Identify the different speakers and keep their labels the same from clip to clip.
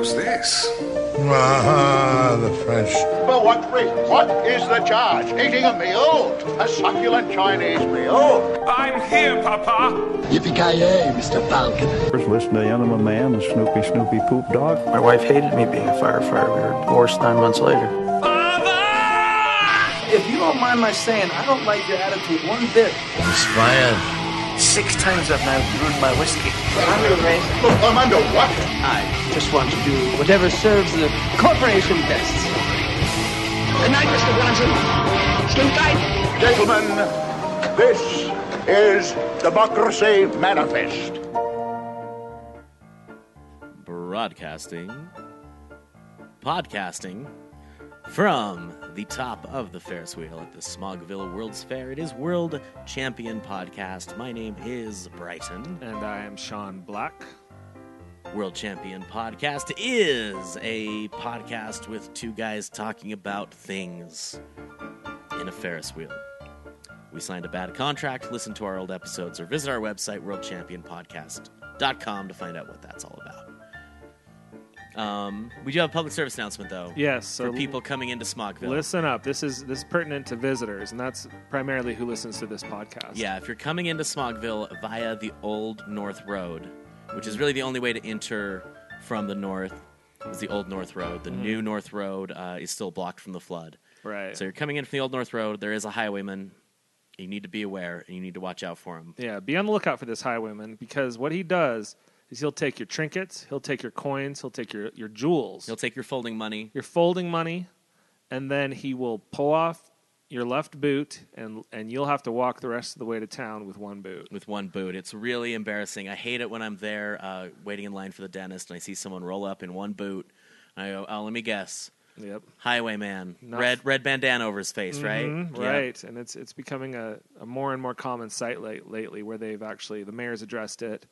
Speaker 1: is this?
Speaker 2: Ah, the French.
Speaker 3: For what reason? What is the charge? Eating a meal? A succulent Chinese meal?
Speaker 4: I'm here, Papa.
Speaker 5: Yippee-ki-yay, Mr. Falcon.
Speaker 6: First, listen to the Enema Man, the Snoopy Snoopy Poop Dog.
Speaker 7: My wife hated me being a firefighter. We were divorced nine months later.
Speaker 4: Father!
Speaker 7: If you don't mind my saying, I don't like your attitude one bit.
Speaker 2: Inspired.
Speaker 7: Six times I've now ruined my whiskey.
Speaker 3: I'm under Look, I'm under what?
Speaker 8: I just want to do whatever serves the corporation best. Good night, Mr. Bronson. Sleep tight.
Speaker 3: Gentlemen, this is Democracy Manifest.
Speaker 9: broadcasting, podcasting from the top of the Ferris wheel at the Smogville World's Fair. It is World Champion Podcast. My name is Brighton.
Speaker 10: And I am Sean Black.
Speaker 9: World Champion Podcast is a podcast with two guys talking about things in a Ferris wheel. We signed a bad contract, listen to our old episodes, or visit our website, worldchampionpodcast.com, to find out what that's all about. Um, we do have a public service announcement, though.
Speaker 10: Yes, so
Speaker 9: for people coming into Smogville.
Speaker 10: Listen up. This is this is pertinent to visitors, and that's primarily who listens to this podcast.
Speaker 9: Yeah, if you're coming into Smogville via the Old North Road, which is really the only way to enter from the north, is the Old North Road. The new North Road uh, is still blocked from the flood.
Speaker 10: Mm. Right.
Speaker 9: So you're coming in from the Old North Road. There is a highwayman. You need to be aware and you need to watch out for him.
Speaker 10: yeah, be on the lookout for this highwayman because what he does is he'll take your trinkets, he'll take your coins, he'll take your your jewels,
Speaker 9: He'll take your folding money.
Speaker 10: your folding money, and then he will pull off your left boot, and and you'll have to walk the rest of the way to town with one boot.
Speaker 9: with one boot. It's really embarrassing. I hate it when I'm there uh, waiting in line for the dentist and I see someone roll up in one boot. And I go, oh, let me guess.
Speaker 10: Yep.
Speaker 9: Highwayman.
Speaker 10: Not-
Speaker 9: Red red bandana over his face,
Speaker 10: Mhm,
Speaker 9: right? Yeah.
Speaker 10: Right, and it's it's becoming a, a more and more common sight late, lately where they've actually the mayor's addressed it.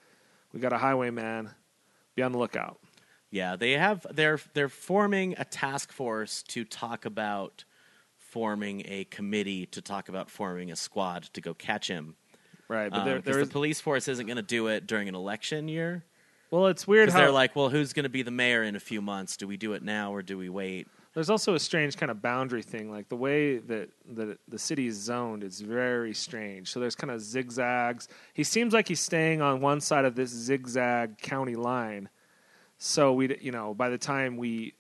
Speaker 10: We got a highwayman. Be on the lookout.
Speaker 9: Yeah, they have they're they're forming a task force to talk about forming a committee to talk about forming a squad to go catch him.
Speaker 10: Right, but
Speaker 9: Um,
Speaker 10: there,
Speaker 9: 'cause
Speaker 10: there is
Speaker 9: the police force isn't going to do it during an election year
Speaker 10: well, it's weird
Speaker 9: because
Speaker 10: how
Speaker 9: they're like, well, who's going to be the mayor in a few months? Do we do it now or do we wait?
Speaker 10: there's also a strange kind of boundary thing. Like the way that the the city is zoned is very strange. So there's kind of zigzags. He seems like he's staying on one side of this zigzag county line. So we, you know, by the time we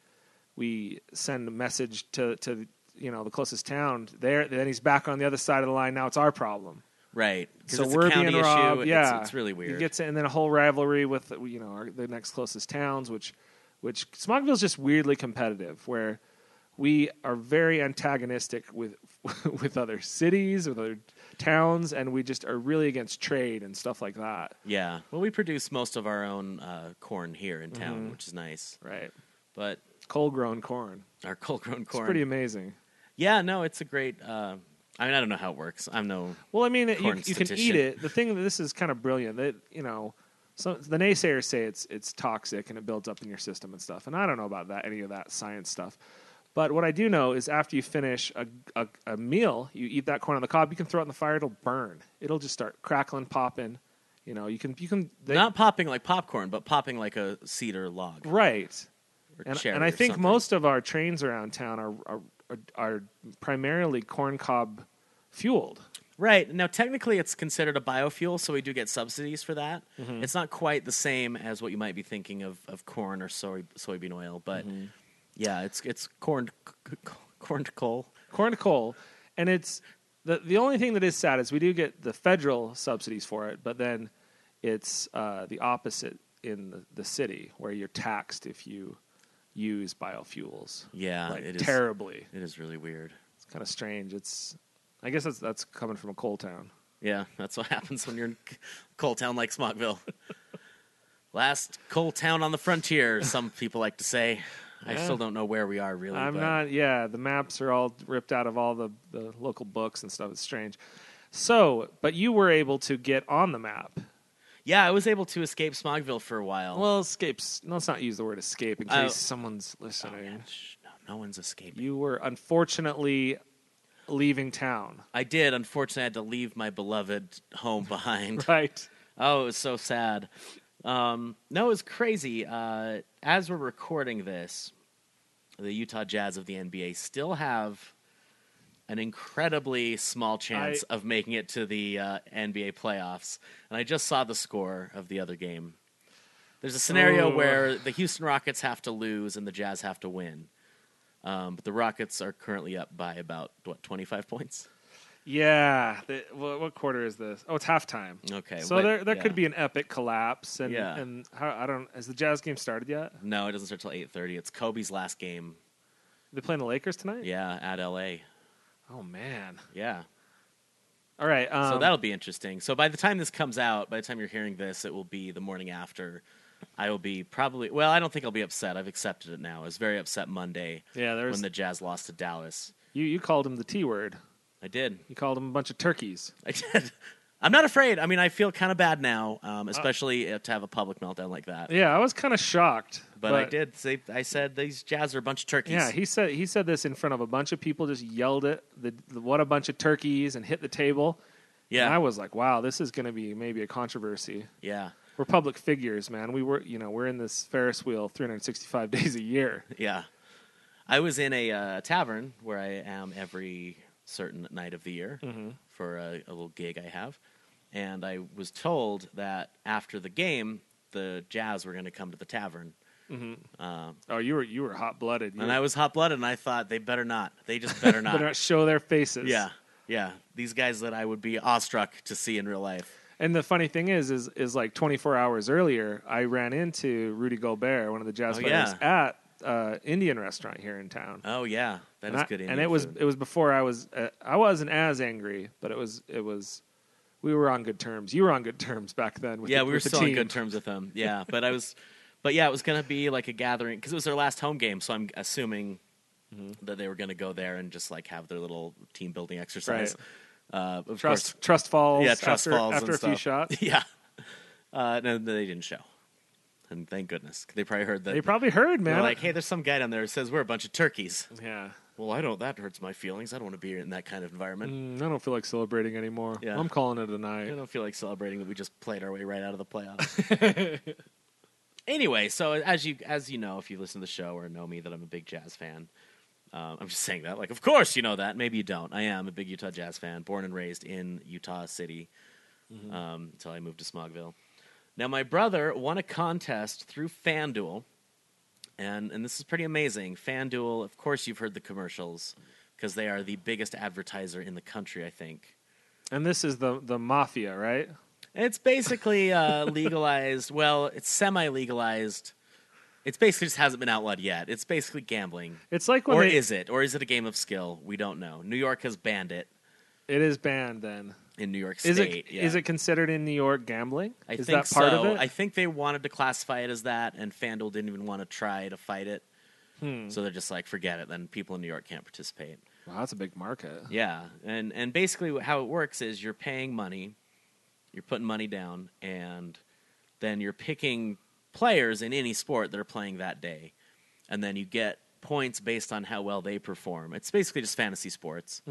Speaker 10: we send a message to to you know the closest town, there then he's back on the other side of the line. Now it's our problem.
Speaker 9: Right. 'Cause
Speaker 10: So
Speaker 9: it's
Speaker 10: we're
Speaker 9: a county
Speaker 10: being
Speaker 9: issue.
Speaker 10: robbed.
Speaker 9: It's-
Speaker 10: yeah,
Speaker 9: It's, really
Speaker 10: He
Speaker 9: weird.
Speaker 10: gets in, and then a whole rivalry with you know our, the next closest towns, which which Smogville's just weirdly competitive, where we are very antagonistic with with other cities, with other towns, and we just are really against trade and stuff like that.
Speaker 9: Yeah. Well, we produce most of our own uh, corn here in town, which is nice.
Speaker 10: Mm-hmm. Right,
Speaker 9: But
Speaker 10: coal grown corn.
Speaker 9: our cold grown
Speaker 10: It's
Speaker 9: corn.
Speaker 10: pretty amazing.
Speaker 9: yeah, no, it's a great. Uh, I mean, I don't know how it works. I'm no.
Speaker 10: Well, I mean, it- you,
Speaker 9: Corn
Speaker 10: you can eat
Speaker 9: statistician.
Speaker 10: it. The thing that this is kind of brilliant that you know, so the naysayers say it's it's toxic and it builds up in your system and stuff. And I don't know about that any of that science stuff. But what I do know is after you finish a, a, a meal, you eat that corn on the cob. You can throw it in the fire; it'll burn. It'll just start crackling, popping. You know, you can you can they,
Speaker 9: Not popping like popcorn, but popping like a cedar log.
Speaker 10: right.
Speaker 9: Or
Speaker 10: And,
Speaker 9: cherry
Speaker 10: and I
Speaker 9: or
Speaker 10: think
Speaker 9: something.
Speaker 10: most of our trains around town are are, are are primarily corn cob fueled.
Speaker 9: Right. Now, technically, it's considered a biofuel, so we do get subsidies for that.
Speaker 10: Mm-hmm.
Speaker 9: It's not quite the same as what you might be thinking of, of corn or soy, soybean oil, but
Speaker 10: Mm-hmm.
Speaker 9: yeah, it's it's corn, c- c- corned coal.
Speaker 10: corn to coal, and it's the the only thing that is sad is we do get the federal subsidies for it, but then it's uh, the opposite in the, the city where you're taxed if you use biofuels.
Speaker 9: Yeah,
Speaker 10: like
Speaker 9: it is-
Speaker 10: terribly.
Speaker 9: It is really weird.
Speaker 10: It's kind of strange. It's I guess that's that's coming from a coal town.
Speaker 9: Yeah, that's what happens when you're in c- coal town like Smogville. Last coal town on the frontier, some people like to say. I still don't know where we are really.
Speaker 10: I'm
Speaker 9: but
Speaker 10: not. Yeah, the maps are all ripped out of all the, the local books and stuff. It's strange. So, but you were able to get on the map.
Speaker 9: Yeah, I was able to escape Smogville for a while.
Speaker 10: Well, escapes. Let's not use the word escape in
Speaker 9: Oh.
Speaker 10: case someone's listening.
Speaker 9: Shh, Oh, no, no one's escaping.
Speaker 10: you were unfortunately leaving town.
Speaker 9: I did. Unfortunately, I had to leave my beloved home behind.
Speaker 10: Right.
Speaker 9: Oh, it was so sad. Um, no, it's crazy. Uh, as we're recording this, the Utah Jazz of the NBA still have an incredibly small chance of making it to the uh, NBA playoffs. And I just saw the score of the other game. There's a scenario
Speaker 10: Ooh.
Speaker 9: where the Houston Rockets have to lose and the Jazz have to win. Um, but the Rockets are currently up by about what 25 points.
Speaker 10: Yeah. The, what, what quarter is this? Oh, it's halftime.
Speaker 9: Okay,
Speaker 10: So
Speaker 9: but-
Speaker 10: there, there
Speaker 9: yeah.
Speaker 10: could be an epic collapse, and
Speaker 9: Yeah.
Speaker 10: and how, I don't. Has the Jazz game started yet?
Speaker 9: No, it doesn't start till 8:30. It's Kobe's last game.
Speaker 10: They playing the Lakers tonight?
Speaker 9: Yeah, at LA.
Speaker 10: Oh man.
Speaker 9: Yeah.
Speaker 10: All right. Um,
Speaker 9: So that'll be interesting. So by the time this comes out, by the time you're hearing this, it will be the morning after. I will be probably well. I don't think I'll be upset. I've accepted it now. I was very upset Monday
Speaker 10: yeah. There was
Speaker 9: when the Jazz lost to Dallas.
Speaker 10: you. You called him the T word.
Speaker 9: I did.
Speaker 10: You called him a bunch of turkeys.
Speaker 9: I did. I'm not afraid. I mean, I feel kind of bad now, um, especially uh, to have a public meltdown like that.
Speaker 10: Yeah, I was kind of shocked.
Speaker 9: but, I did. Say, I said these Jazz are a bunch of turkeys.
Speaker 10: Yeah, he said he said this in front of a bunch of people. Just yelled it. The, the, what a bunch of turkeys and hit the table. And
Speaker 9: yeah,
Speaker 10: I was like, wow, this is going to be maybe a controversy.
Speaker 9: yeah,
Speaker 10: We're public figures, man. We were, you know, we're in this Ferris wheel 365 days a year.
Speaker 9: yeah. I was in a uh, tavern where I am every certain night of the year
Speaker 10: Mm-hmm.
Speaker 9: for a, a little gig I have, and I was told that after the game, the Jazz were going to come to the tavern.
Speaker 10: Oh, you were you were hot blooded.
Speaker 9: And I was hot blooded, and I thought they better not. They just better not.
Speaker 10: Better not show their faces.
Speaker 9: Yeah, yeah. These guys that I would be awestruck to see in real life.
Speaker 10: And the funny thing is, is is like 24 hours earlier, I ran into Rudy Gobert, one of the jazz
Speaker 9: Oh,
Speaker 10: players, at uh, Indian restaurant here in town.
Speaker 9: Oh yeah, that
Speaker 10: and
Speaker 9: is
Speaker 10: I-
Speaker 9: good.
Speaker 10: and
Speaker 9: Indian
Speaker 10: it was
Speaker 9: food.
Speaker 10: it was before I was uh, I wasn't as angry, but it was it was we were on good terms. You were on good terms back then. With
Speaker 9: yeah,
Speaker 10: the,
Speaker 9: we were
Speaker 10: with the
Speaker 9: still on
Speaker 10: team.
Speaker 9: good terms with them. Yeah, but I was, but yeah, it was gonna be like a gathering because it was their last home game, so I'm assuming
Speaker 10: Mm-hmm.
Speaker 9: that they were gonna go there and just like have their little team building exercise. Uh, of
Speaker 10: Trust trust falls.
Speaker 9: course, yeah, trust
Speaker 10: after,
Speaker 9: falls
Speaker 10: after
Speaker 9: and
Speaker 10: a few
Speaker 9: stuff.
Speaker 10: shots.
Speaker 9: yeah, uh, no, they didn't show, and thank goodness 'cause they probably heard that.
Speaker 10: They probably heard,
Speaker 9: they
Speaker 10: man.
Speaker 9: were like, hey, there's some guy down there who says we're a bunch of turkeys.
Speaker 10: yeah.
Speaker 9: Well, I don't. That hurts my feelings. I don't want to be in that kind of environment.
Speaker 10: Mm, I don't feel like celebrating anymore.
Speaker 9: Yeah.
Speaker 10: I'm calling it a night.
Speaker 9: I don't feel like celebrating that we just played our way right out of the playoffs. anyway, so as you as you know, if you listen to the show or know me, that I'm a big jazz fan. Um, I'm just saying that, like, of course you know that. Maybe you don't. I am a big Utah jazz fan, born and raised in Utah City um, until I moved to Smogville. Now my brother won a contest through FanDuel, and and this is pretty amazing. FanDuel, of course, you've heard the commercials because they are the biggest advertiser in the country, I think.
Speaker 10: And this is the the mafia, right?
Speaker 9: It's basically uh, legalized. Well, it's semi legalized. It's basically just hasn't been outlawed yet. It's basically gambling.
Speaker 10: It's like when
Speaker 9: Or
Speaker 10: they-
Speaker 9: is it? Or is it a game of skill? We don't know. New York has banned it
Speaker 10: It is banned then.
Speaker 9: in New York State.
Speaker 10: Is it
Speaker 9: yeah.
Speaker 10: is it considered in New York gambling?
Speaker 9: I
Speaker 10: is
Speaker 9: think
Speaker 10: that part
Speaker 9: so.
Speaker 10: of it?
Speaker 9: I think they wanted to classify it as that, and FanDuel didn't even want to try to fight it.
Speaker 10: Hmm.
Speaker 9: So they're just like, forget it. Then people in New York can't participate.
Speaker 10: wow, that's a big market.
Speaker 9: Yeah, and and basically wh- how it works is you're paying money, you're putting money down, and then you're picking players in any sport that are playing that day, and then you get points based on how well they perform. It's basically just fantasy sports,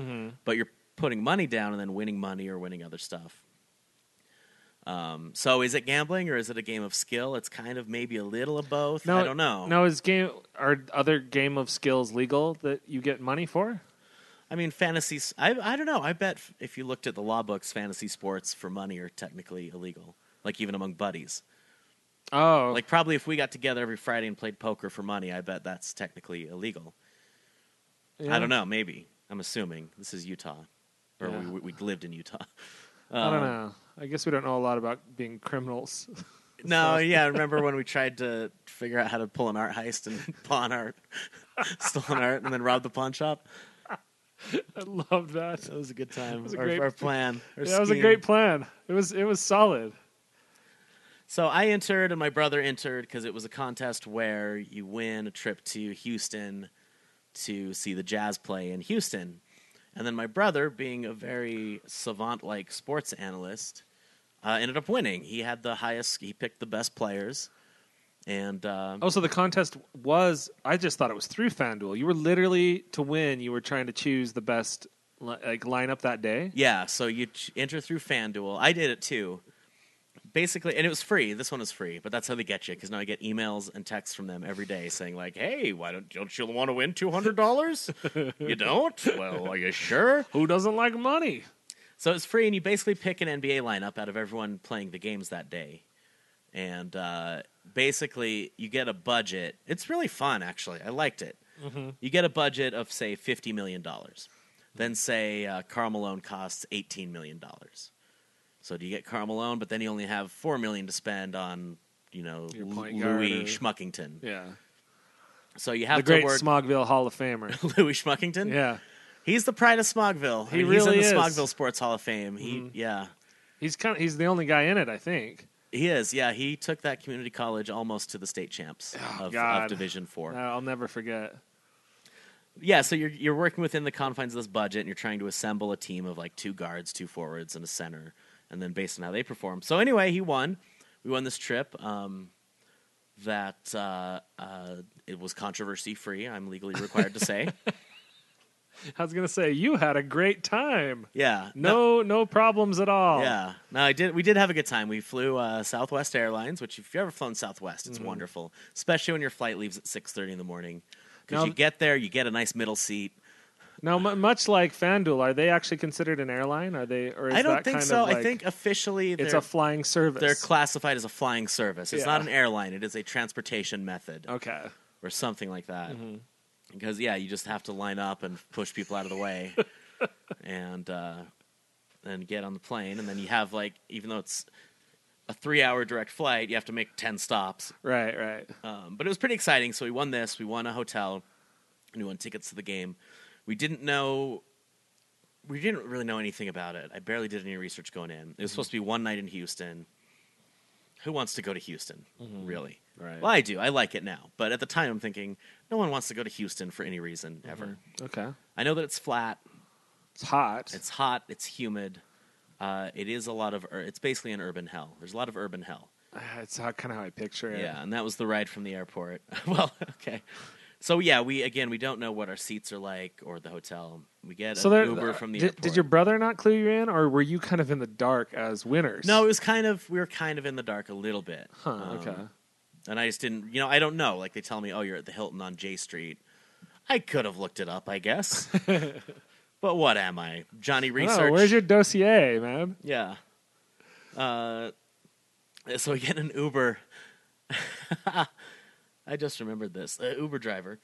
Speaker 9: but you're putting money down and then winning money or winning other stuff. Um, so is it gambling or is it a game of skill? It's kind of maybe a little of both. I don't know.
Speaker 10: Now is game are other game of skills legal that you get money for?
Speaker 9: I mean, fantasy. I I don't know. I bet if you looked at the law books, fantasy sports for money are technically illegal. Like even among buddies.
Speaker 10: Oh,
Speaker 9: Like probably if we got together every Friday and played poker for money, I bet that's technically illegal. I don't know. Maybe I'm assuming this is Utah, or
Speaker 10: Yeah.
Speaker 9: we we we lived in Utah.
Speaker 10: I
Speaker 9: um,
Speaker 10: don't know. I guess we don't know a lot about being criminals.
Speaker 9: No, yeah. Remember when we tried to figure out how to pull an art heist and pawn art, stolen art, and then rob the pawn shop?
Speaker 10: I love that.
Speaker 9: That was a good time.
Speaker 10: was a
Speaker 9: our,
Speaker 10: great-
Speaker 9: our plan. Our
Speaker 10: that was a
Speaker 9: scheme.
Speaker 10: great plan. It was it was solid.
Speaker 9: So I entered and my brother entered because it was a contest where you win a trip to Houston to see the Jazz play in Houston. And then my brother, being a very savant like sports analyst, uh, ended up winning. He had the highest, he picked the best players. And uh,
Speaker 10: Oh, so the contest was I just thought it was through FanDuel. You were literally to win, you were trying to choose the best li- like lineup that day.
Speaker 9: yeah, so you ch- enter through FanDuel. I did it too. basically, and it was free. This one is free, but that's how they get you because now I get emails and texts from them every day saying like, "Hey, why don't don't you want to win two hundred dollars? You don't? Well, are you sure?"
Speaker 10: Who doesn't like money?
Speaker 9: So it's free, and you basically pick an NBA lineup out of everyone playing the games that day. And uh, basically, you get a budget. It's really fun, actually. I liked it.
Speaker 10: Mm-hmm.
Speaker 9: You get a budget of, say, $50 million. Then, say, uh, Karl Malone costs $18 million. So do you get Karl Malone, but then you only have $4 million to spend on, you know,
Speaker 10: Your
Speaker 9: L-
Speaker 10: point guard
Speaker 9: Louis
Speaker 10: or-
Speaker 9: Schmuckington.
Speaker 10: Yeah,
Speaker 9: So you
Speaker 10: the
Speaker 9: have to
Speaker 10: great
Speaker 9: work
Speaker 10: Smogville Hall of Famer.
Speaker 9: Louis Schmuckington?
Speaker 10: yeah,
Speaker 9: He's the pride of Smogville. I
Speaker 10: He
Speaker 9: mean, he's
Speaker 10: really
Speaker 9: in the
Speaker 10: is. Mm-hmm.
Speaker 9: Smogville Sports Hall of Fame. He, Yeah.
Speaker 10: he's kind of, he's the only guy in it, I think.
Speaker 9: He is, yeah. He took that community college almost to the state champs of, of
Speaker 10: Oh, God.
Speaker 9: Division Four.
Speaker 10: Uh, I'll never forget.
Speaker 9: Yeah, so you're you're working within the confines of this budget, and you're trying to assemble a team of like two guards, two forwards, and a center, and then based on how they perform. So anyway, he won. We won this trip. Um, that uh, uh, it was controversy free. I'm legally required to say.
Speaker 10: I was gonna say you had a great time.
Speaker 9: Yeah.
Speaker 10: No, no problems at all.
Speaker 9: Yeah. No, I did. We did have a good time. We flew uh, Southwest Airlines, which if you've ever flown Southwest,
Speaker 10: Mm-hmm.
Speaker 9: it's wonderful, especially when your flight leaves at six thirty in the morning. Because
Speaker 10: Now-
Speaker 9: you get there, you get a nice middle seat.
Speaker 10: Now, mu much like FanDuel, are they actually considered an airline? Are they? Or is
Speaker 9: I don't
Speaker 10: that
Speaker 9: think
Speaker 10: kind
Speaker 9: so.
Speaker 10: Of like,
Speaker 9: I think officially
Speaker 10: it's
Speaker 9: they're,
Speaker 10: a flying service.
Speaker 9: they're classified as a flying service. It's not
Speaker 10: Yeah.
Speaker 9: an airline. It is a transportation method
Speaker 10: okay. Mm-hmm.
Speaker 9: or something like that. Because yeah, you just have to line up and push people out of the way, and uh, and get on the plane. And then you have like, even though it's a three-hour direct flight, you have to make ten stops.
Speaker 10: Right. Right.
Speaker 9: Um, but it was pretty exciting. So we won this. We won a hotel, and we won tickets to the game. We didn't know. We didn't really know anything about it. I barely did any research going in. It was supposed to be one night in Houston. Who wants to go to Houston, really?
Speaker 10: Right.
Speaker 9: Well, I do. I like it now. But at the time, I'm thinking no one wants to go to Houston for any reason ever.
Speaker 10: Okay.
Speaker 9: I know that it's flat.
Speaker 10: It's hot.
Speaker 9: It's hot. It's humid. Uh, it is a lot of. Ur- it's basically an urban hell. There's a lot of urban hell.
Speaker 10: Ah, it's how, kind of how I picture it.
Speaker 9: Yeah, and that was the ride from the airport. well, okay. So yeah, we again we don't know what our seats are like or the hotel. We get
Speaker 10: So
Speaker 9: an
Speaker 10: there,
Speaker 9: Uber from the
Speaker 10: did,
Speaker 9: airport.
Speaker 10: did your brother not clue you in, or were you kind of in the dark as winners?
Speaker 9: no, it was kind of we were kind of in the dark a little bit.
Speaker 10: Huh,
Speaker 9: Um,
Speaker 10: okay.
Speaker 9: And I just didn't, you know, I don't know. Like they tell me, oh, you're at the Hilton on J Street. I could have looked it up, I guess. but what am I, Johnny Research?
Speaker 10: Oh, where's your dossier, man?
Speaker 9: Yeah. Uh, so we get an Uber. I just remembered this. Uh, Uber driver.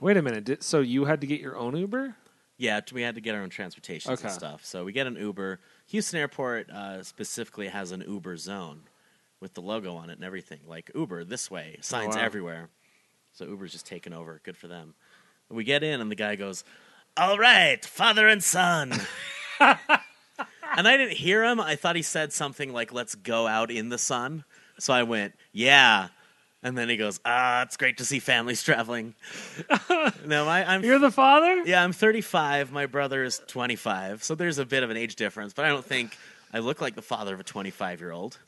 Speaker 10: Wait a minute. Did, so you had to get your own Uber?
Speaker 9: Yeah, t- we had to get our own transportation
Speaker 10: Okay.
Speaker 9: and stuff. So we get an Uber. Houston Airport uh, specifically has an Uber zone with the logo on it and everything, like Uber this way, signs
Speaker 10: wow.
Speaker 9: everywhere. So Uber's just taken over. Good for them. And we get in, and the guy goes, "All right, father and son." and I didn't hear him. I thought he said something like, "Let's go out in the sun." So I went, "Yeah." And then he goes, "Ah, it's great to see families traveling." no, I, I'm
Speaker 10: You're the father.
Speaker 9: yeah, I'm 35. My brother is 25. So there's a bit of an age difference, but I don't think I look like the father of a 25 year old.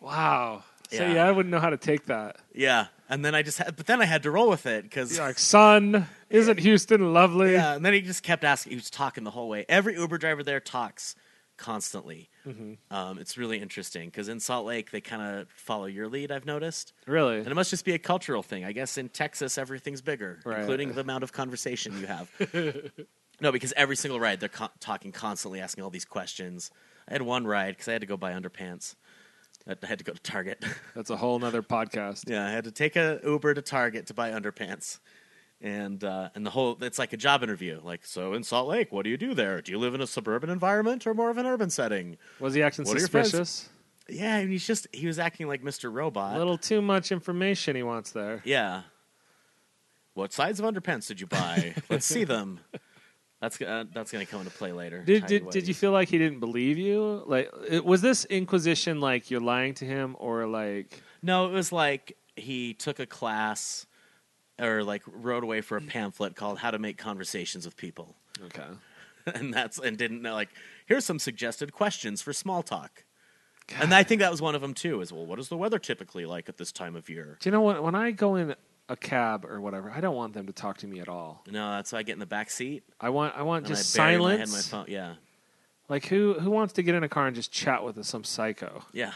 Speaker 10: Wow. So
Speaker 9: Yeah.
Speaker 10: yeah. I wouldn't know how to take that.
Speaker 9: Yeah. And then I just had, but then I had to roll with it because,
Speaker 10: You're
Speaker 9: yeah.
Speaker 10: like, son, isn't Houston lovely?
Speaker 9: And then he just kept asking, he was talking the whole way. Every Uber driver there talks constantly.
Speaker 10: Mm-hmm.
Speaker 9: Um, it's really interesting because in Salt Lake, they kind of follow your lead, I've noticed.
Speaker 10: Really?
Speaker 9: And it must just be a cultural thing. I guess in Texas, everything's bigger,
Speaker 10: Right.
Speaker 9: including the amount of conversation you have. no, because every single ride, they're con- talking constantly, asking all these questions. I had one ride because I had to go buy underpants. I I had to go to Target.
Speaker 10: That's a whole nother podcast.
Speaker 9: yeah, I had to take a Uber to Target to buy underpants. And uh, and the whole it's like a job interview. Like so in Salt Lake, what do you do there? Do you live in a suburban environment or more of an urban setting?
Speaker 10: Was he acting
Speaker 9: What are your friends-
Speaker 10: suspicious?
Speaker 9: Yeah, and he's just he was acting like Mr. Robot.
Speaker 10: A little too much information he wants there.
Speaker 9: Yeah. What size of underpants did you buy? Let's see them. That's uh, that's going to come into play later.
Speaker 10: Did
Speaker 9: Tidy
Speaker 10: did, did
Speaker 9: whities.
Speaker 10: you feel like he didn't believe you? Like, it, was this Inquisition like you're lying to him, or like
Speaker 9: No, it was like he took a class or like wrote away for a pamphlet called "How to Make Conversations with People,"
Speaker 10: okay?
Speaker 9: and that's and didn't know like here's some suggested questions for small talk. And I think that was one of them too. Is well, what is the weather typically like at this time of year?
Speaker 10: Do you know what? When I go in a cab or whatever, I don't want them to talk to me at all.
Speaker 9: No, that's why uh, I get in the back seat
Speaker 10: I want I want
Speaker 9: and
Speaker 10: just
Speaker 9: I bury my head in
Speaker 10: silence.
Speaker 9: my phone. Yeah,
Speaker 10: Like who who wants to get in a car and just chat with some psycho?
Speaker 9: yeah.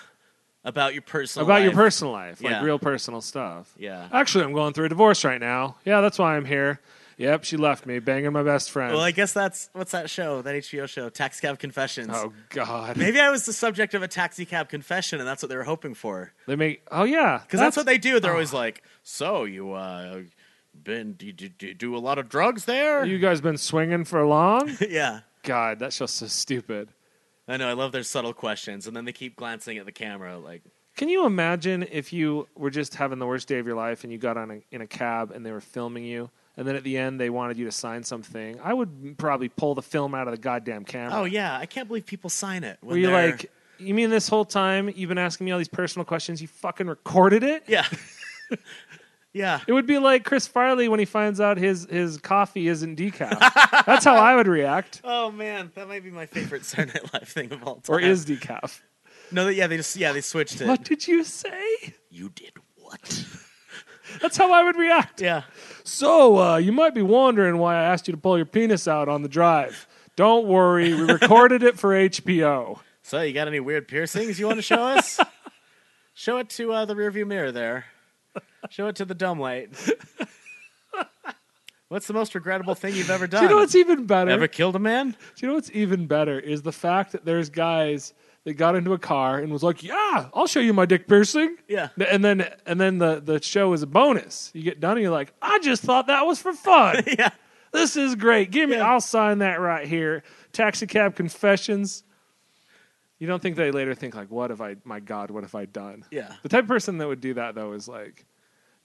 Speaker 9: about your personal
Speaker 10: about your Oh,
Speaker 9: life.
Speaker 10: personal life, like
Speaker 9: Yeah.
Speaker 10: real personal stuff.
Speaker 9: Yeah.
Speaker 10: Actually, I'm going through a divorce right now. Yeah, that's why I'm here. Yep, she left me banging my best friend.
Speaker 9: Well, I guess that's what's that show? That HBO show, Taxi Cab Confessions.
Speaker 10: oh God.
Speaker 9: Maybe I was the subject of a taxi cab confession, and that's what they were hoping for.
Speaker 10: They make. Oh yeah,
Speaker 9: Because that's, what they do.
Speaker 10: Oh.
Speaker 9: They're always like, "So you, uh, been do you, do you do a lot of drugs there?"
Speaker 10: You guys been swinging for long?
Speaker 9: yeah,
Speaker 10: God, that show's so stupid.
Speaker 9: I know. I love their subtle questions, and then they keep glancing at the camera, like,
Speaker 10: Can you imagine if you were just having the worst day of your life and you got on a, in a cab and they were filming you, and then at the end they wanted you to sign something? I would probably pull the film out of the goddamn camera.
Speaker 9: "Oh yeah, I can't believe people sign it." When
Speaker 10: Were you
Speaker 9: they're-
Speaker 10: like, you mean this whole time you've been asking me all these personal questions? You fucking recorded it?
Speaker 9: "Yeah, yeah."
Speaker 10: It would be like Chris Farley when he finds out his his coffee isn't decaf. That's how I would react.
Speaker 9: Oh man, that might be my favorite Saturday Night Live thing of all time.
Speaker 10: Or is decaf?
Speaker 9: no? Yeah, they just yeah they switched it.
Speaker 10: What did you say?
Speaker 9: You did what?
Speaker 10: That's how I would react.
Speaker 9: yeah.
Speaker 10: So, uh, you might be wondering why I asked you to pull your penis out on the drive. Don't worry, we recorded it for HBO.
Speaker 9: So, you got any weird piercings you want to show us? show it to uh, the rearview mirror there. Show it to the dumb light. What's the most regrettable thing you've ever done?
Speaker 10: Do you know what's even better?
Speaker 9: ever killed a man?
Speaker 10: Do you know what's even better is the fact that there's guys that got into a car and was like, "Yeah, I'll show you my dick piercing."
Speaker 9: Yeah.
Speaker 10: and then and then the the show is a bonus. You get done and you're like, "I just thought that was for fun.
Speaker 9: Yeah.
Speaker 10: this is great. Give me, I'll sign that right here." Taxi cab confessions. You don't think they later think like, "What have I? My God, what have I done?"
Speaker 9: Yeah.
Speaker 10: The type of person that would do that though is like,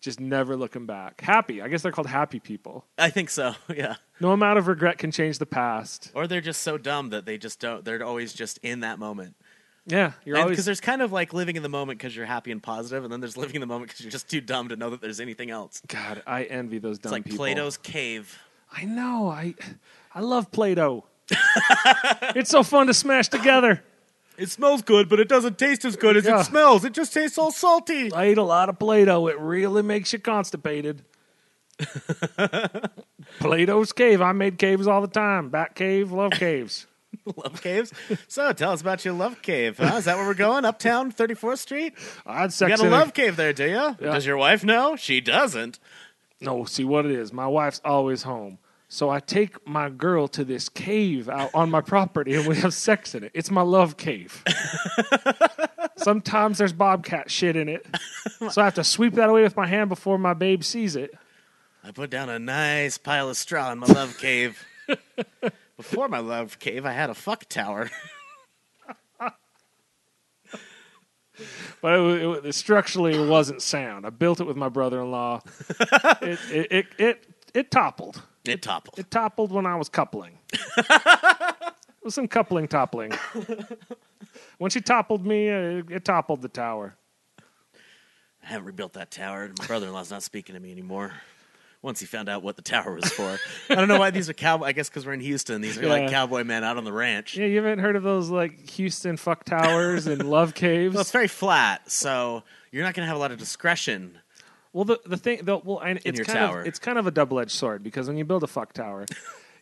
Speaker 10: just never looking back. Happy. I guess they're called happy people.
Speaker 9: I think so. Yeah.
Speaker 10: No amount of regret can change the past.
Speaker 9: Or they're just so dumb that they just don't. They're always just in that moment.
Speaker 10: Yeah, you're
Speaker 9: Because
Speaker 10: always
Speaker 9: there's kind of like living in the moment because you're happy and positive, and then there's living in the moment because you're just too dumb to know that there's anything else.
Speaker 10: God, I envy those dumb
Speaker 9: It's like
Speaker 10: people.
Speaker 9: Plato's cave.
Speaker 10: I know. I I love Play-Doh. it's so fun to smash together.
Speaker 9: It smells good, but it doesn't taste as good as
Speaker 10: Yeah.
Speaker 9: it smells. It just tastes all salty.
Speaker 10: I ate a lot of Play-Doh. It really makes you constipated. Plato's cave. I made caves all the time. Bat cave, love caves.
Speaker 9: love caves. So tell us about your love cave. Huh? Is that where we're going? Uptown, 34th Street?
Speaker 10: I'd
Speaker 9: You
Speaker 10: sex
Speaker 9: got a
Speaker 10: in a-
Speaker 9: love cave there, do you? Does your wife know? She doesn't.
Speaker 10: No, see what it is. My wife's always home. So I take my girl to this cave out on my property and we have sex in it. It's my love cave. Sometimes there's bobcat shit in it. So I have to sweep that away with my hand before my babe sees it.
Speaker 9: I put down a nice pile of straw in my love cave. Before my love cave, I had a fuck tower.
Speaker 10: But it, wa- it, wa- structurally, it wasn't sound. I built it with my brother in law. it, it, it, it, it toppled.
Speaker 9: It toppled.
Speaker 10: It toppled when I was coupling. it was some coupling toppling. When she toppled me, uh, it, it toppled the tower.
Speaker 9: I haven't rebuilt that tower. and My brother in law's not speaking to me anymore. Once he found out what the tower was for, I don't know why these are cowboy. I guess because we're in Houston, these are
Speaker 10: Yeah.
Speaker 9: like cowboy men out on the ranch.
Speaker 10: Yeah, you haven't heard of those like Houston fuck towers and love
Speaker 9: Well, it's
Speaker 10: caves.
Speaker 9: very flat, so you're not going to have a lot of discretion.
Speaker 10: Well, the the thing, the, well, and it's
Speaker 9: your
Speaker 10: kind
Speaker 9: tower.
Speaker 10: of it's kind of a double edged sword because when you build a fuck tower,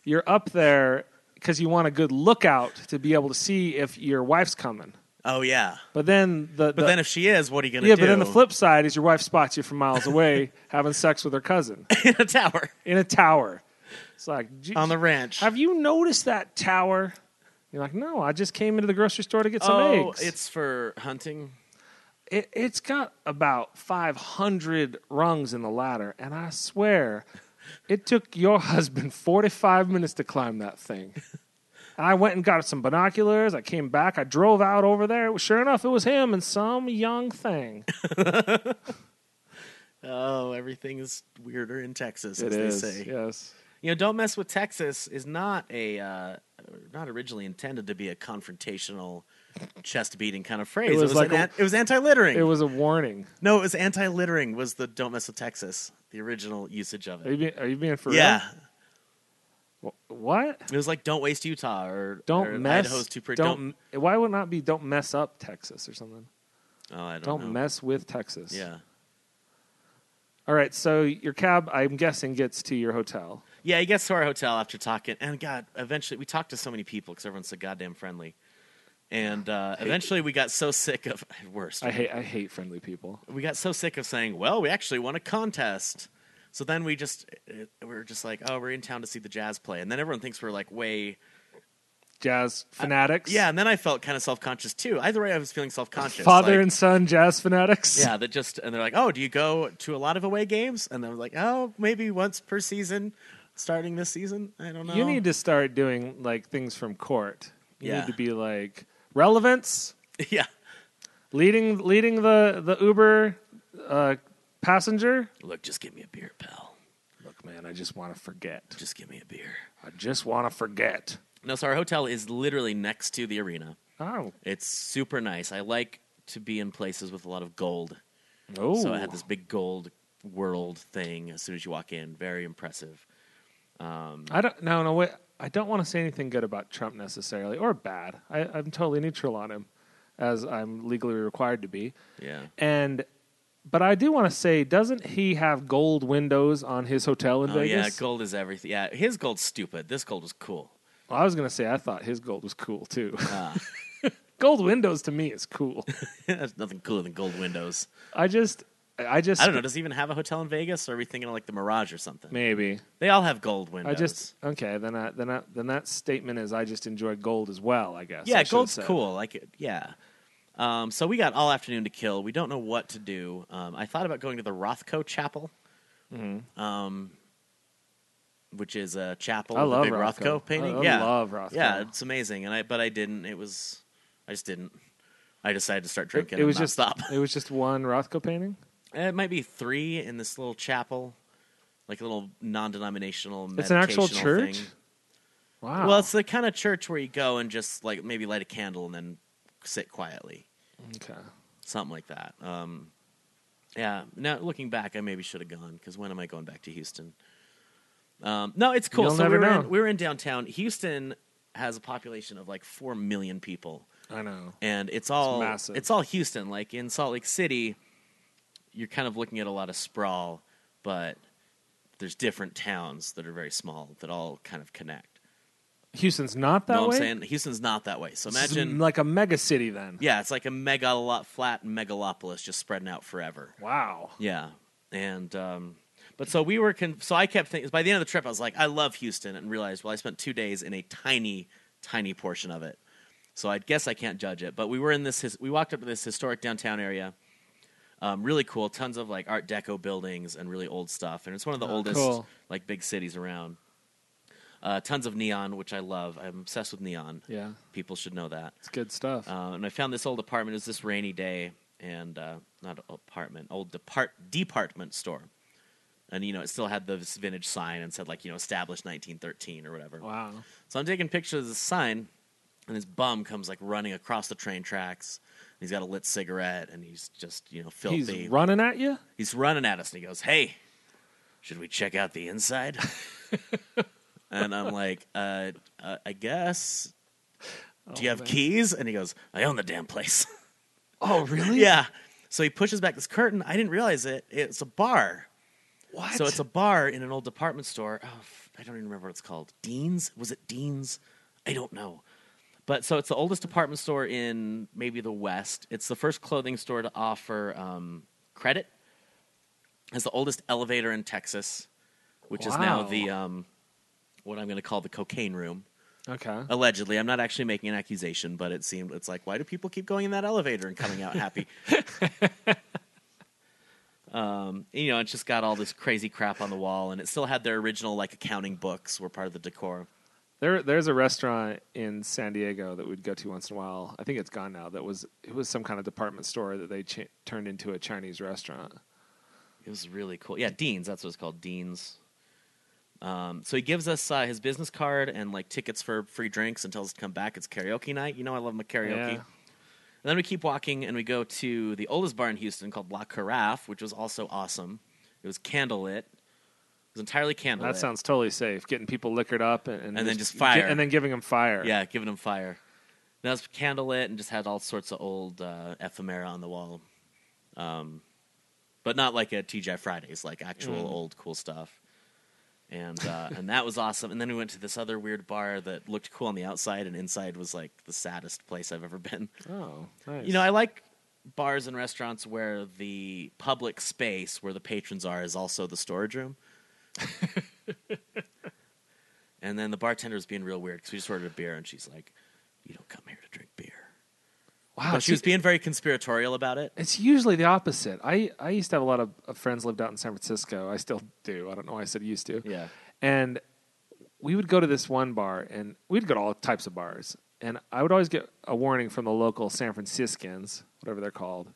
Speaker 10: you're up there because you want a good lookout to be able to see if your wife's coming.
Speaker 9: Oh yeah,
Speaker 10: But then the,
Speaker 9: but then if she is, what are you going to
Speaker 10: yeah,
Speaker 9: do?
Speaker 10: but then the flip side is your wife spots you from miles away having sex with her cousin
Speaker 9: in a tower
Speaker 10: in a tower. It's like "Gee,
Speaker 9: on the ranch.
Speaker 10: Have you noticed that tower? You're like, no, I just came into the grocery store to get some
Speaker 9: oh,
Speaker 10: eggs.
Speaker 9: it's for hunting.
Speaker 10: it, it's got about 500 rungs in the ladder, and I swear it took your husband 45 minutes to climb that thing. I went and got some binoculars. I came back. I drove out over there. It was- Sure enough, it was him and some young thing.
Speaker 9: Oh, everything is weirder in Texas,
Speaker 10: It
Speaker 9: as
Speaker 10: is,
Speaker 9: they say.
Speaker 10: Yes.
Speaker 9: You know, don't mess with Texas is not a uh, not originally intended to be a confrontational, chest beating kind of phrase. It
Speaker 10: was
Speaker 9: was,
Speaker 10: like
Speaker 9: an
Speaker 10: a-
Speaker 9: an- it was anti-littering.
Speaker 10: It was a warning.
Speaker 9: no, it was anti-littering. Was the don't mess with Texas the original usage of
Speaker 10: Are
Speaker 9: it?
Speaker 10: you being, are you being for
Speaker 9: Yeah,
Speaker 10: real? What?
Speaker 9: it was like don't waste Utah or
Speaker 10: Don't
Speaker 9: or
Speaker 10: mess.
Speaker 9: Idaho's too pretty.
Speaker 10: Don't, Why would it not be don't mess up Texas or something?
Speaker 9: oh, I don't,
Speaker 10: Don't,
Speaker 9: know.
Speaker 10: mess with Texas.
Speaker 9: Yeah,
Speaker 10: All right. So your cab, I'm guessing, gets to your hotel.
Speaker 9: yeah. He gets to our hotel after talking, and God, eventually we talked to so many people because everyone's so goddamn friendly. And uh, eventually, we got so sick of worst.
Speaker 10: I hate I hate friendly people.
Speaker 9: we got so sick of saying, "Well, we actually won a contest." So then we just it, we're just like, "Oh, we're in town to see the jazz play," and then everyone thinks we're like way
Speaker 10: Jazz fanatics.
Speaker 9: yeah. And then I felt kind of self conscious too. Either way, I was feeling self conscious.
Speaker 10: Father and son jazz fanatics.
Speaker 9: yeah, that just and they're like, "Oh, do you go to a lot of away games?" And they're like, "Oh, maybe once per season, starting this season." I don't know.
Speaker 10: You need to start doing like things from court. You
Speaker 9: Yeah.
Speaker 10: need to be like relevance,
Speaker 9: yeah.
Speaker 10: leading leading the the Uber uh, passenger.
Speaker 9: Look, just give me a beer, pal.
Speaker 10: Look, man, I just want to forget.
Speaker 9: Just give me a beer.
Speaker 10: I just want to forget.
Speaker 9: No, so our hotel is literally next to the arena.
Speaker 10: Oh,
Speaker 9: It's super nice. I like to be in places with a lot of gold.
Speaker 10: oh,
Speaker 9: So I had this big gold world thing as soon as you walk in. Very impressive.
Speaker 10: I don't. No, no. Wait. I don't want to say anything good about Trump necessarily, or bad. I, I'm totally neutral on him, as I'm legally required to be.
Speaker 9: Yeah.
Speaker 10: And, but I do want to say, doesn't he have gold windows on his hotel in
Speaker 9: Oh
Speaker 10: Vegas?
Speaker 9: yeah, gold is everything. Yeah, his gold's stupid. This gold was cool.
Speaker 10: Well, I was gonna say I thought his gold was cool too.
Speaker 9: Ah.
Speaker 10: gold windows to me is cool.
Speaker 9: There's nothing cooler than gold windows.
Speaker 10: I just, I just,
Speaker 9: I don't know. Does he even have a hotel in Vegas? Or are we thinking of like the Mirage or something?
Speaker 10: Maybe
Speaker 9: They all have gold windows.
Speaker 10: I just okay. Then I, then I, then that statement is I just enjoy gold as well. I guess. I
Speaker 9: yeah,
Speaker 10: should've
Speaker 9: gold's
Speaker 10: said.
Speaker 9: cool. Like it, yeah. Um, so we got all afternoon to kill. We don't know what to do. Um, I thought about going to the Rothko Chapel,
Speaker 10: Mm-hmm.
Speaker 9: um, which is a chapel.
Speaker 10: I
Speaker 9: with
Speaker 10: love
Speaker 9: a big
Speaker 10: Rothko.
Speaker 9: Rothko, painting.
Speaker 10: I- I
Speaker 9: yeah,
Speaker 10: love Rothko.
Speaker 9: Yeah, it's amazing. And I but I didn't. It was I just didn't. I decided to start
Speaker 10: It,
Speaker 9: drinking.
Speaker 10: it was
Speaker 9: and
Speaker 10: just
Speaker 9: not stop.
Speaker 10: it was just one Rothko painting.
Speaker 9: It might be three in this little chapel, like a little non-denominational.
Speaker 10: It's an actual
Speaker 9: meditational thing.
Speaker 10: church. Wow.
Speaker 9: Well, it's the kind of church where you go and just like maybe light a candle and then sit quietly,
Speaker 10: okay.
Speaker 9: something like that. Um, yeah. Now looking back, I maybe should have gone because when am I going back to Houston? Um, no, it's cool.
Speaker 10: You'll
Speaker 9: so
Speaker 10: never
Speaker 9: we were
Speaker 10: know.
Speaker 9: in, we were in downtown Houston. Has a population of like four million people
Speaker 10: I know.
Speaker 9: and it's all it's,
Speaker 10: massive.
Speaker 9: all Houston. Like in Salt Lake City, you're kind of looking at a lot of sprawl, but there's different towns that are very small that all kind of connect.
Speaker 10: Houston's not that
Speaker 9: know what
Speaker 10: way.
Speaker 9: I'm saying? Houston's not that way. So
Speaker 10: This is
Speaker 9: imagine,
Speaker 10: like a mega city then.
Speaker 9: yeah, it's like a mega lot flat megalopolis just spreading out forever.
Speaker 10: Wow.
Speaker 9: Yeah, and um, but so we were. Con- so I kept thinking. By the end of the trip, I was like, I love Houston, and realized well, I spent two days in a tiny, tiny portion of it. So I guess I can't judge it. But we were in this. His- we walked up to this historic downtown area. Um, really cool. Tons of like Art Deco buildings and really old stuff. And it's one of the oldest
Speaker 10: Oh, cool.
Speaker 9: like big cities around. Uh, tons of neon, which I love. I'm obsessed with neon.
Speaker 10: Yeah.
Speaker 9: People should know that.
Speaker 10: It's good stuff.
Speaker 9: Uh, and I found this old apartment. It was this rainy day, and uh, not apartment, old depart department store. And you know, it still had this vintage sign and said like you know, established 1913 or whatever.
Speaker 10: wow.
Speaker 9: So I'm taking pictures of this sign, and this bum comes like running across the train tracks. And he's got a lit cigarette, and he's just you know filthy.
Speaker 10: He's running at you.
Speaker 9: He's running at us and he goes, Hey, should we check out the inside? and I'm like, uh, uh, I guess. Do you have keys? And he goes, I own the damn place.
Speaker 10: Oh really?
Speaker 9: yeah. So he pushes back this curtain. I didn't realize it. It's a bar.
Speaker 10: What?
Speaker 9: So it's a bar in an old department store. Oh, f- I don't even remember what it's called. Dean's? Was it Dean's? I don't know. But so it's the oldest department store in maybe the West. It's the first clothing store to offer um, credit. It's the oldest elevator in Texas, which is now
Speaker 10: Wow.
Speaker 9: the um, what I'm going to call the cocaine room.
Speaker 10: okay.
Speaker 9: Allegedly, I'm not actually making an accusation, but it seemed it's like why do people keep going in that elevator and coming out happy? um, you know, it's just got all this crazy crap on the wall, and it still had their original like accounting books were part of the decor.
Speaker 10: There, there's a restaurant in San Diego that we'd go to once in a while. I think it's gone now. That was it was some kind of department store that they ch- turned into a Chinese restaurant.
Speaker 9: It was really cool. Yeah, Dean's. That's what it's called, Dean's. Um, so he gives us uh, his business card and like tickets for free drinks and tells us to come back. It's karaoke night. You know, I love my
Speaker 10: Yeah.
Speaker 9: karaoke. And then we keep walking and we go to the oldest bar in Houston called La Carafe, which was also awesome. It was candlelit. It was entirely candlelit.
Speaker 10: That sounds totally safe. Getting people liquored up and,
Speaker 9: And then just fire.
Speaker 10: and then giving them fire.
Speaker 9: Yeah, giving them fire. And that was candlelit and just had all sorts of old uh, ephemera on the wall. Um, but not like a TGI Fridays, like actual old cool stuff. and uh, and that was awesome. And then we went to this other weird bar that looked cool on the outside, and inside was like the saddest place I've ever been.
Speaker 10: Oh, nice.
Speaker 9: You know, I like bars and restaurants where the public space where the patrons are is also the storage room. and then the bartender was being real weird because we just ordered a beer, and she's like, "You don't come here to drink beer."
Speaker 10: wow,
Speaker 9: But she was being very conspiratorial about it.
Speaker 10: It's usually the opposite. I, I used to have a lot of, of friends lived out in San Francisco. I still do. I don't know why I said used to.
Speaker 9: Yeah.
Speaker 10: And we would go to this one bar, and we'd go to all types of bars. And I would always get a warning from the local San Franciscans, whatever they're called,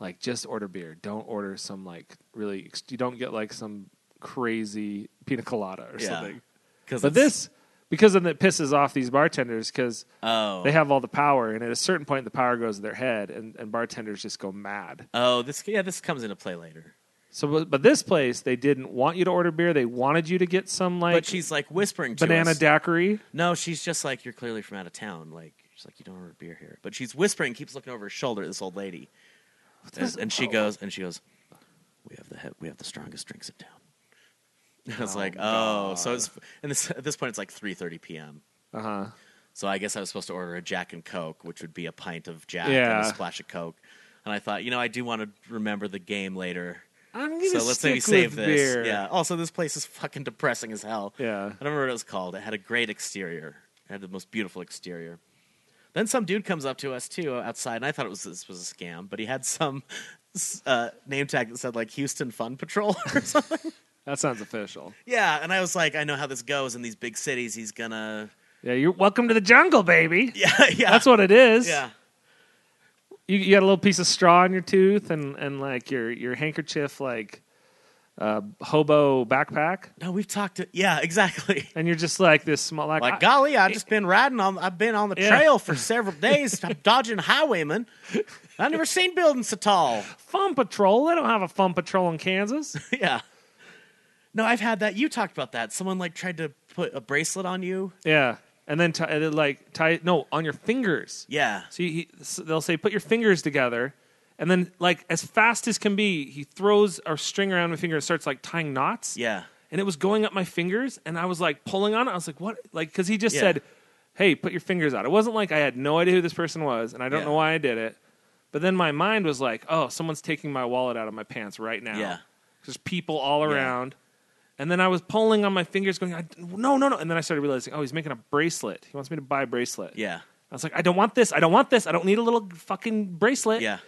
Speaker 10: like just order beer. Don't order some like really. ex- You don't get like some crazy pina colada or
Speaker 9: Yeah.
Speaker 10: something.
Speaker 9: 'Cause
Speaker 10: But
Speaker 9: it's-
Speaker 10: this, because then it pisses off these bartenders because
Speaker 9: oh
Speaker 10: they have all the power, and at a certain point, the power goes to their head, and, and bartenders just go mad.
Speaker 9: oh this yeah this comes into play later.
Speaker 10: So, but, but this place, they didn't want you to order beer. They wanted you to get some like
Speaker 9: but she's like whispering to
Speaker 10: banana
Speaker 9: us.
Speaker 10: daiquiri.
Speaker 9: No, she's just like you're clearly from out of town. Like she's like you don't order beer here. But she's whispering, keeps looking over her shoulder at this old lady, and, and she goes and she goes, "We have the he- we have the strongest drinks in town." And I was like, "Oh, so it's and this, at this point it's like 3:30 p.m."
Speaker 10: Uh huh.
Speaker 9: So I guess I was supposed to order a Jack and Coke, which would be a pint of Jack and
Speaker 10: Yeah.
Speaker 9: a splash of Coke. And I thought, you know, I do want to remember the game later.
Speaker 10: I'm gonna
Speaker 9: So let's maybe save this. Yeah. Also, this place is fucking depressing as hell.
Speaker 10: Yeah.
Speaker 9: I don't remember what it was called. It had a great exterior. It had the most beautiful exterior. Then some dude comes up to us too outside, and I thought it was this was a scam, but he had some s- uh, name tag that said like Houston Fun Patrol or something.
Speaker 10: That sounds official.
Speaker 9: yeah, and I was like, I know how this goes in these big cities. He's gonna
Speaker 10: Yeah, you're welcome to the jungle, baby.
Speaker 9: yeah yeah
Speaker 10: That's what it is.
Speaker 9: yeah
Speaker 10: You, you got a little piece of straw in your tooth, and and like your your handkerchief, like uh, hobo backpack,
Speaker 9: no we've talked to yeah exactly.
Speaker 10: and you're just like this small like,
Speaker 9: Like
Speaker 10: I-
Speaker 9: golly, I've just been riding on. I've been on the
Speaker 10: Yeah.
Speaker 9: trail for several days, dodging highwaymen. I've never seen buildings so tall.
Speaker 10: fun patrol. They don't have a fun patrol in Kansas.
Speaker 9: yeah. No, I've had that. You talked about that. Someone like tried to put a bracelet on you.
Speaker 10: yeah, and then tie, and then, like tie no on your fingers.
Speaker 9: Yeah.
Speaker 10: So he, he- so they'll say, put your fingers together. And then, like, as fast as can be, he throws a string around my finger and starts, like, tying knots.
Speaker 9: Yeah.
Speaker 10: And it was going up my fingers. And I was, like, pulling on it. I was like, what? Like, because he just
Speaker 9: Yeah.
Speaker 10: said, hey, put your fingers out. It wasn't like I had no idea who this person was. And I don't
Speaker 9: Yeah.
Speaker 10: know why I did it. But then my mind was like, oh, someone's taking my wallet out of my pants right now.
Speaker 9: Yeah.
Speaker 10: There's people all around. And then I was pulling on my fingers, going, I, no, no, no. And then I started realizing, oh, he's making a bracelet. He wants me to buy a bracelet.
Speaker 9: Yeah.
Speaker 10: I was like, I don't want this. I don't want this. I don't need a little fucking bracelet.
Speaker 9: Yeah.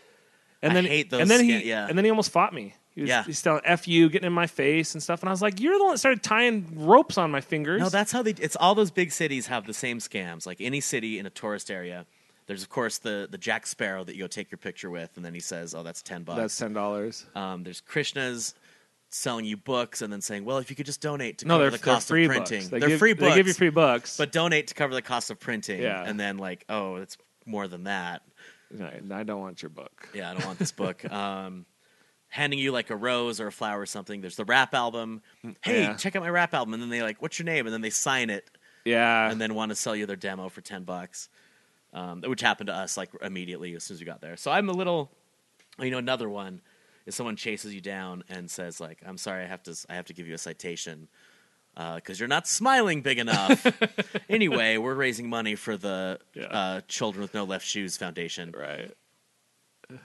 Speaker 10: And
Speaker 9: I
Speaker 10: then
Speaker 9: hate those
Speaker 10: and then
Speaker 9: sca-
Speaker 10: he
Speaker 9: yeah.
Speaker 10: and then he almost fought me. He was
Speaker 9: Yeah.
Speaker 10: he's telling F you getting in my face and stuff. And I was like, You're the one that started tying ropes on my fingers.
Speaker 9: No, that's how they. It's all those big cities have the same scams. Like any city in a tourist area, there's of course the the Jack Sparrow that you go take your picture with, and then he says, "Oh, that's ten bucks."
Speaker 10: That's ten dollars.
Speaker 9: um, there's Krishnas selling you books and then saying, "Well, if you could just donate to
Speaker 10: No,
Speaker 9: cover
Speaker 10: they're,
Speaker 9: the
Speaker 10: they're
Speaker 9: cost
Speaker 10: free
Speaker 9: of printing,
Speaker 10: books. They
Speaker 9: they're
Speaker 10: give,
Speaker 9: free books."
Speaker 10: They give you free bucks.
Speaker 9: but donate to cover the cost of printing,
Speaker 10: Yeah.
Speaker 9: and then like, oh, it's more than that.
Speaker 10: No, and I don't want your book.
Speaker 9: yeah, I don't want this book. Um, handing you like a rose or a flower or something. There's the rap album. Hey,
Speaker 10: yeah.
Speaker 9: check out my rap album. And then they like, what's your name? And then they sign it
Speaker 10: Yeah.
Speaker 9: and then want to sell you their demo for 10 bucks, um, which happened to us like immediately as soon as we got there. So I'm a little, you know, another one is someone chases you down and says like, I'm sorry, I have to, I have to give you a citation. Because you're not smiling big enough. anyway, we're raising money for the
Speaker 10: Yeah.
Speaker 9: uh, Children with No Left Shoes Foundation.
Speaker 10: right.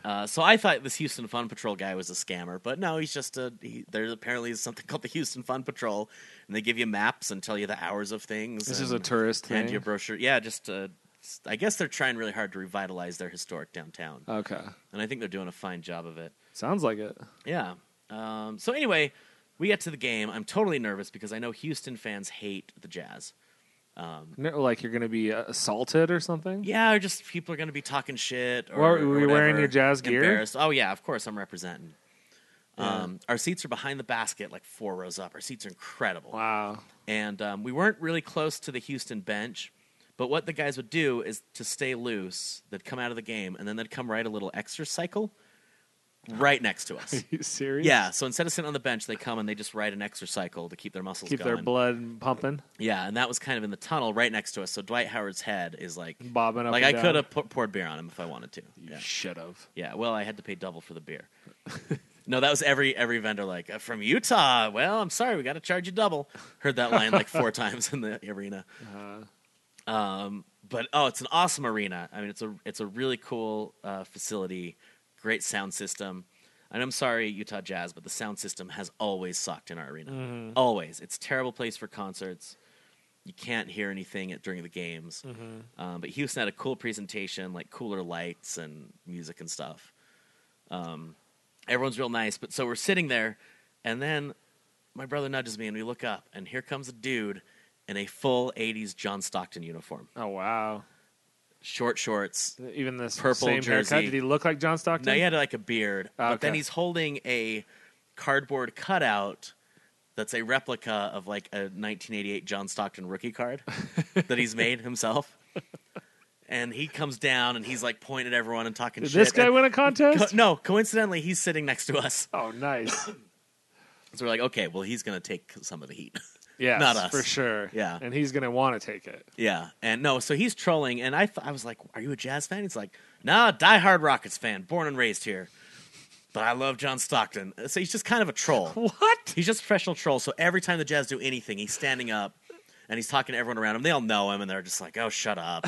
Speaker 9: Uh, so I thought this Houston Fun Patrol guy was a scammer, but no, he's just a. He, there apparently is something called the Houston Fun Patrol, and they give you maps and tell you the hours of things.
Speaker 10: This
Speaker 9: and
Speaker 10: is a tourist
Speaker 9: Hand
Speaker 10: thing.
Speaker 9: you a brochure. Yeah, just. Uh, s- I guess they're trying really hard to revitalize their historic downtown,
Speaker 10: okay.
Speaker 9: and I think they're doing a fine job of it.
Speaker 10: Sounds like it.
Speaker 9: Yeah. Um, so anyway, we get to the game. I'm totally nervous because I know Houston fans hate the Jazz.
Speaker 10: No, Like you're gonna be uh, assaulted or something.
Speaker 9: Yeah, or just people are going to be talking shit. Or,
Speaker 10: Were- were
Speaker 9: or
Speaker 10: you wearing
Speaker 9: whatever.
Speaker 10: your jazz gear?
Speaker 9: Embarrassed. Oh yeah, of course I'm representing. Um, our seats are behind the basket, like four rows up. Our seats are incredible,
Speaker 10: Wow.
Speaker 9: and um, we weren't really close to the Houston bench. But what the guys would do is to stay loose. They'd come out of the game, and then they'd come right a little extra cycle, right next to us.
Speaker 10: you serious?
Speaker 9: yeah. So instead of sitting on the bench, they come and they just ride an extra cycle to keep their muscles
Speaker 10: Keep
Speaker 9: going.
Speaker 10: their blood pumping.
Speaker 9: Yeah, and that was kind of in the tunnel right next to us. So Dwight Howard's head is like
Speaker 10: Bobbing up
Speaker 9: Like
Speaker 10: and down.
Speaker 9: I could have poured beer on him if I wanted to. Yeah.
Speaker 10: Should have.
Speaker 9: yeah. Well, I had to pay double for the beer. No, that was every every vendor like "Uh, from Utah. Well, I'm sorry, we got to charge you double. Heard that line like four times in the arena. Um, but oh, it's an awesome arena. I mean, it's a it's a really cool uh, facility, great sound system. And I'm sorry, Utah Jazz, but the sound system has always sucked in our arena. Always, it's a terrible place for concerts. You can't hear anything at, during the games. Um, but Houston had a cool presentation, like cooler lights and music and stuff Um, everyone's real nice. But so we're sitting there, and then my brother nudges me, and we look up, and here comes a dude in a full '80s John Stockton uniform,
Speaker 10: Oh wow!
Speaker 9: short shorts.
Speaker 10: Even this
Speaker 9: Purple
Speaker 10: same haircut.
Speaker 9: jersey.
Speaker 10: Did he look like John Stockton?
Speaker 9: Now he had like a beard, but then
Speaker 10: Ah, Okay.
Speaker 9: he's holding a cardboard cutout that's a replica of like a 1988 John Stockton rookie card that he's made himself. And he comes down and he's like pointing at everyone and talking
Speaker 10: Did
Speaker 9: shit.
Speaker 10: this guy
Speaker 9: And
Speaker 10: win a contest?
Speaker 9: co- no, coincidentally, he's sitting next to us.
Speaker 10: Oh, nice.
Speaker 9: So we're like, okay, well, he's going to take some of the heat.
Speaker 10: Yes,
Speaker 9: Not us.
Speaker 10: for sure.
Speaker 9: Yeah.
Speaker 10: and he's gonna want to take it.
Speaker 9: Yeah, and no, so he's trolling, and I, th- I was like, "Are you a jazz fan?" He's like, "Nah, diehard Rockets fan, born and raised here, but I love John Stockton." So he's just kind of a troll.
Speaker 10: What?
Speaker 9: he's just a professional troll. So every time the Jazz do anything, he's standing up and he's talking to everyone around him. They all know him, and they're just like, "Oh, shut up!"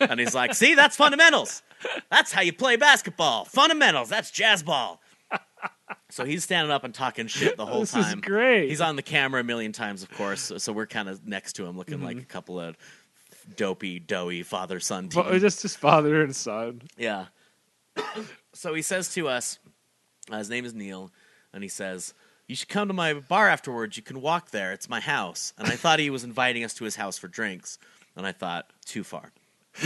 Speaker 9: and he's like, "See, that's fundamentals. That's how you play basketball. Fundamentals. That's jazz ball." So he's standing up and talking shit the whole
Speaker 10: This is
Speaker 9: time.
Speaker 10: great.
Speaker 9: He's on the camera a million times, of course. So, so we're kind of next to him, looking like
Speaker 10: Mm-hmm.
Speaker 9: a couple of dopey, doughy father son team.
Speaker 10: Well, just his father and son.
Speaker 9: Yeah. so he says to us, uh, his name is Neil, and he says, You should come to my bar afterwards. You can walk there. It's my house. And I thought he was inviting us to his house for drinks. And I thought, Too far.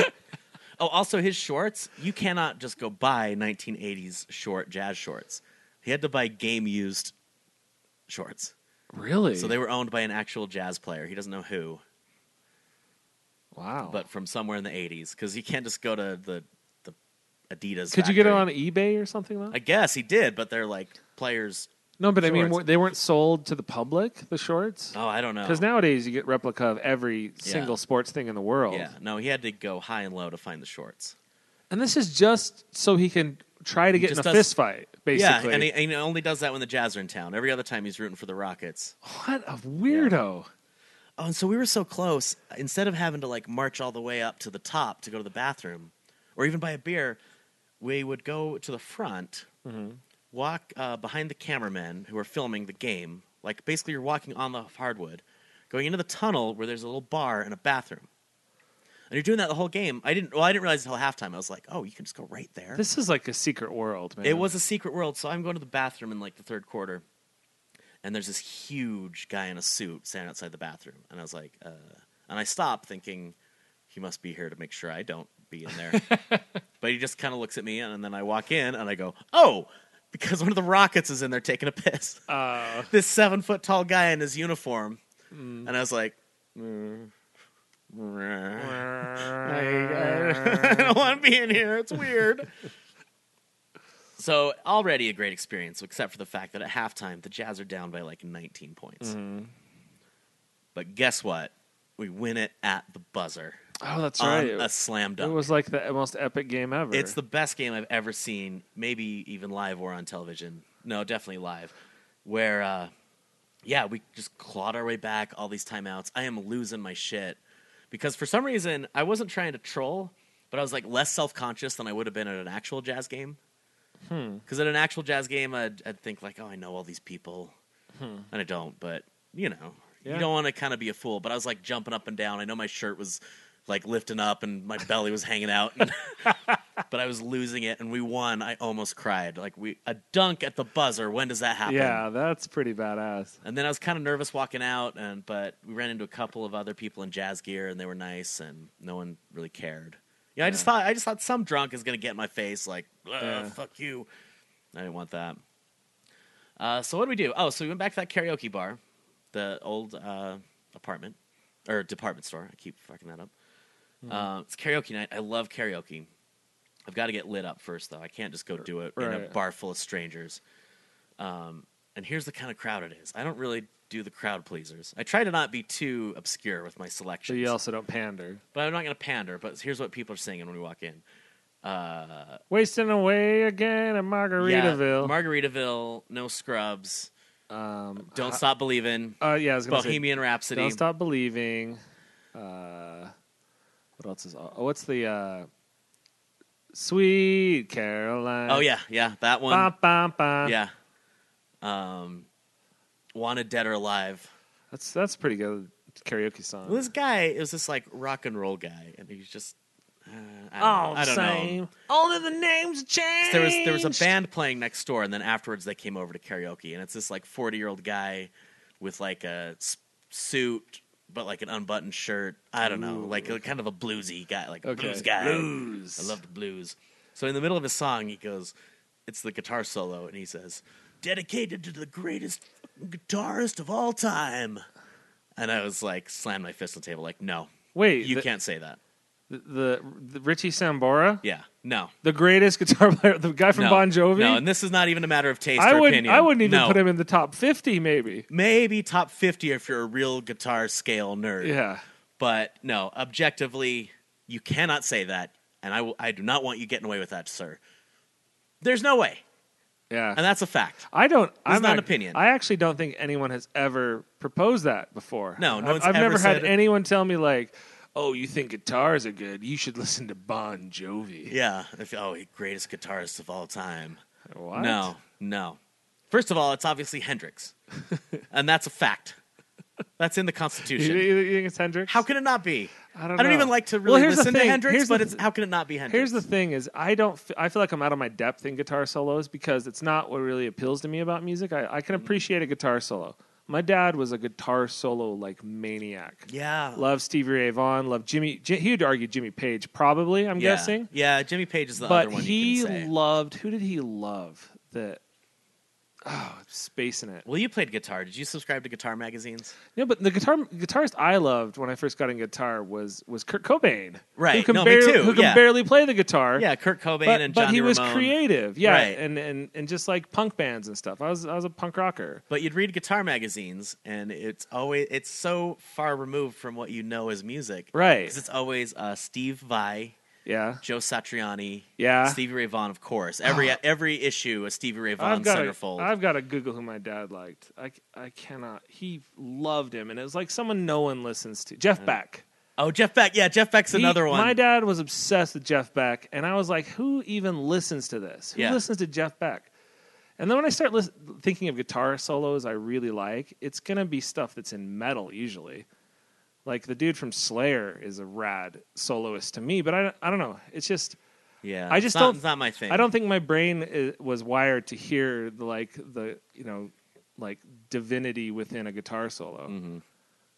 Speaker 9: oh, also, his shorts, you cannot just go buy 1980s short jazz shorts. He had to buy game used shorts.
Speaker 10: Really?
Speaker 9: So they were owned by an actual jazz player. He doesn't know who,
Speaker 10: wow.
Speaker 9: but from somewhere in the 80s, because you can't just go to the, the Adidas.
Speaker 10: could you get it
Speaker 9: factory.
Speaker 10: on eBay or something? Though?
Speaker 9: I guess he did, but they're like players.
Speaker 10: no, but I mean,
Speaker 9: shorts.
Speaker 10: wh- they weren't sold to the public. The shorts.
Speaker 9: Oh, I don't know.
Speaker 10: Because nowadays you get replica of every single sports thing in the world.
Speaker 9: yeah, no, he had to go high and low to find the shorts.
Speaker 10: And this is just so he can try to get in a
Speaker 9: just does-
Speaker 10: fist fight, basically.
Speaker 9: Yeah, and he, and he only does that when the Jazz are in town. Every other time he's rooting for the Rockets.
Speaker 10: what a weirdo.
Speaker 9: Oh, and so we were so close. Instead of having to like march all the way up to the top to go to the bathroom, or even buy a beer, we would go to the front, walk uh, behind the cameramen who are filming the game. Like basically, you're walking on the hardwood, going into the tunnel where there's a little bar and a bathroom. And you're doing that the whole game. I didn't. Well, I didn't realize until halftime. I was like, "Oh, you can just go right there."
Speaker 10: This is like a secret world, man.
Speaker 9: It was a secret world. So I'm going to the bathroom in like the third quarter, and there's this huge guy in a suit standing outside the bathroom, and I was like, uh, and I stopped thinking he must be here to make sure I don't be in there, but he just kind of looks at me, and then I walk in, and I go, oh. Because one of the rockets is in there taking a piss. this seven foot tall guy in his uniform, and I was like, "Mm." I don't want to be in here. It's weird. so already a great experience, except for the fact that at halftime the Jazz are down by like 19 points.
Speaker 10: Mm-hmm.
Speaker 9: But guess what? We win it at the buzzer
Speaker 10: Oh, that's
Speaker 9: on
Speaker 10: right.
Speaker 9: a slam
Speaker 10: It
Speaker 9: dunk.
Speaker 10: was like the most epic game ever.
Speaker 9: It's the best game I've ever seen, maybe even live or on television. No, definitely live. Where, uh, yeah, we just clawed our way back all these timeouts. I am losing my shit because for some reason I wasn't trying to troll, but I was like less self conscious than I would have been at an actual jazz game.
Speaker 10: Mm-hmm.
Speaker 9: Because at an actual jazz game, I'd, I'd think like, oh, I know all these people, and I don't. But you know,
Speaker 10: Hmm. Yeah.
Speaker 9: you don't want to kind of be a fool. But I was like jumping up and down. I know my shirt was like lifting up and my belly was hanging out, and- but I was losing it. And we won. I almost cried. Like we a dunk at the buzzer. When does that happen?
Speaker 10: yeah, that's pretty badass.
Speaker 9: And then I was kind of nervous walking out, and but we ran into a couple of other people in jazz gear, and they were nice, and no one really cared. Yeah, I just thought I just thought some drunk is gonna get in my face, like "Ugh,
Speaker 10: Yeah.
Speaker 9: fuck you. I didn't want that. Uh, so what did we do? Oh, so we went back to that karaoke bar, the old uh, apartment or department store. I keep fucking that up.
Speaker 10: Mm-hmm.
Speaker 9: Uh, it's karaoke night. I love karaoke. I've got to get lit up first, though. I can't just go do it in a
Speaker 10: Right.
Speaker 9: bar full of strangers. Um, and here's the kind of crowd it is. I don't really do the crowd pleasers. I try to not be too obscure with my
Speaker 10: So
Speaker 9: selections,
Speaker 10: you also don't pander.
Speaker 9: but I'm not going to pander. But here's what people are singing when we walk in. Uh,
Speaker 10: Wasting away again at Margaritaville.
Speaker 9: Yeah, Margaritaville, No Scrubs,
Speaker 10: um,
Speaker 9: Don't Stop Believin',
Speaker 10: uh, yeah, I was gonna say
Speaker 9: Bohemian Rhapsody.
Speaker 10: Don't Stop Believing. Uh, what else is? Oh, what's the uh, Sweet Caroline?
Speaker 9: Oh yeah, yeah, that one.
Speaker 10: Bah, bah, bah.
Speaker 9: Yeah. Um, Wanted Dead or Alive.
Speaker 10: that's that's a pretty good karaoke song.
Speaker 9: Well, this guy is this like rock and roll guy, and he's just uh, I don't,
Speaker 10: All
Speaker 9: I don't
Speaker 10: Oh, same.
Speaker 9: know.
Speaker 10: All of the names changed.
Speaker 9: There was there was a band playing next door, and then afterwards they came over to karaoke, and it's this like forty year old guy with like a s- suit, but like an unbuttoned shirt. I don't know, like a, kind of a bluesy guy, like a
Speaker 10: Okay.
Speaker 9: blues guy.
Speaker 10: Blues.
Speaker 9: I love the blues. So in the middle of his song, he goes, "It's the guitar solo," and he says, "Dedicated to the greatest guitarist of all time." And I was like, slam my fist on the table, like, no,
Speaker 10: Wait,
Speaker 9: you
Speaker 10: the,
Speaker 9: can't say that.
Speaker 10: The, the, Richie Sambora,
Speaker 9: Yeah, no.
Speaker 10: the greatest guitar player, the guy from
Speaker 9: no,
Speaker 10: Bon Jovi.
Speaker 9: No, and this is not even a matter of taste
Speaker 10: I
Speaker 9: or
Speaker 10: would
Speaker 9: opinion.
Speaker 10: I wouldn't even
Speaker 9: No.
Speaker 10: put him in the top fifty, maybe.
Speaker 9: Maybe top 50 if you're a real guitar scale nerd.
Speaker 10: Yeah.
Speaker 9: But no, objectively, you cannot say that. And I, will, I do not want you getting away with that, sir. There's no way.
Speaker 10: Yeah.
Speaker 9: And that's a fact.
Speaker 10: I don't. I'm
Speaker 9: not an
Speaker 10: ac-
Speaker 9: opinion.
Speaker 10: I actually don't think anyone has ever proposed that before.
Speaker 9: No, no
Speaker 10: I've,
Speaker 9: one's
Speaker 10: I've
Speaker 9: ever
Speaker 10: never had
Speaker 9: said-
Speaker 10: anyone tell me like, "Oh, you think guitars are good? You should listen to Bon Jovi."
Speaker 9: Yeah. If, oh, greatest guitarist of all time.
Speaker 10: What?
Speaker 9: No, no. First of all, it's obviously Hendrix. and that's a fact. That's in the
Speaker 10: You,
Speaker 9: Constitution.
Speaker 10: you- you think it's Hendrix?
Speaker 9: How can it not be?
Speaker 10: I don't
Speaker 9: I don't
Speaker 10: know.
Speaker 9: even like to
Speaker 10: Well,
Speaker 9: really
Speaker 10: here's the
Speaker 9: listen to
Speaker 10: thing.
Speaker 9: Hendrix,
Speaker 10: Here's
Speaker 9: but
Speaker 10: the-
Speaker 9: it's how can it not be Hendrix?
Speaker 10: Here's the thing: is I don't. f- I feel like I'm out of my depth in guitar solos because it's not what really appeals to me about music. I, I can
Speaker 9: Mm-hmm.
Speaker 10: appreciate a guitar solo. My dad was a guitar solo like maniac.
Speaker 9: yeah,
Speaker 10: Love Stevie Ray Vaughan. Love Jimmy. J- he would argue Jimmy Page, probably. I'm
Speaker 9: yeah.
Speaker 10: guessing.
Speaker 9: Yeah, Jimmy Page is the
Speaker 10: but
Speaker 9: other one.
Speaker 10: he
Speaker 9: you can say.
Speaker 10: loved. Who did he love? That oh, spacing it.
Speaker 9: well, you played guitar. Did you subscribe to guitar magazines?
Speaker 10: No, but the guitar guitarist I loved when I first got in guitar was was Kurt Cobain, Who
Speaker 9: Right.
Speaker 10: can,
Speaker 9: No, me
Speaker 10: barely,
Speaker 9: too.
Speaker 10: Who can
Speaker 9: Yeah.
Speaker 10: barely play the guitar?
Speaker 9: Yeah, Kurt Cobain
Speaker 10: but,
Speaker 9: and
Speaker 10: but
Speaker 9: Johnny
Speaker 10: he was
Speaker 9: Ramone.
Speaker 10: creative, yeah,
Speaker 9: Right.
Speaker 10: and, and and just like punk bands and stuff. I was I was a punk rocker.
Speaker 9: But you'd read guitar magazines, and it's always it's so far removed from what you know as music,
Speaker 10: Right.
Speaker 9: Because it's always uh, Steve Vai,
Speaker 10: Yeah.
Speaker 9: Joe Satriani,
Speaker 10: Yeah. Ah.
Speaker 9: Stevie Ray Vaughan, of course. Every every issue, a Stevie Ray Vaughan
Speaker 10: I've got
Speaker 9: centerfold.
Speaker 10: I've got to Google who my dad liked. I, c- I cannot. He loved him, and it was like someone no one listens to. Jeff Beck.
Speaker 9: oh, Jeff Beck. Yeah, Jeff Beck's
Speaker 10: He-
Speaker 9: another one.
Speaker 10: My dad was obsessed with Jeff Beck, and I was like, "Who even listens to this? Who
Speaker 9: Yeah.
Speaker 10: listens to Jeff Beck?" And then when I start lis- thinking of guitar solos I really like, it's gonna be stuff that's in metal usually. Like the dude from Slayer is a rad soloist to me, but I, I don't know. It's just
Speaker 9: yeah,
Speaker 10: I
Speaker 9: it's
Speaker 10: just
Speaker 9: not-
Speaker 10: don't-
Speaker 9: It's not my thing.
Speaker 10: I don't think my brain i was wired to hear the, like the you know like divinity within a guitar solo.
Speaker 9: Mm-hmm.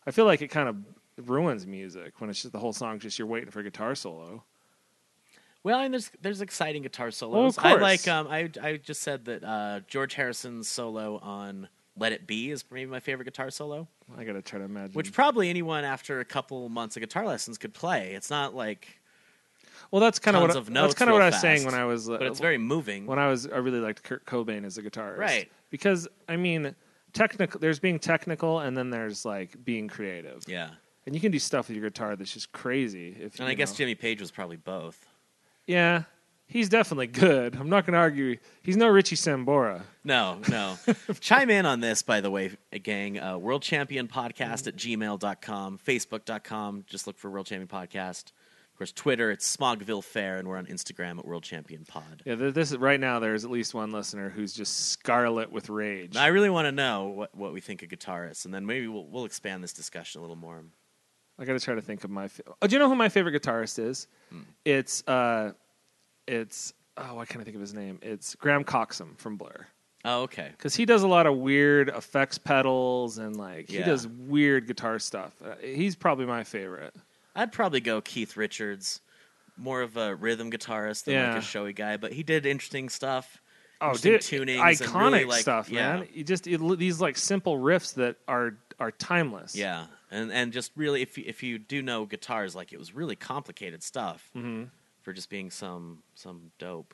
Speaker 10: I feel like it kind of ruins music when it's just the whole song's just you're waiting for a guitar solo.
Speaker 9: Well, and there's there's exciting guitar solos. I
Speaker 10: course.
Speaker 9: like um I I just said that uh, George Harrison's solo on Let It Be is maybe my favorite guitar solo,
Speaker 10: I gotta try to imagine.
Speaker 9: which probably anyone after a couple months of guitar lessons could play. It's not like
Speaker 10: well, that's kind of what
Speaker 9: tons
Speaker 10: I-
Speaker 9: of notes
Speaker 10: that's kind of what
Speaker 9: real
Speaker 10: I was
Speaker 9: fast,
Speaker 10: saying when I was uh,
Speaker 9: but it's very moving.
Speaker 10: when I was I really liked Kurt Cobain as a guitarist,
Speaker 9: Right.
Speaker 10: Because I mean, technical. There's being technical, and then there's like being creative.
Speaker 9: yeah.
Speaker 10: And you can do stuff with your guitar that's just crazy. If
Speaker 9: And
Speaker 10: you
Speaker 9: I guess
Speaker 10: know.
Speaker 9: Jimmy Page was probably both.
Speaker 10: Yeah, he's definitely good. I'm not going to argue. He's no Richie Sambora.
Speaker 9: No, no. Chime in on this, by the way, gang. Uh, World Champion Podcast at gmail.com, Facebook.com. Just look for World Champion Podcast. Of course, Twitter, it's Smogville Fair, and we're on Instagram at World Champion Pod.
Speaker 10: Yeah, th- this right now there's at least one listener who's just scarlet with rage.
Speaker 9: I really want to know what, what we think of guitarists, and then maybe we'll, we'll expand this discussion a little more.
Speaker 10: I got to try to think of my. Fa- oh, do you know who my favorite guitarist is?
Speaker 9: Hmm.
Speaker 10: It's uh, it's oh, I can't think of his name. It's Graham Coxum from Blur
Speaker 9: Oh, okay.
Speaker 10: because he does a lot of weird effects pedals and like he
Speaker 9: Yeah.
Speaker 10: does weird guitar stuff. Uh, he's probably my favorite.
Speaker 9: I'd probably go Keith Richards, more of a rhythm guitarist than
Speaker 10: Yeah.
Speaker 9: like a showy guy, but he did interesting stuff.
Speaker 10: Oh,
Speaker 9: interesting
Speaker 10: dude,
Speaker 9: tunings and
Speaker 10: iconic
Speaker 9: really, like-
Speaker 10: stuff,
Speaker 9: yeah.
Speaker 10: man. You just you, these like simple riffs that are are timeless.
Speaker 9: Yeah, and and just really, if you, if you do know guitars, like it was really complicated stuff
Speaker 10: Mm-hmm.
Speaker 9: for just being some some dope.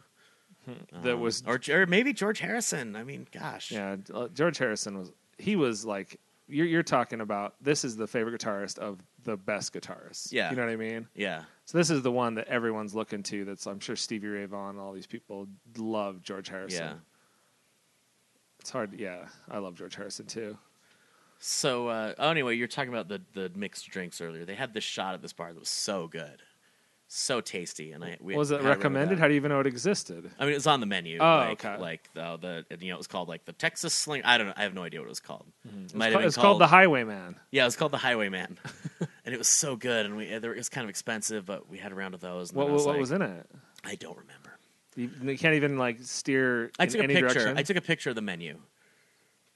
Speaker 10: Hmm.
Speaker 9: Um,
Speaker 10: that was
Speaker 9: or, or maybe George Harrison. I mean, gosh,
Speaker 10: yeah uh, george harrison was he was like you're, you're talking about this is the favorite guitarist of the best guitarists.
Speaker 9: Yeah.
Speaker 10: you know what I mean.
Speaker 9: Yeah.
Speaker 10: So this is the one that everyone's looking to. That's I'm sure Stevie Ray Vaughan and all these people love George Harrison.
Speaker 9: Yeah.
Speaker 10: It's hard. Yeah, I love George Harrison too.
Speaker 9: So uh, oh, anyway, you're talking about the the mixed drinks earlier. They had this shot at this bar that was so good, so tasty, and I we
Speaker 10: was
Speaker 9: I
Speaker 10: it
Speaker 9: wrote about
Speaker 10: recommended? How do you even know it existed?
Speaker 9: I mean, it was on the menu.
Speaker 10: Oh,
Speaker 9: like,
Speaker 10: okay.
Speaker 9: Like uh, the you know, it was called like the Texas Sling. I don't know. I have no idea what it was called. It
Speaker 10: It's called,
Speaker 9: might have been
Speaker 10: it's called the Highwayman.
Speaker 9: yeah, it was called the Highwayman, and it was so good. And we it was kind of expensive, but we had a round of those. And
Speaker 10: What,
Speaker 9: then
Speaker 10: what,
Speaker 9: I was
Speaker 10: what
Speaker 9: like,
Speaker 10: was in it?
Speaker 9: I don't remember.
Speaker 10: You, you can't even like steer
Speaker 9: I
Speaker 10: in
Speaker 9: took a
Speaker 10: any
Speaker 9: picture.
Speaker 10: direction.
Speaker 9: I took a picture of the menu.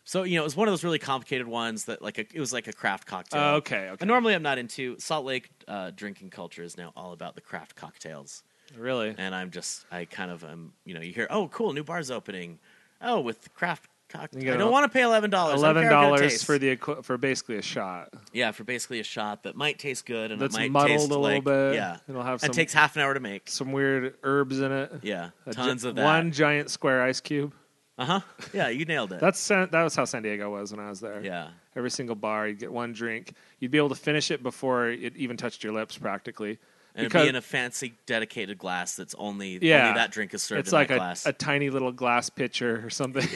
Speaker 9: So you know, it was one of those really complicated ones that like a, it was like a craft cocktail.
Speaker 10: Oh, okay, okay.
Speaker 9: And normally I'm not into Salt Lake uh, drinking culture is now all about the craft cocktails,
Speaker 10: really?
Speaker 9: and I'm just I kind of am you know you hear oh cool new bar's opening, oh with craft
Speaker 10: You
Speaker 9: cocktail.
Speaker 10: get
Speaker 9: I don't
Speaker 10: a-
Speaker 9: want to pay eleven dollars.
Speaker 10: Eleven dollars for the equi- for basically a shot.
Speaker 9: yeah for basically a shot that might taste good and
Speaker 10: That's
Speaker 9: it might
Speaker 10: muddled
Speaker 9: taste
Speaker 10: a little
Speaker 9: like,
Speaker 10: bit.
Speaker 9: Yeah,
Speaker 10: It'll have
Speaker 9: and
Speaker 10: some-
Speaker 9: takes half an hour to make.
Speaker 10: Some weird herbs in it.
Speaker 9: Yeah,
Speaker 10: A gi-
Speaker 9: tons of that.
Speaker 10: One giant square ice cube.
Speaker 9: Uh huh. Yeah, you nailed it.
Speaker 10: That's San, that was how San Diego was when I was there.
Speaker 9: yeah.
Speaker 10: Every single bar, you'd get one drink. You'd be able to finish it before it even touched your lips, practically.
Speaker 9: And it'd be in a fancy, dedicated glass that's only,
Speaker 10: Yeah.
Speaker 9: only that drink is served
Speaker 10: it's
Speaker 9: in
Speaker 10: like
Speaker 9: that
Speaker 10: a,
Speaker 9: glass.
Speaker 10: a tiny little glass pitcher or something.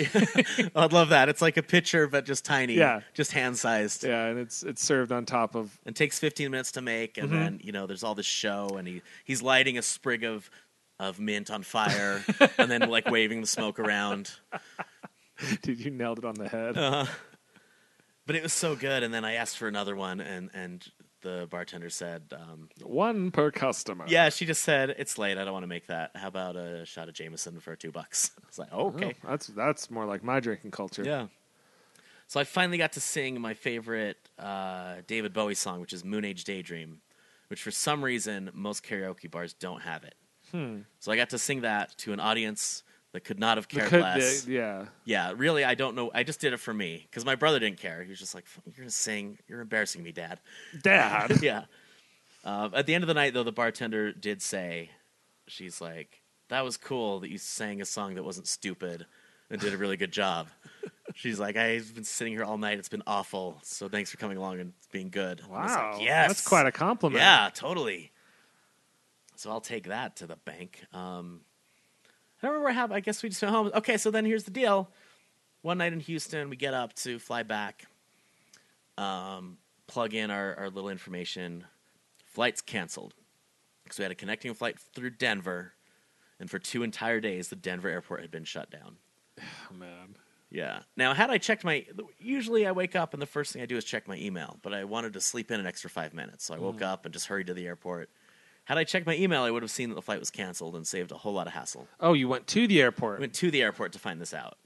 Speaker 9: I'd love that. It's like a pitcher, but just tiny,
Speaker 10: Yeah.
Speaker 9: just hand sized.
Speaker 10: yeah, and it's it's served on top of
Speaker 9: And takes 15 minutes to make.
Speaker 10: Mm-hmm.
Speaker 9: And then, you know, there's all this show, and he, he's lighting a sprig of, of mint on fire and then, like, waving the smoke around.
Speaker 10: Dude, you nailed it on the head.
Speaker 9: Uh-huh. But it was so good. And then I asked for another one, and, and the bartender said, um,
Speaker 10: One per customer.
Speaker 9: Yeah, she just said, It's late. I don't want to make that. How about a shot of Jameson for two bucks? It's like,
Speaker 10: Oh,
Speaker 9: Okay.
Speaker 10: that's that's more like my drinking culture.
Speaker 9: Yeah. So I finally got to sing my favorite uh, David Bowie song, which is Moon Age Daydream, which for some reason most karaoke bars don't have it. So I got to sing that to an audience Hmm. that could not have
Speaker 10: The
Speaker 9: cared
Speaker 10: could-
Speaker 9: less.
Speaker 10: the- yeah.
Speaker 9: yeah, really, I don't know. I just did it for me because my brother didn't care. He was just like, "F- "You're gonna sing. You're embarrassing me, Dad."
Speaker 10: Dad.
Speaker 9: yeah. Uh, at the end of the night, though, the bartender did say, "She's like, that was cool that you sang a song that wasn't stupid and did a really good job." She's like, "I've been sitting here all night. It's been awful. So thanks for coming along and being good." And I was
Speaker 10: wow.
Speaker 9: like, yes,
Speaker 10: That's quite a compliment.
Speaker 9: yeah, totally. So I'll take that to the bank. Um, I don't remember how. I guess we just went home. Okay, so then here's the deal. One night in Houston, we get up to fly back, um, plug in our, our little information. Flight's canceled because we had a connecting flight through Denver, and for two entire days, the Denver airport had been shut down.
Speaker 10: Oh, man.
Speaker 9: Yeah. Now, had I checked my, usually I wake up and the first thing I do is check my email, but I wanted to sleep in an extra five minutes, so I woke up and just hurried to the airport. Had I checked my email, I would have seen that the flight was canceled and saved a whole lot of hassle.
Speaker 10: Oh, you went to the airport.
Speaker 9: I went to the airport to find this out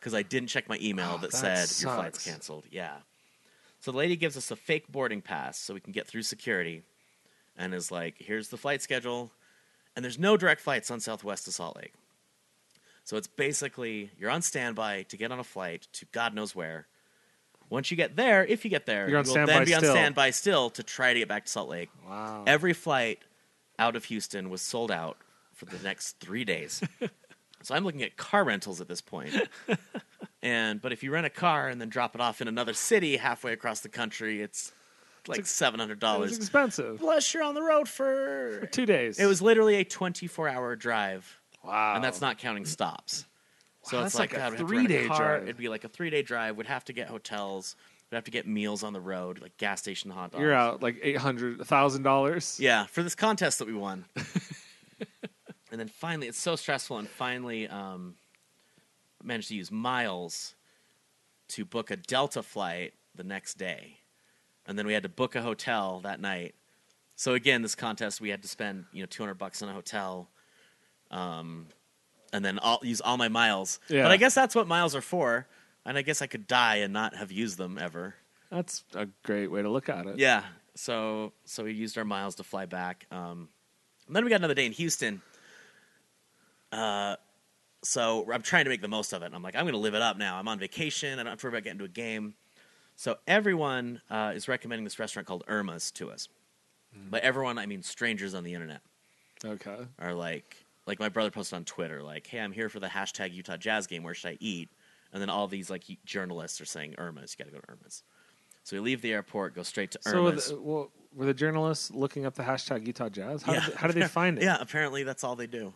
Speaker 9: because I didn't check my email
Speaker 10: Oh,
Speaker 9: that,
Speaker 10: that
Speaker 9: said your
Speaker 10: sucks.
Speaker 9: flight's canceled. Yeah. So the lady gives us a fake boarding pass so we can get through security and is like, here's the flight schedule. And there's no direct flights on Southwest to Salt Lake. So it's basically you're on standby to get on a flight to God knows where. Once you get there, if you get there,
Speaker 10: You're on
Speaker 9: you will
Speaker 10: standby
Speaker 9: then be
Speaker 10: still.
Speaker 9: on standby still to try to get back to Salt Lake.
Speaker 10: wow.
Speaker 9: Every flight out of Houston was sold out for the next three days. so I'm looking at car rentals at this point. and but if you rent a car and then drop it off in another city halfway across the country, it's like seven hundred
Speaker 10: it was
Speaker 9: dollars.
Speaker 10: expensive.
Speaker 9: Plus, you're on the road for
Speaker 10: Two days.
Speaker 9: it was literally a 24 hour drive,
Speaker 10: wow.
Speaker 9: and that's not counting stops. So
Speaker 10: Wow,
Speaker 9: it's
Speaker 10: that's
Speaker 9: like,
Speaker 10: like a
Speaker 9: God, we'd have to
Speaker 10: three-day
Speaker 9: rent a car.
Speaker 10: drive.
Speaker 9: It'd be like a three day drive. We'd have to get hotels. We'd have to get meals on the road, like gas station hot dogs.
Speaker 10: You're out like eight hundred thousand dollars.
Speaker 9: Yeah, for this contest that we won. and then finally, it's so stressful, and finally, um, I managed to use miles to book a Delta flight the next day, and then we had to book a hotel that night. So again, this contest, we had to spend you know two hundred bucks on a hotel, um, and then all, use all my miles.
Speaker 10: Yeah.
Speaker 9: But I guess that's what miles are for, and I guess I could die and not have used them ever.
Speaker 10: That's a great way to look at it.
Speaker 9: Yeah. So so we used our miles to fly back. Um, and then we got another day in Houston. Uh, so I'm trying to make the most of it. And I'm like, I'm going to live it up now. I'm on vacation. I don't have to worry about getting to a game. So everyone uh, is recommending this restaurant called Irma's to us. By everyone, I mean strangers on the internet
Speaker 10: Okay.
Speaker 9: are like like my brother posted on Twitter like, "Hey, I'm here for the hashtag Utah Jazz game. Where should I eat?" And then all these like y- journalists are saying Irma's. You got to go to Irma's. So we leave the airport, go straight to
Speaker 10: So were
Speaker 9: Irma's.
Speaker 10: the, well, were the journalists looking up the hashtag Utah Jazz? How,
Speaker 9: yeah.
Speaker 10: did, they, how did they find it?
Speaker 9: Yeah, apparently that's all they do.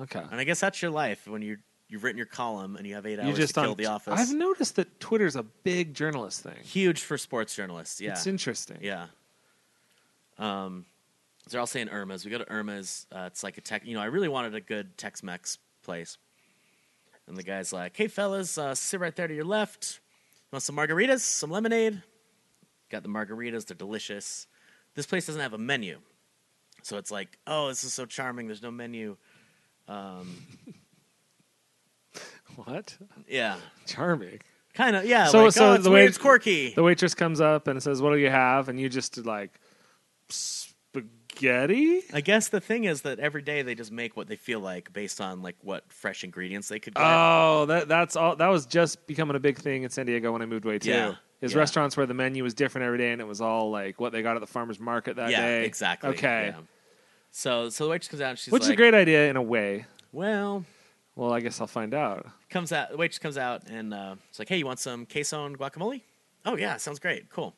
Speaker 10: Okay.
Speaker 9: And I guess that's your life when you you've written your column and you have eight hours to kill the office.
Speaker 10: I've noticed that Twitter's a big journalist thing.
Speaker 9: Huge for sports journalists. Yeah.
Speaker 10: It's interesting.
Speaker 9: Yeah. Um, so they're all saying Irma's. We go to Irma's. Uh, it's like a tech. You know, I really wanted a good Tex-Mex place. And the guy's like, "Hey fellas, uh, sit right there to your left. You want some margaritas? Some lemonade? Got the margaritas. They're delicious. This place doesn't have a menu, so it's like, oh, this is so charming. There's no menu.
Speaker 10: What?
Speaker 9: Yeah,
Speaker 10: Charming.
Speaker 9: kind of. Yeah.
Speaker 10: So-
Speaker 9: like,
Speaker 10: so
Speaker 9: oh, it's
Speaker 10: the
Speaker 9: weird.
Speaker 10: way-
Speaker 9: it's quirky.
Speaker 10: The waitress comes up and says, "What do you have?" And you just like spaghetti.
Speaker 9: I guess the thing is that every day they just make what they feel like based on like what fresh ingredients they could get.
Speaker 10: Oh, that that's all. That was just becoming a big thing in San Diego when I moved away too.
Speaker 9: Yeah,
Speaker 10: Is
Speaker 9: yeah.
Speaker 10: restaurants where the menu was different every day, and it was all like what they got at the farmers market that
Speaker 9: yeah,
Speaker 10: day.
Speaker 9: exactly.
Speaker 10: Okay,
Speaker 9: yeah. So so the waitress comes out. And she's
Speaker 10: which is
Speaker 9: like,
Speaker 10: a great idea in a way.
Speaker 9: Well,
Speaker 10: Well, I guess I'll find out.
Speaker 9: comes out. The waitress comes out and uh, it's like, hey, you want some queso and guacamole? Oh yeah, sounds great. Cool.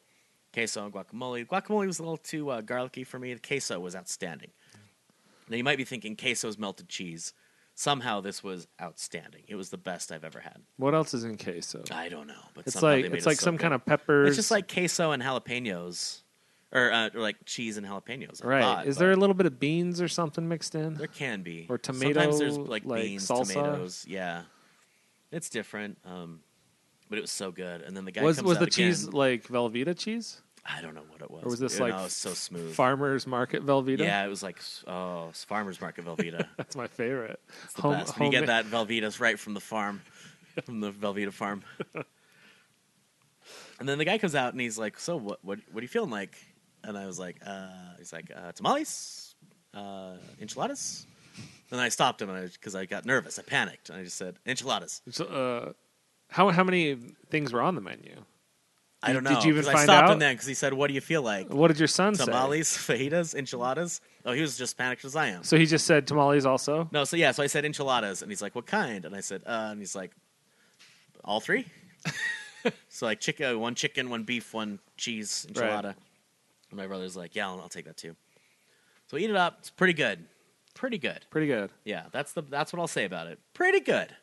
Speaker 9: Queso and guacamole. Guacamole was a little too uh, garlicky for me. The queso was outstanding. Now you might be thinking queso's melted cheese. Somehow this was outstanding. It was the best I've ever had.
Speaker 10: What else is in queso?
Speaker 9: I don't know, but
Speaker 10: It's
Speaker 9: somehow
Speaker 10: like
Speaker 9: they made
Speaker 10: it's
Speaker 9: it
Speaker 10: like
Speaker 9: so
Speaker 10: some
Speaker 9: good.
Speaker 10: kind of peppers.
Speaker 9: It's just like queso and jalapenos, or, uh, or like cheese and jalapenos. I
Speaker 10: right.
Speaker 9: thought,
Speaker 10: is
Speaker 9: but
Speaker 10: there a little bit of beans or something mixed in?
Speaker 9: There can be.
Speaker 10: Or
Speaker 9: Sometimes there's
Speaker 10: tomato,
Speaker 9: like,
Speaker 10: like,
Speaker 9: beans,
Speaker 10: salsa?
Speaker 9: tomatoes. Yeah, it's different. Um, but it was so good. And then the guy
Speaker 10: was
Speaker 9: comes
Speaker 10: was
Speaker 9: out
Speaker 10: the
Speaker 9: again.
Speaker 10: cheese like Velveeta cheese,
Speaker 9: I don't know what it was.
Speaker 10: or was this
Speaker 9: Dude,
Speaker 10: like
Speaker 9: no, it was so smooth?
Speaker 10: farmers market Velveeta?
Speaker 9: yeah, it was like oh, it's farmers market Velveeta.
Speaker 10: that's my favorite.
Speaker 9: It's the best. When you get that Velveeta's right from the farm, from the Velveeta farm. and then the guy comes out and he's like, "So what? What? What are you feeling like?" And I was like, uh, "He's like uh, tamales, uh, enchiladas." And I stopped him because I, got nervous. I panicked and I just said, "Enchiladas."
Speaker 10: So, uh, how how many things were on the menu?
Speaker 9: I don't know.
Speaker 10: did you even
Speaker 9: 'cause I
Speaker 10: find
Speaker 9: stopped him
Speaker 10: out?
Speaker 9: then because he said, "What do you feel like?"
Speaker 10: What did your son say?
Speaker 9: Tamales, fajitas, enchiladas. Oh, he was just panicked as I am.
Speaker 10: So he just said tamales also.
Speaker 9: No, so yeah, so I said enchiladas, and he's like, "What kind?" And I said, uh, and he's like, "All three? so like chicken, one chicken, one beef, one cheese
Speaker 10: Right.
Speaker 9: enchilada. And my brother's like, "Yeah, I'll, I'll take that too." So we eat it up. It's pretty good, pretty good.
Speaker 10: Pretty good.
Speaker 9: Yeah, that's the that's what I'll say about it. Pretty good.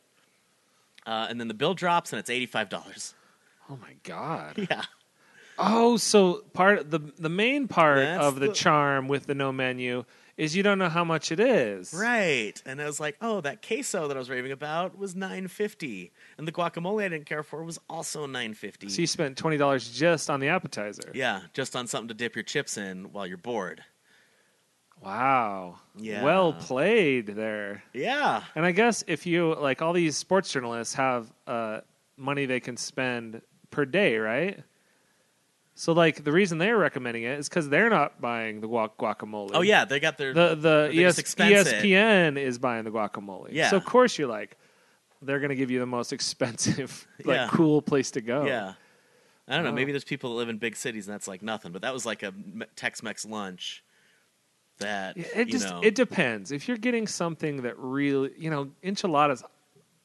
Speaker 9: Uh, and then the bill drops, and it's eighty five dollars.
Speaker 10: Oh my god.
Speaker 9: Yeah,
Speaker 10: Oh, so part the the main part
Speaker 9: That's
Speaker 10: of the,
Speaker 9: the-
Speaker 10: charm with the no menu is you don't know how much it is.
Speaker 9: right. And I was like, "Oh, that queso that I was raving about was nine fifty, and the guacamole I didn't care for was also nine fifty.
Speaker 10: So you spent twenty dollars just on the appetizer.
Speaker 9: Yeah, just on something to dip your chips in while you're bored.
Speaker 10: Wow.
Speaker 9: Yeah.
Speaker 10: Well played there.
Speaker 9: Yeah.
Speaker 10: And I guess if you like all these sports journalists have uh, money they can spend per day, right? So like the reason they're recommending it is because they're not buying the guac- guacamole.
Speaker 9: Oh yeah, they got their
Speaker 10: The E the
Speaker 9: They
Speaker 10: ES-
Speaker 9: just expense it.
Speaker 10: ESPN is buying the guacamole.
Speaker 9: Yeah.
Speaker 10: So of course you're like, they're gonna give you the most expensive, like
Speaker 9: Yeah.
Speaker 10: cool place to go.
Speaker 9: yeah. I don't know. Maybe there's people that live in big cities and that's like nothing. But that was like a Me- Tex-Mex lunch. That
Speaker 10: Yeah, It
Speaker 9: you
Speaker 10: just
Speaker 9: know,
Speaker 10: it depends. If you're getting something that really, you know, enchiladas,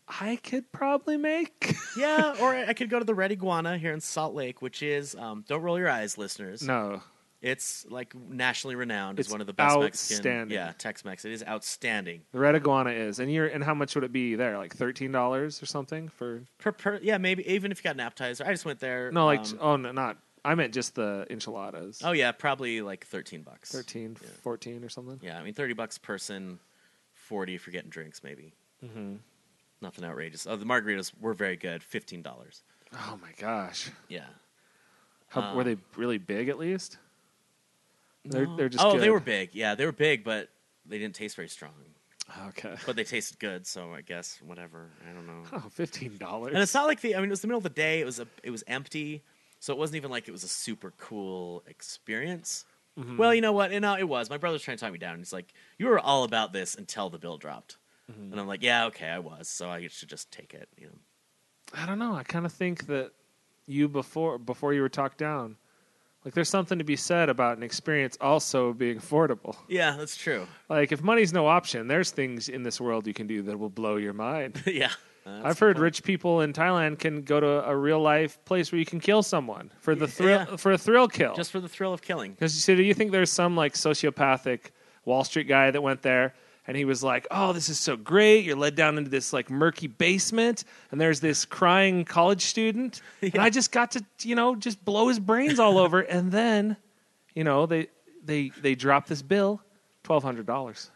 Speaker 10: I could probably make.
Speaker 9: yeah. Or I could go to the Red Iguana here in Salt Lake, which is um, don't roll your eyes, listeners.
Speaker 10: no,
Speaker 9: It's like nationally renowned. as
Speaker 10: It's
Speaker 9: one of the best Mexican.
Speaker 10: outstanding.
Speaker 9: Yeah, Tex-Mex. It is outstanding.
Speaker 10: The red iguana is, and you're, and how much would it be there? Like thirteen dollars or something for?
Speaker 9: Per, per, yeah, maybe even if you got an appetizer. I just went there.
Speaker 10: No, like
Speaker 9: um,
Speaker 10: oh no, not. I meant just the enchiladas.
Speaker 9: oh yeah, probably like thirteen bucks.
Speaker 10: 13, 14 or something.
Speaker 9: Yeah, I mean, thirty bucks person, forty if you're getting drinks, maybe.
Speaker 10: Mm-hmm.
Speaker 9: Nothing outrageous. Oh, the margaritas were very good, fifteen dollars.
Speaker 10: Oh my gosh,
Speaker 9: Yeah.
Speaker 10: how,
Speaker 9: Uh,
Speaker 10: were they really big? At least they're they're just
Speaker 9: oh, they
Speaker 10: good.
Speaker 9: were big. Yeah, they were big, but they didn't taste very strong.
Speaker 10: okay.
Speaker 9: But they tasted good, so I guess whatever. I don't know.
Speaker 10: Oh, fifteen dollars.
Speaker 9: And it's not like the. I mean, it was the middle of the day. It was a. It was empty, so it wasn't even like it was a super cool experience.
Speaker 10: Mm-hmm.
Speaker 9: Well, you know what? And no, it was. My brother's trying to talk me down. He's like, "You were all about this until the bill dropped,"
Speaker 10: Mm-hmm.
Speaker 9: and I'm like, "Yeah, okay, I was. So I should just take it." You know.
Speaker 10: I don't know. I kind of think that you before before you were talked down. Like there's something to be said about an experience also being affordable.
Speaker 9: Yeah, that's true.
Speaker 10: Like if money's no option, there's things in this world you can do that will blow your mind.
Speaker 9: yeah. Uh,
Speaker 10: I've heard rich people in Thailand can go to a real life place where you can kill someone for the thrill
Speaker 9: Yeah.
Speaker 10: for a thrill kill.
Speaker 9: just for the thrill of killing.
Speaker 10: Because you see, do you think there's some like sociopathic Wall Street guy that went there and he was like, "Oh, this is so great! You're led down into this like murky basement, and there's this crying college student, and I just got to you know just blow his brains all over, and then, you know, they they they drop this bill, twelve hundred dollars.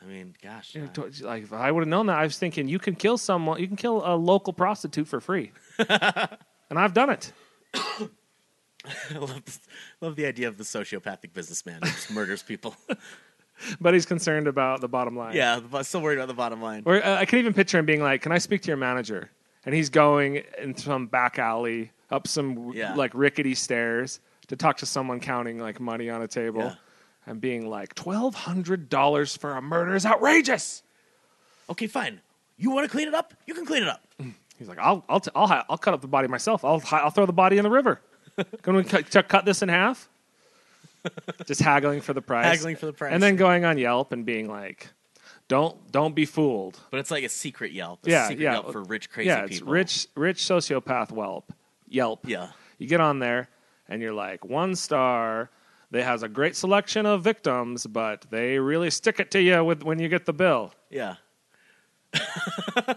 Speaker 9: I mean, gosh,
Speaker 10: You know,
Speaker 9: I-
Speaker 10: tw- Like if I would have known that, I was thinking you can kill someone, you can kill a local prostitute for free, and I've done it.
Speaker 9: I love, this- love the idea of the sociopathic businessman who just murders people.
Speaker 10: But he's concerned about the bottom line.
Speaker 9: yeah, but still worried about the bottom line.
Speaker 10: Or uh, I can even picture him being like, "Can I speak to your manager?" And he's going in some back alley up some
Speaker 9: Yeah.
Speaker 10: like rickety stairs to talk to someone counting like money on a table,
Speaker 9: Yeah.
Speaker 10: and being like, twelve hundred dollars for a murder is outrageous."
Speaker 9: Okay, fine. You want to clean it up? You can clean it up.
Speaker 10: He's like, "I'll I'll t- I'll, hi- I'll cut up the body myself. I'll hi- I'll throw the body in the river. Can we cut, cut- cut this in half?" Just haggling for the price,
Speaker 9: Haggling for the price.
Speaker 10: and then going on Yelp and being like, "Don't don't be fooled.
Speaker 9: But it's like a secret Yelp. It's a
Speaker 10: Yeah,
Speaker 9: secret
Speaker 10: yeah.
Speaker 9: Yelp for rich, crazy
Speaker 10: yeah,
Speaker 9: people.
Speaker 10: it's rich, rich sociopath whelp. Yelp.
Speaker 9: Yeah.
Speaker 10: You get on there and you're like, one star. They has a great selection of victims, but they really stick it to you with when you get the bill.
Speaker 9: Yeah.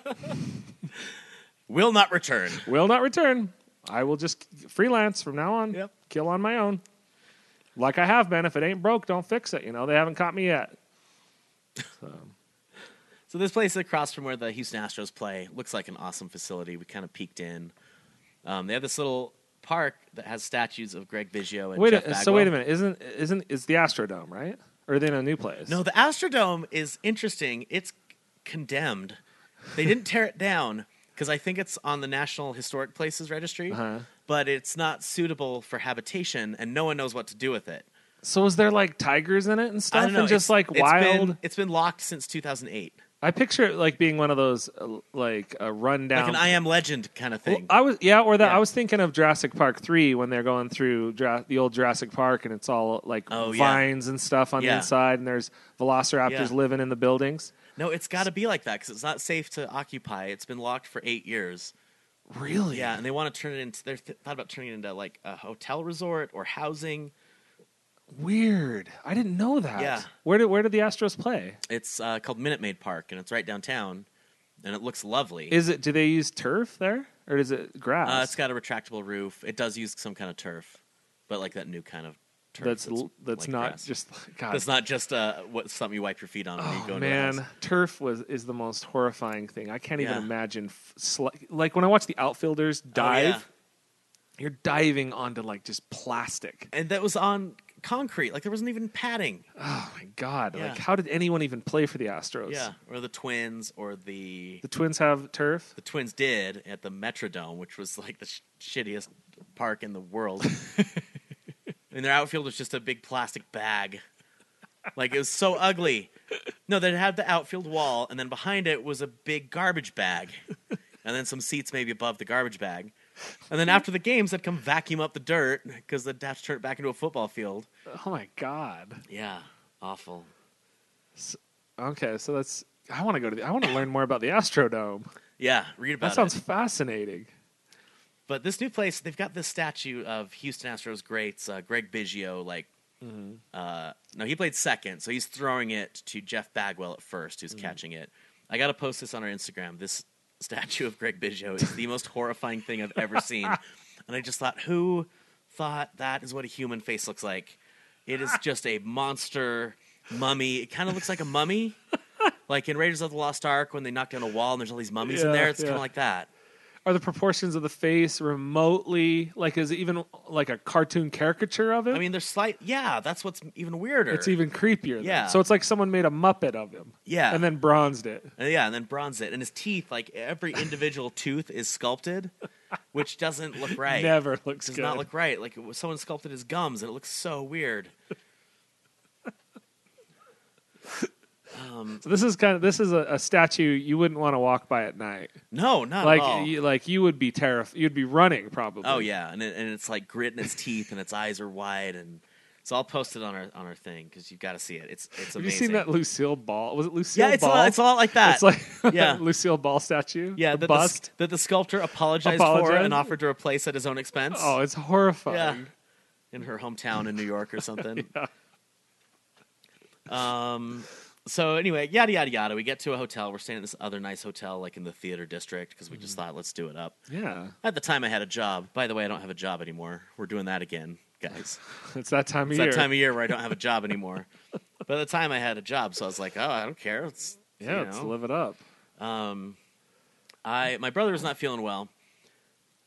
Speaker 9: Will not return.
Speaker 10: Will not return. I will just freelance from now on.
Speaker 9: Yep.
Speaker 10: Kill on my own. Like I have been. If it ain't broke, don't fix it. You know, they haven't caught me yet.
Speaker 9: So this place across from where the Houston Astros play looks like an awesome facility. We kind of peeked in. Um, they have this little park that has statues of Greg Biggio and
Speaker 10: Wait
Speaker 9: Jeff
Speaker 10: a, so wait a
Speaker 9: Bagwell.
Speaker 10: minute. Isn't isn't it's the Astrodome, right? Or are they in a new place?
Speaker 9: No, the Astrodome is interesting. It's condemned. They didn't tear it down because I think it's on the National Historic Places Registry,
Speaker 10: Uh-huh.
Speaker 9: but it's not suitable for habitation, and no one knows what to do with it.
Speaker 10: So is there like tigers in it and stuff?
Speaker 9: I don't know.
Speaker 10: and just
Speaker 9: it's-
Speaker 10: like
Speaker 9: it's
Speaker 10: wild.
Speaker 9: been- it's been locked since 2008,
Speaker 10: I picture it like being one of those uh, like a rundown.
Speaker 9: like an I Am Legend kind of
Speaker 10: Well,
Speaker 9: thing.
Speaker 10: I was yeah, or that
Speaker 9: Yeah.
Speaker 10: I was thinking of Jurassic Park three when they're going through Jura- the old Jurassic Park and it's all like
Speaker 9: Oh, yeah.
Speaker 10: vines and stuff on
Speaker 9: Yeah.
Speaker 10: the inside and there's velociraptors
Speaker 9: Yeah.
Speaker 10: living in the buildings.
Speaker 9: no, it's got to be like that because it's not safe to occupy. It's been locked for eight years.
Speaker 10: Really?
Speaker 9: Yeah, and they want to turn it into. They're th- thought about turning it into like a hotel resort or housing.
Speaker 10: Weird. I didn't know that.
Speaker 9: Yeah.
Speaker 10: Where did where did the Astros play?
Speaker 9: It's uh, called Minute Maid Park, and it's right downtown, and it looks lovely.
Speaker 10: Is it do they use turf there or is it grass?
Speaker 9: uh, it's got a retractable roof. It does use some kind of turf, but like that new kind of turf.
Speaker 10: that's l- that's
Speaker 9: like
Speaker 10: not
Speaker 9: grass.
Speaker 10: just God.
Speaker 9: That's not just uh, what something you wipe your feet on when you go
Speaker 10: Oh,
Speaker 9: into a
Speaker 10: man,
Speaker 9: house.
Speaker 10: turf was is the most horrifying thing. I can't
Speaker 9: Yeah. Oh,
Speaker 10: even imagine. F- sl- like when I watch the outfielders dive,
Speaker 9: yeah.
Speaker 10: you're diving onto like just plastic.
Speaker 9: And that was on concrete. Like there wasn't even padding.
Speaker 10: Oh my god! Like
Speaker 9: Yeah.
Speaker 10: how did anyone even play for the Astros?
Speaker 9: Yeah, or the Twins, or the
Speaker 10: the Twins have turf.
Speaker 9: the Twins did at the Metrodome, which was like the sh- shittiest park in the world. and their outfield was just a big plastic bag. Like it was so ugly. No, they had the outfield wall, and then behind it was a big garbage bag, and then some seats maybe above the garbage bag. And then after the games, they'd come vacuum up the dirt because they'd have to turn it back into a football field.
Speaker 10: Oh my god!
Speaker 9: Yeah, awful.
Speaker 10: Okay, so that's. I want to go to the. I want to learn more about the Astrodome.
Speaker 9: Yeah, read about
Speaker 10: That
Speaker 9: it.
Speaker 10: sounds fascinating.
Speaker 9: But this new place, they've got this statue of Houston Astros greats uh, Greg Biggio. Like,
Speaker 10: Mm-hmm.
Speaker 9: uh, no, he played second, so he's throwing it to Jeff Bagwell at first, who's
Speaker 10: Mm-hmm.
Speaker 9: catching it. I got to post this on our Instagram. This statue of Greg Biggio is the most horrifying thing I've ever seen, and I just thought, who thought that is what a human face looks like? It is just a monster mummy. It kind of looks like a mummy, like in Raiders of the Lost Ark when they knock down a wall and there's all these mummies in
Speaker 10: Yeah,
Speaker 9: there. It's
Speaker 10: yeah.
Speaker 9: kind of like that.
Speaker 10: Are the proportions of the face remotely like is it even like a cartoon caricature of it?
Speaker 9: I mean, they're slight. Yeah, that's what's even weirder.
Speaker 10: It's even creepier. then.
Speaker 9: Yeah.
Speaker 10: So it's like someone made a Muppet of him.
Speaker 9: Yeah.
Speaker 10: And then bronzed it.
Speaker 9: Uh, yeah, and then bronze it, and his teeth, like every individual tooth, is sculpted, which doesn't look right.
Speaker 10: Never looks
Speaker 9: does
Speaker 10: good.
Speaker 9: not look right. Like it was- someone sculpted his gums, and it looks so weird.
Speaker 10: so this is kind of this is a, a statue you wouldn't want to walk by at night.
Speaker 9: No, not at all.
Speaker 10: Like you, like you would be terrified. You'd be running probably.
Speaker 9: oh yeah, and it, and it's like grit in its teeth, and its eyes are wide, and So I'll post it on our on our thing because you've got to see it. It's it's amazing.
Speaker 10: Have you seen that Lucille Ball? Was it Lucille
Speaker 9: yeah, it's a
Speaker 10: Ball?
Speaker 9: lot, it's a lot like that.
Speaker 10: It's like
Speaker 9: Yeah.
Speaker 10: Lucille Ball statue.
Speaker 9: yeah,
Speaker 10: the
Speaker 9: that the,
Speaker 10: bust.
Speaker 9: s- that the sculptor apologized, for
Speaker 10: Apologized?
Speaker 9: and offered to replace at his own expense.
Speaker 10: oh, it's horrifying.
Speaker 9: yeah, in her hometown in New York or something. Um. So anyway, yada yada yada. We get to a hotel. We're staying at this other nice hotel, like in the theater district, because we
Speaker 10: Mm-hmm.
Speaker 9: just thought, let's do it up.
Speaker 10: Yeah.
Speaker 9: At the time, I had a job. By the way, I don't have a job anymore. We're doing that again, guys.
Speaker 10: It's that time of
Speaker 9: It's
Speaker 10: year.
Speaker 9: that time of year where I don't have a job anymore. By the time I had a job, so I was like, oh, I don't care. It's,
Speaker 10: yeah,
Speaker 9: you
Speaker 10: let's
Speaker 9: know.
Speaker 10: live it up.
Speaker 9: Um, I my brother was not feeling well.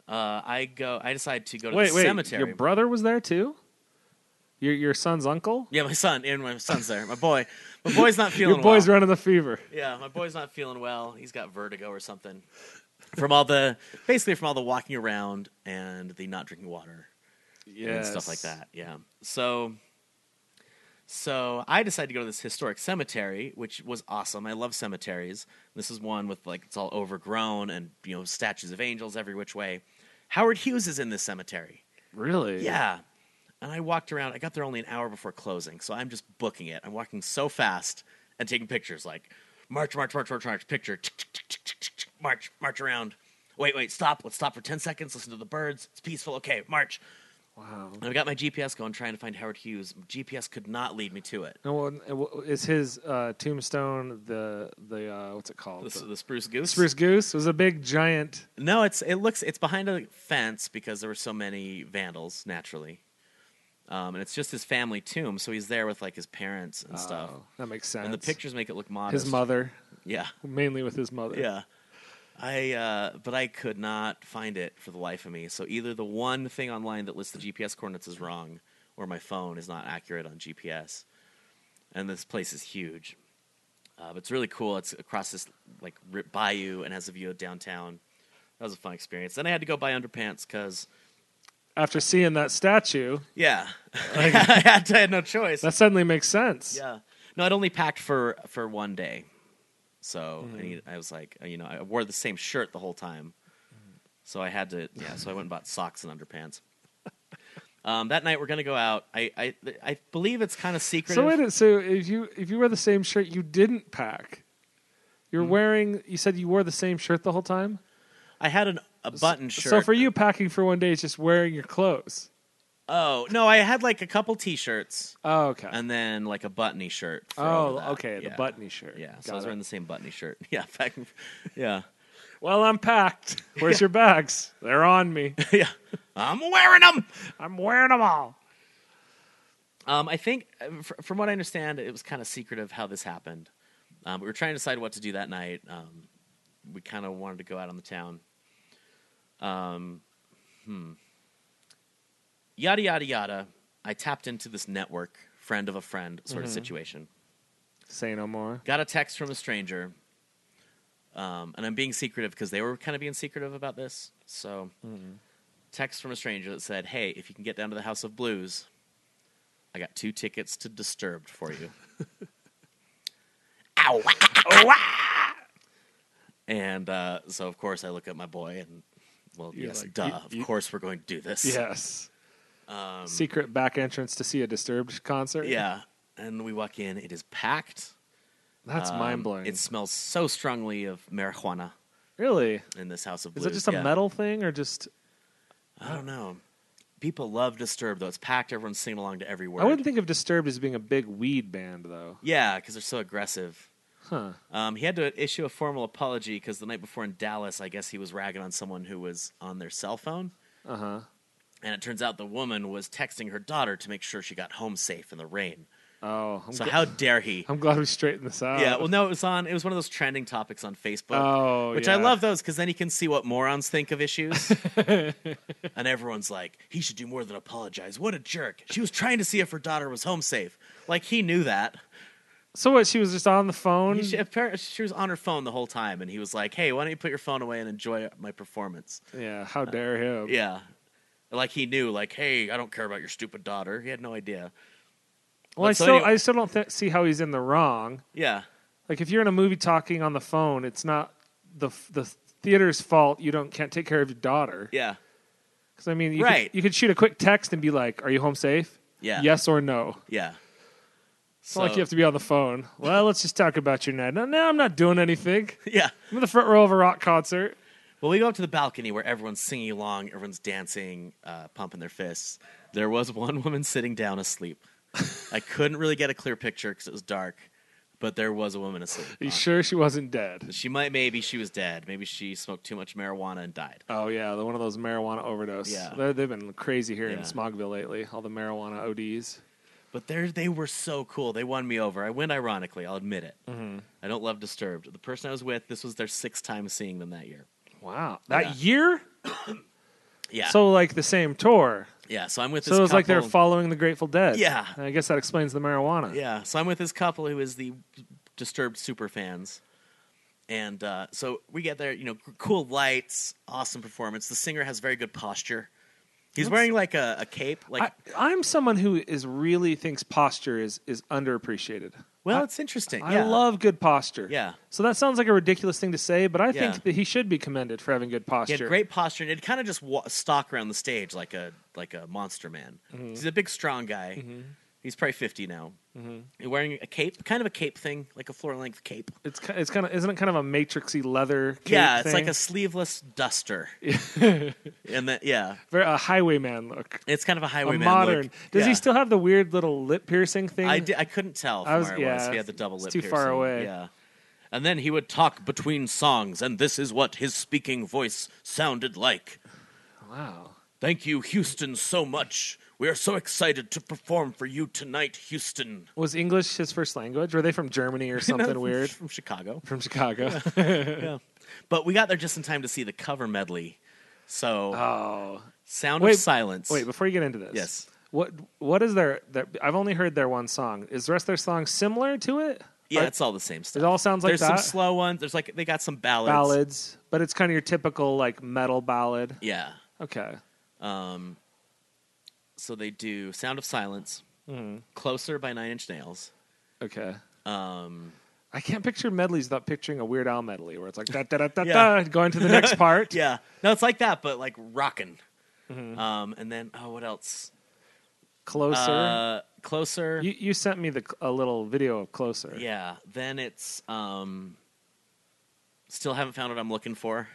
Speaker 9: Uh, I go. I decide to go to
Speaker 10: Wait,
Speaker 9: the
Speaker 10: wait.
Speaker 9: cemetery.
Speaker 10: Your brother was there too. Your your son's uncle.
Speaker 9: yeah, my son and my son's there. My boy, my boy's not feeling.
Speaker 10: Your boy's
Speaker 9: well.
Speaker 10: running the fever.
Speaker 9: Yeah, my boy's not feeling well. He's got vertigo or something from all the basically from all the walking around and the not drinking water
Speaker 10: Yeah.
Speaker 9: and stuff like that. Yeah. So so I decided to go to this historic cemetery, which was awesome. I love cemeteries. This is one with like it's all overgrown and you know statues of angels every which way. Howard Hughes is in this cemetery.
Speaker 10: Really?
Speaker 9: Yeah. And I walked around. I got there only an hour before closing, so I'm just booking it. I'm walking so fast and taking pictures, like march, march, march, march, march, picture, tick, tick, tick, tick, tick, tick, tick, march, march around. Wait, wait, stop. Let's stop for ten seconds. Listen to the birds. It's peaceful. Okay, march.
Speaker 10: Wow.
Speaker 9: And I got my GPS going, trying to find Howard Hughes. GPS could not lead me to it.
Speaker 10: No, well, it w- is his uh, tombstone the the uh, what's it called?
Speaker 9: The,
Speaker 10: The-
Speaker 9: the spruce goose.
Speaker 10: Spruce Goose was a big giant.
Speaker 9: No, it's it looks it's behind a fence because there were so many vandals naturally, um, and it's just his family tomb. So he's there with like his parents and stuff.
Speaker 10: Oh, that makes sense.
Speaker 9: And the pictures make it look modest.
Speaker 10: His mother,
Speaker 9: Yeah,
Speaker 10: mainly with his mother.
Speaker 9: yeah. I uh, but I could not find it for the life of me. So either the one thing online that lists the GPS coordinates is wrong, or my phone is not accurate on GPS. And this place is huge, uh, but it's really cool. It's across this like ri- bayou and has a view of downtown. That was a fun experience. Then I had to go buy underpants because
Speaker 10: After seeing that statue,
Speaker 9: yeah, I, had to, I had no choice.
Speaker 10: that suddenly makes sense.
Speaker 9: Yeah. No, I'd only packed for for one day, so
Speaker 10: Mm-hmm.
Speaker 9: I need, I was like, you know, I wore the same shirt the whole time,
Speaker 10: Mm-hmm.
Speaker 9: so I had to. Yeah, so I went and bought socks and underpants. Um, that night we're gonna go out. I I, I believe it's kind of secret.
Speaker 10: So wait, a- so if you if you wear the same shirt, you didn't pack. You're
Speaker 9: Mm-hmm.
Speaker 10: wearing. You said you wore the same shirt the whole time.
Speaker 9: I had an, a button shirt.
Speaker 10: So for you, packing for one day is just wearing your clothes.
Speaker 9: oh no, I had like a couple t-shirts
Speaker 10: Oh, okay.
Speaker 9: and then like a buttony shirt. for over
Speaker 10: oh,
Speaker 9: that.
Speaker 10: okay.
Speaker 9: Yeah.
Speaker 10: The buttony shirt.
Speaker 9: Yeah, so
Speaker 10: Got
Speaker 9: I was
Speaker 10: it.
Speaker 9: wearing the same buttony shirt. Yeah, packing. Yeah,
Speaker 10: Well, I'm packed. Where's your bags? They're on me.
Speaker 9: yeah. I'm wearing them.
Speaker 10: I'm wearing them all.
Speaker 9: Um, I think, uh, fr- from what I understand, it was kind of secretive how this happened. Um, we were trying to decide what to do that night. Um, we kind of wanted to go out on the town. Um, hmm. Yada yada yada. I tapped into this network, friend of a friend sort of situation.
Speaker 10: Say no more.
Speaker 9: Got a text from a stranger, um, and I'm being secretive because they were kind of being secretive about this. So,
Speaker 10: Mm-hmm.
Speaker 9: text from a stranger that said, "Hey, if you can get down to the House of Blues, I got two tickets to Disturbed for you." Ow! wah, ah, wah. And uh, so, of course, I look at my boy and, well,
Speaker 10: You're
Speaker 9: yes,
Speaker 10: like,
Speaker 9: duh.
Speaker 10: you-
Speaker 9: of
Speaker 10: you-
Speaker 9: course, we're going to do this.
Speaker 10: Yes. Secret back entrance to see a Disturbed concert.
Speaker 9: Um, yeah. And we walk in. It is packed.
Speaker 10: That's
Speaker 9: Um,
Speaker 10: mind blowing.
Speaker 9: It smells so strongly of marijuana.
Speaker 10: really.
Speaker 9: in this House of
Speaker 10: Is
Speaker 9: Blues.
Speaker 10: it just a
Speaker 9: yeah.
Speaker 10: metal thing or just?
Speaker 9: I don't know. People love Disturbed though. It's packed. Everyone's singing along to every word.
Speaker 10: I wouldn't think of Disturbed as being a big weed band though.
Speaker 9: Yeah, because they're so aggressive.
Speaker 10: Huh.
Speaker 9: Um, he had to issue a formal apology because the night before in Dallas, I guess he was ragging on someone who was on their cell phone,
Speaker 10: Uh huh.
Speaker 9: and it turns out the woman was texting her daughter to make sure she got home safe in the rain.
Speaker 10: Oh, I'm,
Speaker 9: So
Speaker 10: gl-
Speaker 9: how dare he?
Speaker 10: I'm glad we straightened this out.
Speaker 9: Yeah, well, no, it was on. It was one of those trending topics on Facebook.
Speaker 10: Uh, Oh,
Speaker 9: which I
Speaker 10: yeah.
Speaker 9: love those because then you can see what morons think of issues. and everyone's like, "He should do more than apologize. What a jerk! She was trying to see if her daughter was home safe. Like he knew that.
Speaker 10: So what? She was just on the phone.
Speaker 9: He, she, appar- she was on her phone the whole time, and he was like, "Hey, why don't you put your phone away and enjoy my performance?"
Speaker 10: yeah. How dare him?
Speaker 9: Yeah, like he knew. Like, hey, I don't care about your stupid daughter. He had no idea.
Speaker 10: Well, I
Speaker 9: But so
Speaker 10: still,
Speaker 9: anyway-
Speaker 10: I still don't th- see how he's in the wrong.
Speaker 9: Yeah,
Speaker 10: Like if you're in a movie talking on the phone, it's not the the theater's fault. You don't can't take care of your daughter.
Speaker 9: yeah.
Speaker 10: Because I mean, you
Speaker 9: Right.
Speaker 10: Could, you could shoot a quick text and be like, "Are you home safe?"
Speaker 9: Yeah.
Speaker 10: Yes or no.
Speaker 9: Yeah.
Speaker 10: It's not like you have to be on the phone. Well, let's just talk about your night. No, no, I'm not doing anything.
Speaker 9: Yeah.
Speaker 10: I'm in the front row of a rock concert.
Speaker 9: Well, we go up to the balcony where everyone's singing along, everyone's dancing, uh, pumping their fists. There was one woman sitting down asleep. I couldn't really get a clear picture because it was dark, but there was a woman asleep. Uh,
Speaker 10: Are you sure she wasn't dead?
Speaker 9: She might, maybe she was dead. Maybe she smoked too much marijuana and died.
Speaker 10: Oh yeah, the one of those marijuana overdose.
Speaker 9: Yeah.
Speaker 10: They- they've been crazy here in
Speaker 9: Yeah.
Speaker 10: Smogville lately. All the marijuana ODs.
Speaker 9: But there, they were so cool. They won me over. I went ironically. I'll admit it.
Speaker 10: Mm-hmm.
Speaker 9: I don't love Disturbed. The person I was with, this was their sixth time seeing them that year.
Speaker 10: Wow, that year.
Speaker 9: Yeah.
Speaker 10: So like the same tour.
Speaker 9: yeah. So I'm with.
Speaker 10: So
Speaker 9: this
Speaker 10: it was like they're
Speaker 9: couple-
Speaker 10: following the Grateful Dead.
Speaker 9: Yeah.
Speaker 10: And I guess that explains the marijuana.
Speaker 9: Yeah, so I'm with this couple who is the Disturbed super fans, and uh, so we get there. You know, c- cool lights, awesome performance. The singer has very good posture. He's wearing like a, a cape. Like,
Speaker 10: I, I'm someone who is really thinks posture is is underappreciated.
Speaker 9: well, it's interesting.
Speaker 10: I
Speaker 9: yeah.
Speaker 10: love good posture.
Speaker 9: Yeah.
Speaker 10: So that sounds like a ridiculous thing to say, but I
Speaker 9: Yeah.
Speaker 10: think that he should be commended for having good
Speaker 9: He
Speaker 10: posture.
Speaker 9: had great posture, and he'd kind of just wa- stalk around the stage like a like a monster man. He's a big, strong guy. He's probably fifty now. He's wearing a cape, kind of a cape thing, like a floor length cape.
Speaker 10: It's ki- it's kind of isn't it kind of a matrixy leather? cape
Speaker 9: yeah, it's
Speaker 10: thing?
Speaker 9: like a sleeveless duster. and then yeah,
Speaker 10: Very- a highwayman look,
Speaker 9: it's kind of a
Speaker 10: a
Speaker 9: highwayman.
Speaker 10: modern.
Speaker 9: Look.
Speaker 10: Does
Speaker 9: Yeah.
Speaker 10: he still have the weird little lip piercing thing?
Speaker 9: I, di- I couldn't tell from
Speaker 10: I was-
Speaker 9: where it
Speaker 10: yeah,
Speaker 9: was. He had the double
Speaker 10: it's too
Speaker 9: lip
Speaker 10: far
Speaker 9: piercing.
Speaker 10: away.
Speaker 9: Yeah. And then he would talk between songs, and this is what his speaking voice sounded like.
Speaker 10: Wow.
Speaker 9: Thank you, Houston, so much. We are so excited to perform for you tonight, Houston.
Speaker 10: Was English his first language? Were they from Germany or something weird?
Speaker 9: From Chicago.
Speaker 10: From Chicago.
Speaker 9: But we got there just in time to see the cover medley. So,
Speaker 10: oh.
Speaker 9: Sound
Speaker 10: Wait,
Speaker 9: of Silence.
Speaker 10: Wait, before you get into this.
Speaker 9: Yes.
Speaker 10: What what is their, their I've only heard their one song. Is the rest of their song similar to it?
Speaker 9: yeah,
Speaker 10: Are-
Speaker 9: it's all the same stuff.
Speaker 10: It all sounds like
Speaker 9: There's
Speaker 10: that?
Speaker 9: some slow ones. There's like, they got some ballads.
Speaker 10: ballads, but it's kind of your typical like metal ballad.
Speaker 9: Yeah.
Speaker 10: Okay.
Speaker 9: Um, so they do Sound of Silence,
Speaker 10: Mm-hmm.
Speaker 9: Closer by Nine Inch Nails.
Speaker 10: Okay.
Speaker 9: Um,
Speaker 10: I can't picture medleys without picturing a Weird Al medley where it's like da da da da
Speaker 9: Yeah.
Speaker 10: da going to the next part. Mm-hmm.
Speaker 9: yeah, no, it's like that, but like rockin'. Um, and then oh, what else?
Speaker 10: Closer.
Speaker 9: Uh, closer.
Speaker 10: you you sent me the a little video of Closer.
Speaker 9: yeah. Then it's um, still haven't found what I'm looking for.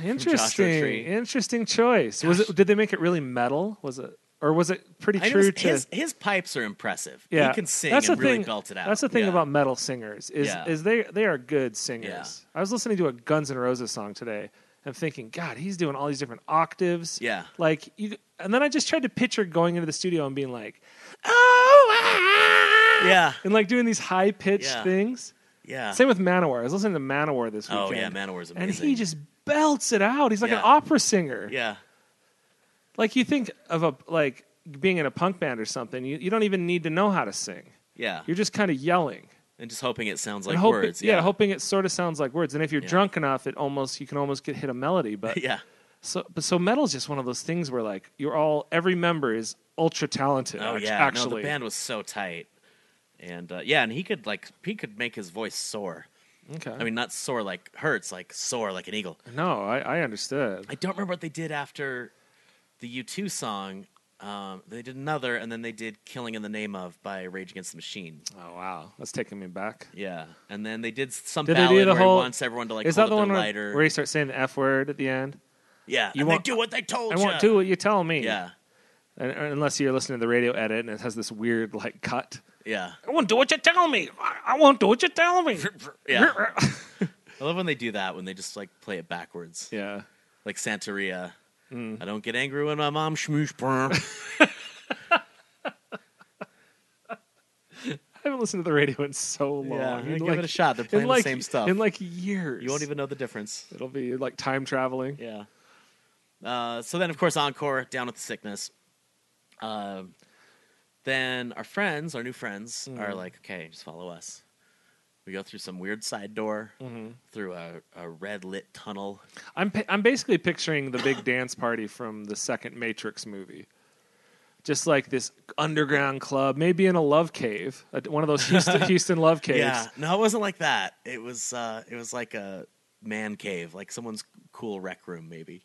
Speaker 9: Tree.
Speaker 10: Interesting. Interesting choice. Was it did they make it really metal? Was it or was it pretty
Speaker 9: I
Speaker 10: true
Speaker 9: noticed
Speaker 10: to
Speaker 9: his his pipes are impressive.
Speaker 10: yeah,
Speaker 9: he can sing
Speaker 10: that's
Speaker 9: and
Speaker 10: the
Speaker 9: really
Speaker 10: thing,
Speaker 9: belt it out.
Speaker 10: That's the thing
Speaker 9: Yeah.
Speaker 10: about metal singers is
Speaker 9: Yeah.
Speaker 10: is they they are good singers. I was listening to a Guns N' Roses song today and thinking, God, he's doing all these different octaves.
Speaker 9: Yeah.
Speaker 10: like you. And then I just tried to picture going into the studio and being like, oh, ah,"
Speaker 9: yeah,
Speaker 10: and like doing these high pitched
Speaker 9: Yeah.
Speaker 10: things.
Speaker 9: yeah.
Speaker 10: Same with Manowar. I was listening to Manowar this weekend.
Speaker 9: Oh, yeah, Manowar's
Speaker 10: And
Speaker 9: amazing.
Speaker 10: he just belts it out. He's like
Speaker 9: Yeah.
Speaker 10: an opera singer.
Speaker 9: yeah,
Speaker 10: Like you think of a like being in a punk band or something, you, you don't even need to know how to sing.
Speaker 9: yeah.
Speaker 10: You're just kind of yelling.
Speaker 9: and just hoping it sounds like
Speaker 10: and hope-
Speaker 9: words.
Speaker 10: yeah.
Speaker 9: yeah,
Speaker 10: hoping it sort of sounds like words. And if you're
Speaker 9: Yeah.
Speaker 10: drunk enough, it almost you can almost get hit a melody. But
Speaker 9: yeah.
Speaker 10: so but so metal's just one of those things where like you're all every member is ultra talented.
Speaker 9: Oh
Speaker 10: act-
Speaker 9: yeah,
Speaker 10: actually,
Speaker 9: no, the band was so tight, and uh, yeah, and he could like he could make his voice soar.
Speaker 10: okay.
Speaker 9: I mean, not soar like hurts, like soar like an eagle.
Speaker 10: no, I, I understood.
Speaker 9: I don't remember what they did after the U two song. Um, they did another, and then they did "Killing in the Name of" by Rage Against the Machine.
Speaker 10: Oh wow, that's taking me back.
Speaker 9: Yeah, and then they did some
Speaker 10: Did they do
Speaker 9: ballad
Speaker 10: the
Speaker 9: where
Speaker 10: whole-
Speaker 9: he wants everyone to like
Speaker 10: is
Speaker 9: hold
Speaker 10: that the
Speaker 9: up
Speaker 10: one
Speaker 9: their
Speaker 10: where,
Speaker 9: lighter.
Speaker 10: where you start saying the f word at the end?
Speaker 9: yeah,
Speaker 10: you
Speaker 9: and
Speaker 10: want-
Speaker 9: they do what they told
Speaker 10: I
Speaker 9: you.
Speaker 10: won't do what you tell me.
Speaker 9: Yeah,
Speaker 10: And- unless you're listening to the radio edit and it has this weird like cut.
Speaker 9: yeah,
Speaker 10: I won't do what you tell me. I, I won't do what you tell me.
Speaker 9: yeah. I love when they do that when they just like play it backwards.
Speaker 10: yeah.
Speaker 9: like Santeria. I don't get angry when my mom schmoosh. brr.
Speaker 10: I haven't listened to the radio in so long.
Speaker 9: Yeah,
Speaker 10: In
Speaker 9: give
Speaker 10: like-
Speaker 9: it a shot. They're
Speaker 10: in
Speaker 9: playing the
Speaker 10: like-
Speaker 9: same stuff.
Speaker 10: in like years.
Speaker 9: you won't even know the difference.
Speaker 10: It'll be like time traveling.
Speaker 9: Yeah. Uh, so then, of course, encore down with the sickness. Um, then our friends, our new friends, are like, okay, just follow us. We go through some weird side door, through a, a red lit tunnel.
Speaker 10: I'm pi- I'm basically picturing the big dance party from the second Matrix movie. Just like this underground club, maybe in a love cave, a- one of those Houston, Houston love caves.
Speaker 9: Yeah, no, it wasn't like that. It was uh, it was like a man cave, like someone's cool rec room, maybe.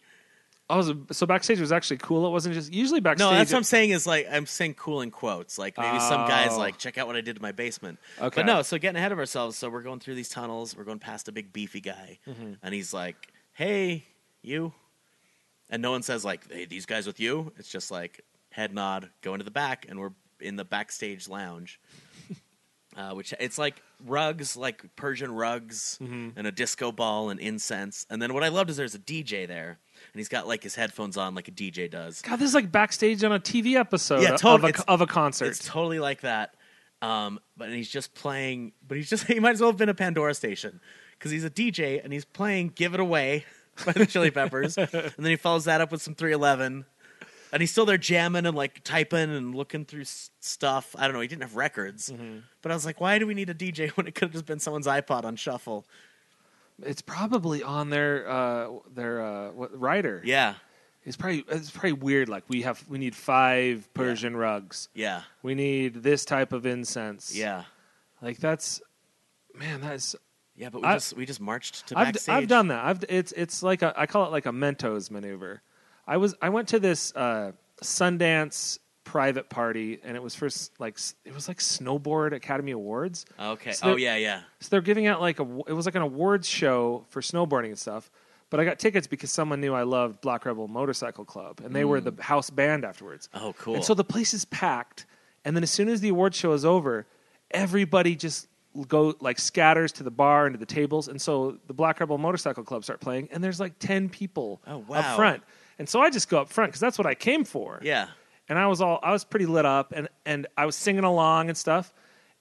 Speaker 10: I was so backstage was actually cool. It wasn't just usually backstage.
Speaker 9: No, that's what I'm saying is like I'm saying cool in quotes. Like maybe some guys like check out what I did to my basement.
Speaker 10: Okay.
Speaker 9: But no, so getting ahead of ourselves. So we're going through these tunnels. We're going past a big beefy guy, and he's like, "Hey, you," and no one says like, "Hey, these guys with you." It's just like head nod, go into the back, and we're in the backstage lounge. Uh, which it's like rugs, like Persian rugs, and a disco ball and incense. And then what I loved is there's a DJ there, and he's got like his headphones on, like a DJ does.
Speaker 10: God, this is like backstage on a TV episode
Speaker 9: Yeah,
Speaker 10: of-
Speaker 9: tot-
Speaker 10: of,
Speaker 9: it's-
Speaker 10: a, of a concert.
Speaker 9: It's totally like that. Um, but and he's just playing. But he's just he might as well have been a Pandora station because he's a DJ and he's playing "Give It Away" by the Chili Peppers, and then he follows that up with some 311. And he's still there jamming and like typing and looking through s- stuff. I don't know. He didn't have records,
Speaker 10: Mm-hmm.
Speaker 9: but I was like, why do we need a DJ when it could have just been someone's iPod on shuffle?
Speaker 10: It's probably on their uh, their uh, what, writer.
Speaker 9: Yeah,
Speaker 10: it's probably it's probably weird. Like we have we need five Persian rugs.
Speaker 9: yeah,
Speaker 10: We need this type of incense.
Speaker 9: yeah,
Speaker 10: like that's man, that's
Speaker 9: yeah. But we
Speaker 10: I-
Speaker 9: just we just marched to
Speaker 10: I've,
Speaker 9: backstage.
Speaker 10: I've done that. I've it's it's like a I call it like a Mentos maneuver. I was I went to this uh, Sundance private party and it was for s- like s- it was like snowboard Academy Awards.
Speaker 9: Okay.
Speaker 10: So
Speaker 9: Oh
Speaker 10: they're-
Speaker 9: yeah, yeah.
Speaker 10: So they're giving out like a it was like an awards show for snowboarding and stuff. But I got tickets because someone knew I loved Black Rebel Motorcycle Club, and they were the house band afterwards.
Speaker 9: Mm. Oh, cool.
Speaker 10: And so the place is packed, and then as soon as the awards show is over, everybody just go like scatters to the bar and to the tables, and so the Black Rebel Motorcycle Club start playing, and there's like ten people
Speaker 9: Oh, wow.
Speaker 10: up front, and so I just go up front because that's what I came for
Speaker 9: Yeah.
Speaker 10: and I was all I was pretty lit up and and I was singing along and stuff.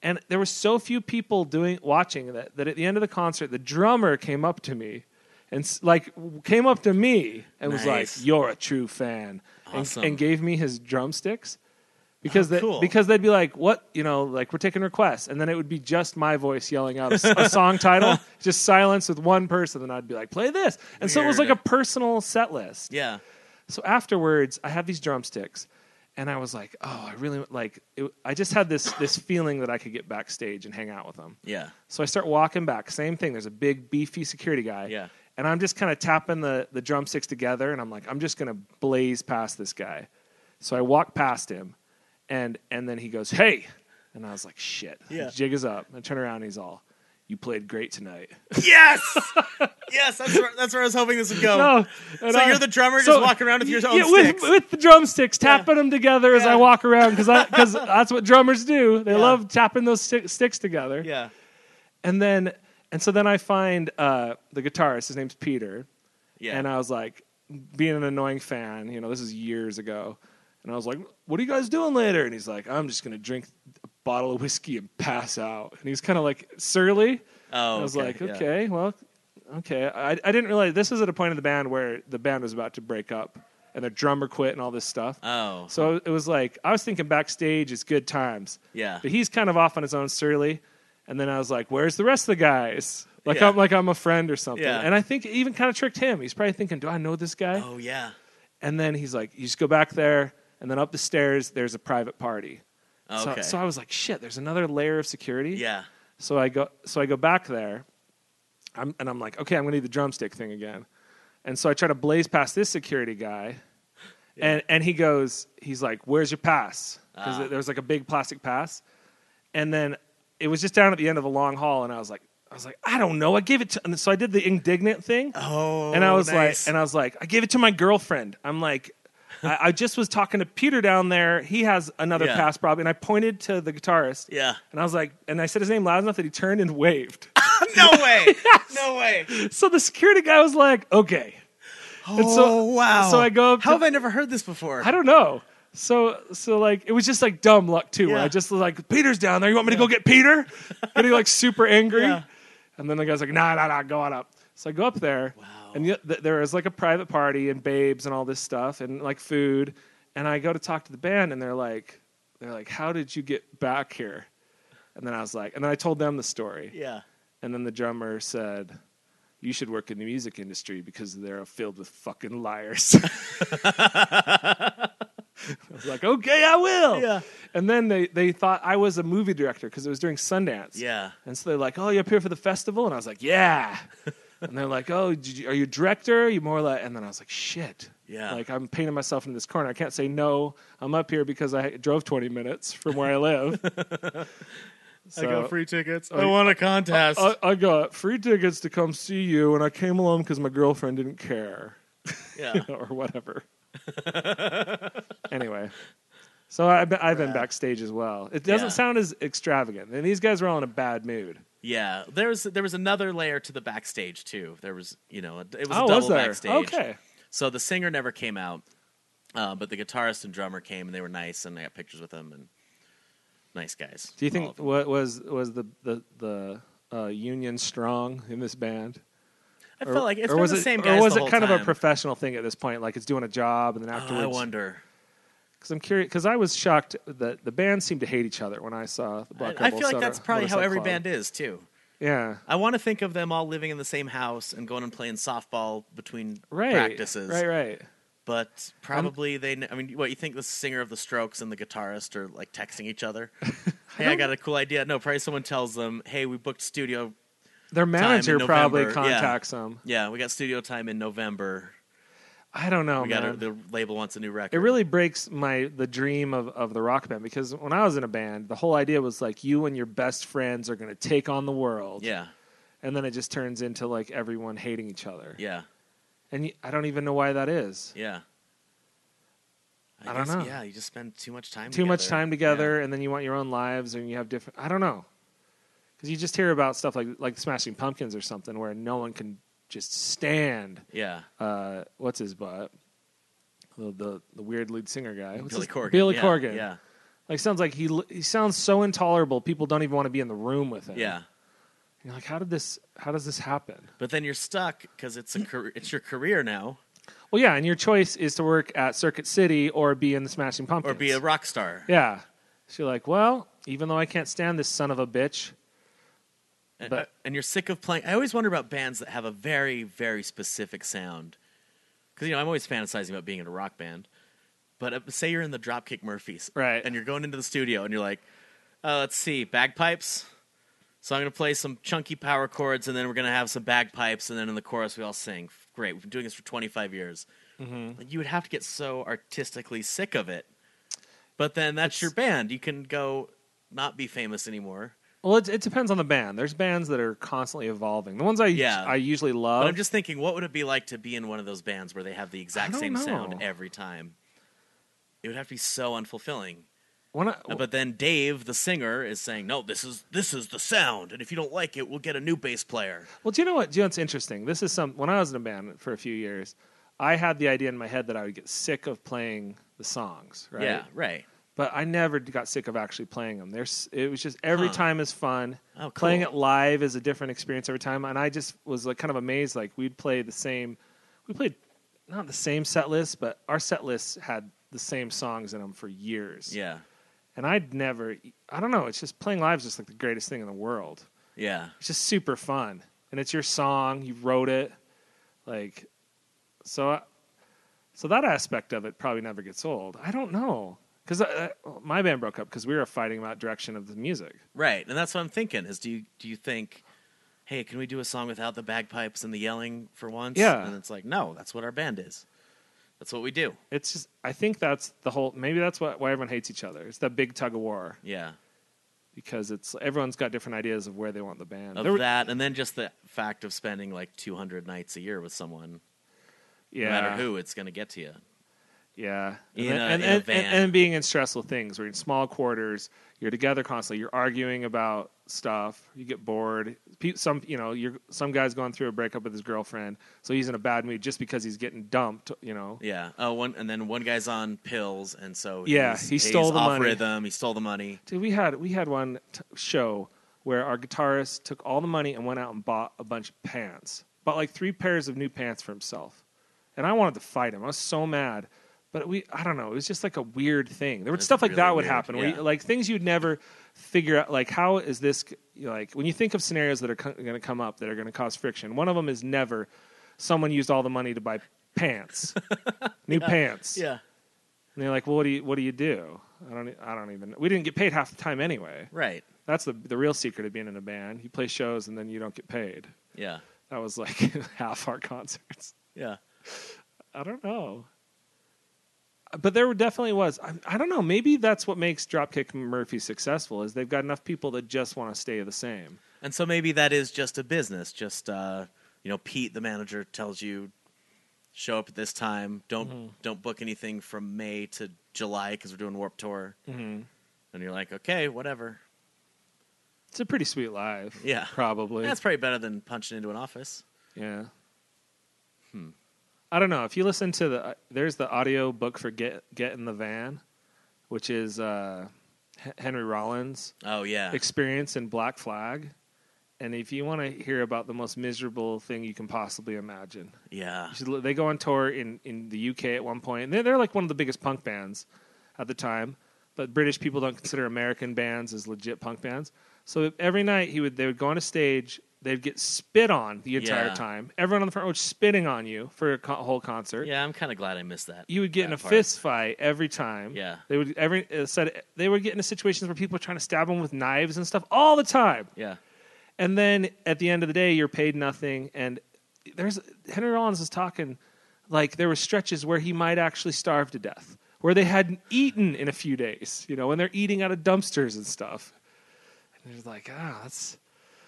Speaker 10: And there were so few people doing watching that that at the end of the concert, the drummer came up to me and s- like w- came up to me and was like,
Speaker 9: Nice.
Speaker 10: "You're a true fan," and-
Speaker 9: Awesome. Oh,
Speaker 10: and, gave me his drumsticks. Because, they,
Speaker 9: cool.
Speaker 10: because they'd be like, what, you know, like we're taking requests. And then it would be just my voice yelling out a, s- a song title, just silence with one person. And I'd be like, play this. And so it was like
Speaker 9: Weird.
Speaker 10: a personal set list.
Speaker 9: Yeah.
Speaker 10: So afterwards, I have these drumsticks, and I was like, "Oh, I really like." It, I just had this this feeling that I could get backstage and hang out with them.
Speaker 9: Yeah.
Speaker 10: So I start walking back. Same thing. There's a big beefy security guy.
Speaker 9: Yeah.
Speaker 10: And I'm just kind of tapping the the drumsticks together, and I'm like, "I'm just gonna blaze past this guy." So I walk past him, and and then he goes, "Hey," and I was like, "Shit."
Speaker 9: Yeah.
Speaker 10: Jig is up. I turn around, and he's all. You played great tonight.
Speaker 9: Yes, yes, that's where, that's where I was hoping this would go.
Speaker 10: and
Speaker 9: so
Speaker 10: I-
Speaker 9: you're the drummer, just
Speaker 10: so-
Speaker 9: walking around with your own
Speaker 10: yeah, with,
Speaker 9: sticks.
Speaker 10: with the drumsticks, tapping them together as
Speaker 9: Yeah.
Speaker 10: I walk around because because that's what drummers do. They
Speaker 9: Yeah.
Speaker 10: love tapping those sti- sticks together.
Speaker 9: yeah,
Speaker 10: And then and so then I find uh, the guitarist. His name's Peter.
Speaker 9: yeah.
Speaker 10: And uh, I was like, being an annoying fan, you know, this is years ago. And I was like, what are you guys doing later? And he's like, I'm just going to drink a bottle of whiskey and pass out. And he's kind of like surly.
Speaker 9: oh,
Speaker 10: I was like,
Speaker 9: yeah.
Speaker 10: okay, well, okay. I, I didn't realize this was at a point of the band where the band was about to break up and their drummer quit and all this stuff.
Speaker 9: Oh,
Speaker 10: so it was like, I was thinking backstage is good times.
Speaker 9: Yeah.
Speaker 10: But he's kind of off on his own surly. And then I was like, where's the rest of the guys? Like
Speaker 9: Yeah.
Speaker 10: I'm like I'm a friend or something.
Speaker 9: Yeah.
Speaker 10: And I think it even kind of tricked him. He's probably thinking, do I know this guy?
Speaker 9: oh yeah.
Speaker 10: And then he's like, you just go back there. And then up the stairs, there's a private party. So-
Speaker 9: Okay.
Speaker 10: So, I was like, shit, there's another layer of security.
Speaker 9: yeah,
Speaker 10: So I go, so I go back there, I'm, and I'm like, okay, I'm gonna do the drumstick thing again. And so I try to blaze past this security guy, and and he goes, he's like, "Where's your pass?" Because
Speaker 9: Ah.
Speaker 10: there was like a big plastic pass, and then it was just down at the end of a long hall, and I was like, I was like, I don't know, I gave it to, and so I did the indignant thing.
Speaker 9: Oh,
Speaker 10: and I was
Speaker 9: nice.
Speaker 10: like, and I was like, I gave it to my girlfriend. I'm like. I I just was talking to Peter down there. He has another
Speaker 9: Yeah.
Speaker 10: pass problem, and I pointed to the guitarist.
Speaker 9: yeah.
Speaker 10: And I was like, and I said his name loud enough that he turned and waved.
Speaker 9: No way, no way.
Speaker 10: so the security guy was like, okay. And so-
Speaker 9: oh wow.
Speaker 10: so I go up
Speaker 9: How
Speaker 10: to-
Speaker 9: have I never heard this before?
Speaker 10: I don't know. So, so like, it was just like dumb luck too, where
Speaker 9: Yeah.
Speaker 10: I just was like, Peter's down there. You want me to go get Peter? Getting like super angry.
Speaker 9: Yeah.
Speaker 10: And then the guy's like, nah, nah, nah, go on up. So I go up there. Wow. And yet th- there was like a private party and babes and all this stuff and like food. And I go to talk to the band and they're like, they're like, how did you get back here? And then I was like, and then I told them the story.
Speaker 9: yeah.
Speaker 10: And then the drummer said, "You should work in the music industry because they're filled with fucking liars." I was like, "Okay, I will."
Speaker 9: Yeah.
Speaker 10: And then they they thought I was a movie director because it was during Sundance.
Speaker 9: Yeah.
Speaker 10: And so they're like, "Oh, you're up here for the festival?" And I was like, "Yeah." and they're like, "Oh, did you, are you a director? Are you more like?" And then I was like, "Shit."
Speaker 9: Yeah.
Speaker 10: Like I'm painting myself in this corner. I can't say no. I'm up here because I drove 20 minutes from where I live.
Speaker 1: I
Speaker 10: So-
Speaker 1: got free tickets.
Speaker 9: Oh,
Speaker 1: I won
Speaker 9: uh,
Speaker 1: a contest.
Speaker 10: I, I got free tickets to come see you, and I came along because my girlfriend didn't care
Speaker 9: yeah.
Speaker 10: or whatever. anyway, so I, I've been backstage as well. It doesn't
Speaker 9: Yeah.
Speaker 10: sound as extravagant, and these guys were all in a bad mood.
Speaker 9: Yeah, there was there was another layer to the backstage too. There was you know it was a
Speaker 10: Oh,
Speaker 9: double
Speaker 10: was there?
Speaker 9: backstage.
Speaker 10: Okay.
Speaker 9: so the singer never came out, uh, but the guitarist and drummer came and they were nice and I got pictures with them and nice guys.
Speaker 10: Do you
Speaker 9: All of
Speaker 10: think
Speaker 9: them.
Speaker 10: what was was the the the uh, union strong in this band?
Speaker 9: I felt like it's
Speaker 10: or
Speaker 9: been
Speaker 10: was
Speaker 9: the
Speaker 10: it,
Speaker 9: same guys
Speaker 10: or was it
Speaker 9: the whole
Speaker 10: kind of a
Speaker 9: time.
Speaker 10: professional thing at this point? Like it's doing a job, and then
Speaker 9: Oh, I
Speaker 10: afterwards,
Speaker 9: wonder.
Speaker 10: Because I'm curious. Because I was shocked that the band seemed to hate each other when I saw the Black
Speaker 9: I, I
Speaker 10: Rebel
Speaker 9: feel like
Speaker 10: Soda-
Speaker 9: that's probably how
Speaker 10: Motorcycle
Speaker 9: every
Speaker 10: Club.
Speaker 9: band is too.
Speaker 10: Yeah.
Speaker 9: I want to think of them all living in the same house and going and playing softball between
Speaker 10: Right.
Speaker 9: practices.
Speaker 10: Right. Right.
Speaker 9: But probably they. kn- I mean, what you think the singer of the Strokes and the guitarist are like texting each other? hey, I got a cool idea. No, probably someone tells them, "Hey, we booked studio.
Speaker 10: Their manager probably
Speaker 9: November, yeah.
Speaker 10: contacts them.
Speaker 9: Yeah, we got studio time in November.
Speaker 10: I don't know,
Speaker 9: we got
Speaker 10: man.
Speaker 9: a, the label wants a new record.
Speaker 10: it really breaks my the dream of, of the rock band because when I was in a band, the whole idea was like you and your best friends are going to take on the world.
Speaker 9: Yeah,
Speaker 10: And then it just turns into like everyone hating each other.
Speaker 9: yeah,
Speaker 10: And y- I don't even know why that is.
Speaker 9: yeah.
Speaker 10: I don't know.
Speaker 9: Yeah, you just spend too much time.
Speaker 10: Too much time together, and then you want your own lives, and you have different. I don't know. Because you just hear about stuff like like Smashing Pumpkins or something where no one can just stand
Speaker 9: Yeah.
Speaker 10: uh, what's his butt? The, the the weird lead singer guy.
Speaker 9: yeah.
Speaker 10: What's
Speaker 9: Billy
Speaker 10: his-
Speaker 9: Corgan.
Speaker 10: Billy
Speaker 9: yeah,
Speaker 10: Corgan.
Speaker 9: Yeah,
Speaker 10: Like sounds like he l- he sounds so intolerable. People don't even want to be in the room with him.
Speaker 9: yeah.
Speaker 10: You're like, how did this? How does this happen?
Speaker 9: But then you're stuck because it's a car- it's your career now,
Speaker 10: Well, yeah, and your choice is to work at Circuit City or be in the Smashing
Speaker 9: or
Speaker 10: Pumpkins
Speaker 9: be a rock star.
Speaker 10: Yeah. So you're like, well, even though I can't stand this son of a bitch,
Speaker 9: And- uh,
Speaker 10: But-
Speaker 9: and you're sick of playing. I always wonder about bands that have a very, very specific sound. Because, you know, I'm always fantasizing about being in a rock band. But uh, say you're in the Dropkick Murphys.
Speaker 10: Right.
Speaker 9: And you're going into the studio and you're like, uh, let's see, bagpipes. So I'm going to play some chunky power chords and then we're going to have some bagpipes. And then in the chorus, we all sing. Great. We've been doing this for 25 years.
Speaker 10: Mm-hmm.
Speaker 9: Like, You would have to get so artistically sick of it. But then that's your band. You can go not be famous anymore.
Speaker 10: well, it, it depends on the band. There's bands that are constantly evolving. The ones I
Speaker 9: Yeah.
Speaker 10: I usually love.
Speaker 9: But I'm just thinking, what would it be like to be in one of those bands where they have the exact
Speaker 10: don't
Speaker 9: same
Speaker 10: know.
Speaker 9: sound every time? It would have to be so unfulfilling.
Speaker 10: when I,
Speaker 9: Uh, But then Dave, the singer, is saying, "No, this is this is the sound, and if you don't like it, we'll get a new bass player."
Speaker 10: Well, do you know what? Do you know what's interesting? This is some. When I was in a band for a few years, I had the idea in my head that I would get sick of playing the songs, right?
Speaker 9: Yeah, right.
Speaker 10: But I never got sick of actually playing them. There's, it was just every
Speaker 9: Huh.
Speaker 10: time is fun.
Speaker 9: Oh,
Speaker 10: Playing
Speaker 9: cool.
Speaker 10: it live is a different experience every time, and I just was like kind of amazed. Like we'd play the same, we played not the same set list, but our set lists had the same songs in them for years.
Speaker 9: Yeah,
Speaker 10: And I'd never, I don't know. It's just playing live is just like the greatest thing in the world
Speaker 9: yeah,
Speaker 10: it's just super fun and it's your song you wrote it like so I, so that aspect of it probably never gets old i don't know because my band broke up because we were fighting about direction of the music
Speaker 9: right. And that's what I'm thinking: is do you do you think, "Hey, can we do a song without the bagpipes and the yelling for once?"
Speaker 10: Yeah.
Speaker 9: And it's like, no, that's what our band is. That's what we do.
Speaker 10: it's just i think that's the whole maybe that's what, why everyone hates each other it's that big tug of war
Speaker 9: Yeah.
Speaker 10: because it's everyone's got different ideas of where they want the band
Speaker 9: Of
Speaker 10: There were-
Speaker 9: that, and then just the fact of spending like 200 nights a year with someone.
Speaker 10: yeah
Speaker 9: no matter who, it's going to get to you.
Speaker 10: Yeah, and,
Speaker 9: In
Speaker 10: then-
Speaker 9: a-
Speaker 10: and,
Speaker 9: in a
Speaker 10: and,
Speaker 9: van.
Speaker 10: and- and being in stressful things, we're in small quarters. You're together constantly. You're arguing about stuff. You get bored. Pe- Some, you know, you're some guy's going through a breakup with his girlfriend, so he's in a bad mood just because he's getting dumped. You know,
Speaker 9: Yeah. Oh, one and then one guy's on pills, and so
Speaker 10: Yeah,
Speaker 9: he's,
Speaker 10: he stole
Speaker 9: he's
Speaker 10: the
Speaker 9: off
Speaker 10: money.
Speaker 9: rhythm. He stole the money.
Speaker 10: Dude, we had we had one t- show where our guitarist took all the money and went out and bought a bunch of pants, bought like three pairs of new pants for himself, and I wanted to fight him. I was so mad, but we I don't know. It was just like a weird thing. There was
Speaker 9: That's
Speaker 10: stuff like
Speaker 9: really
Speaker 10: that would
Speaker 9: weird,
Speaker 10: happen. where you-
Speaker 9: yeah.
Speaker 10: like things you'd never figure out. Like how is this? c- you know, Like when you think of scenarios that are co- going to come up that are going to cause friction, one of them is never someone used all the money to buy pants, new pants. And they're like, "Well, what do you what do you do?" I don't e- I don't even. We didn't get paid half the time anyway.
Speaker 9: Right.
Speaker 10: That's the the real secret of being in a band. You play shows and then you don't get paid.
Speaker 9: Yeah.
Speaker 10: That was like half our concerts.
Speaker 9: Yeah.
Speaker 10: I don't know. but there definitely was. I, I don't know. Maybe that's what makes Dropkick Murphy successful is they've got enough people that just want to stay the same.
Speaker 9: And so maybe that is just a business. Just uh, you know, Pete, the manager, tells you show up at this time. Don't
Speaker 10: Mm-hmm.
Speaker 9: don't book anything from May to July because we're doing Warp Tour.
Speaker 10: Mm-hmm.
Speaker 9: And you're like, okay, whatever.
Speaker 10: It's a pretty sweet life.
Speaker 9: Yeah.
Speaker 10: probably.
Speaker 9: That's probably better than punching into an office.
Speaker 10: Yeah. Hmm. I don't know. If you listen to the uh, there's the audio book for Get Get in the Van, which is uh, H- Henry Rollins'
Speaker 9: Oh yeah,
Speaker 10: experience in Black Flag, and if you want to hear about the most miserable thing you can possibly imagine,
Speaker 9: yeah.
Speaker 10: you should li- they go on tour in in the UK at one point. They're, they're like one of the biggest punk bands at the time, but British people don't consider American bands as legit punk bands. So every night he would they would go on a stage. They'd get spit on the entire
Speaker 9: Yeah.
Speaker 10: time. Everyone on the front row was spitting on you for a co- whole concert.
Speaker 9: Yeah, I'm kind of glad I missed that.
Speaker 10: You would get in a
Speaker 9: that part.
Speaker 10: fist fight every time.
Speaker 9: Yeah.
Speaker 10: they would every it said they would get into situations where people were trying to stab them with knives and stuff all the time.
Speaker 9: Yeah,
Speaker 10: And then at the end of the day, you're paid nothing. And there's Henry Rollins is talking like there were stretches where he might actually starve to death, where they hadn't eaten in a few days. You know, when they're eating out of dumpsters and stuff. And you're like, ah, that's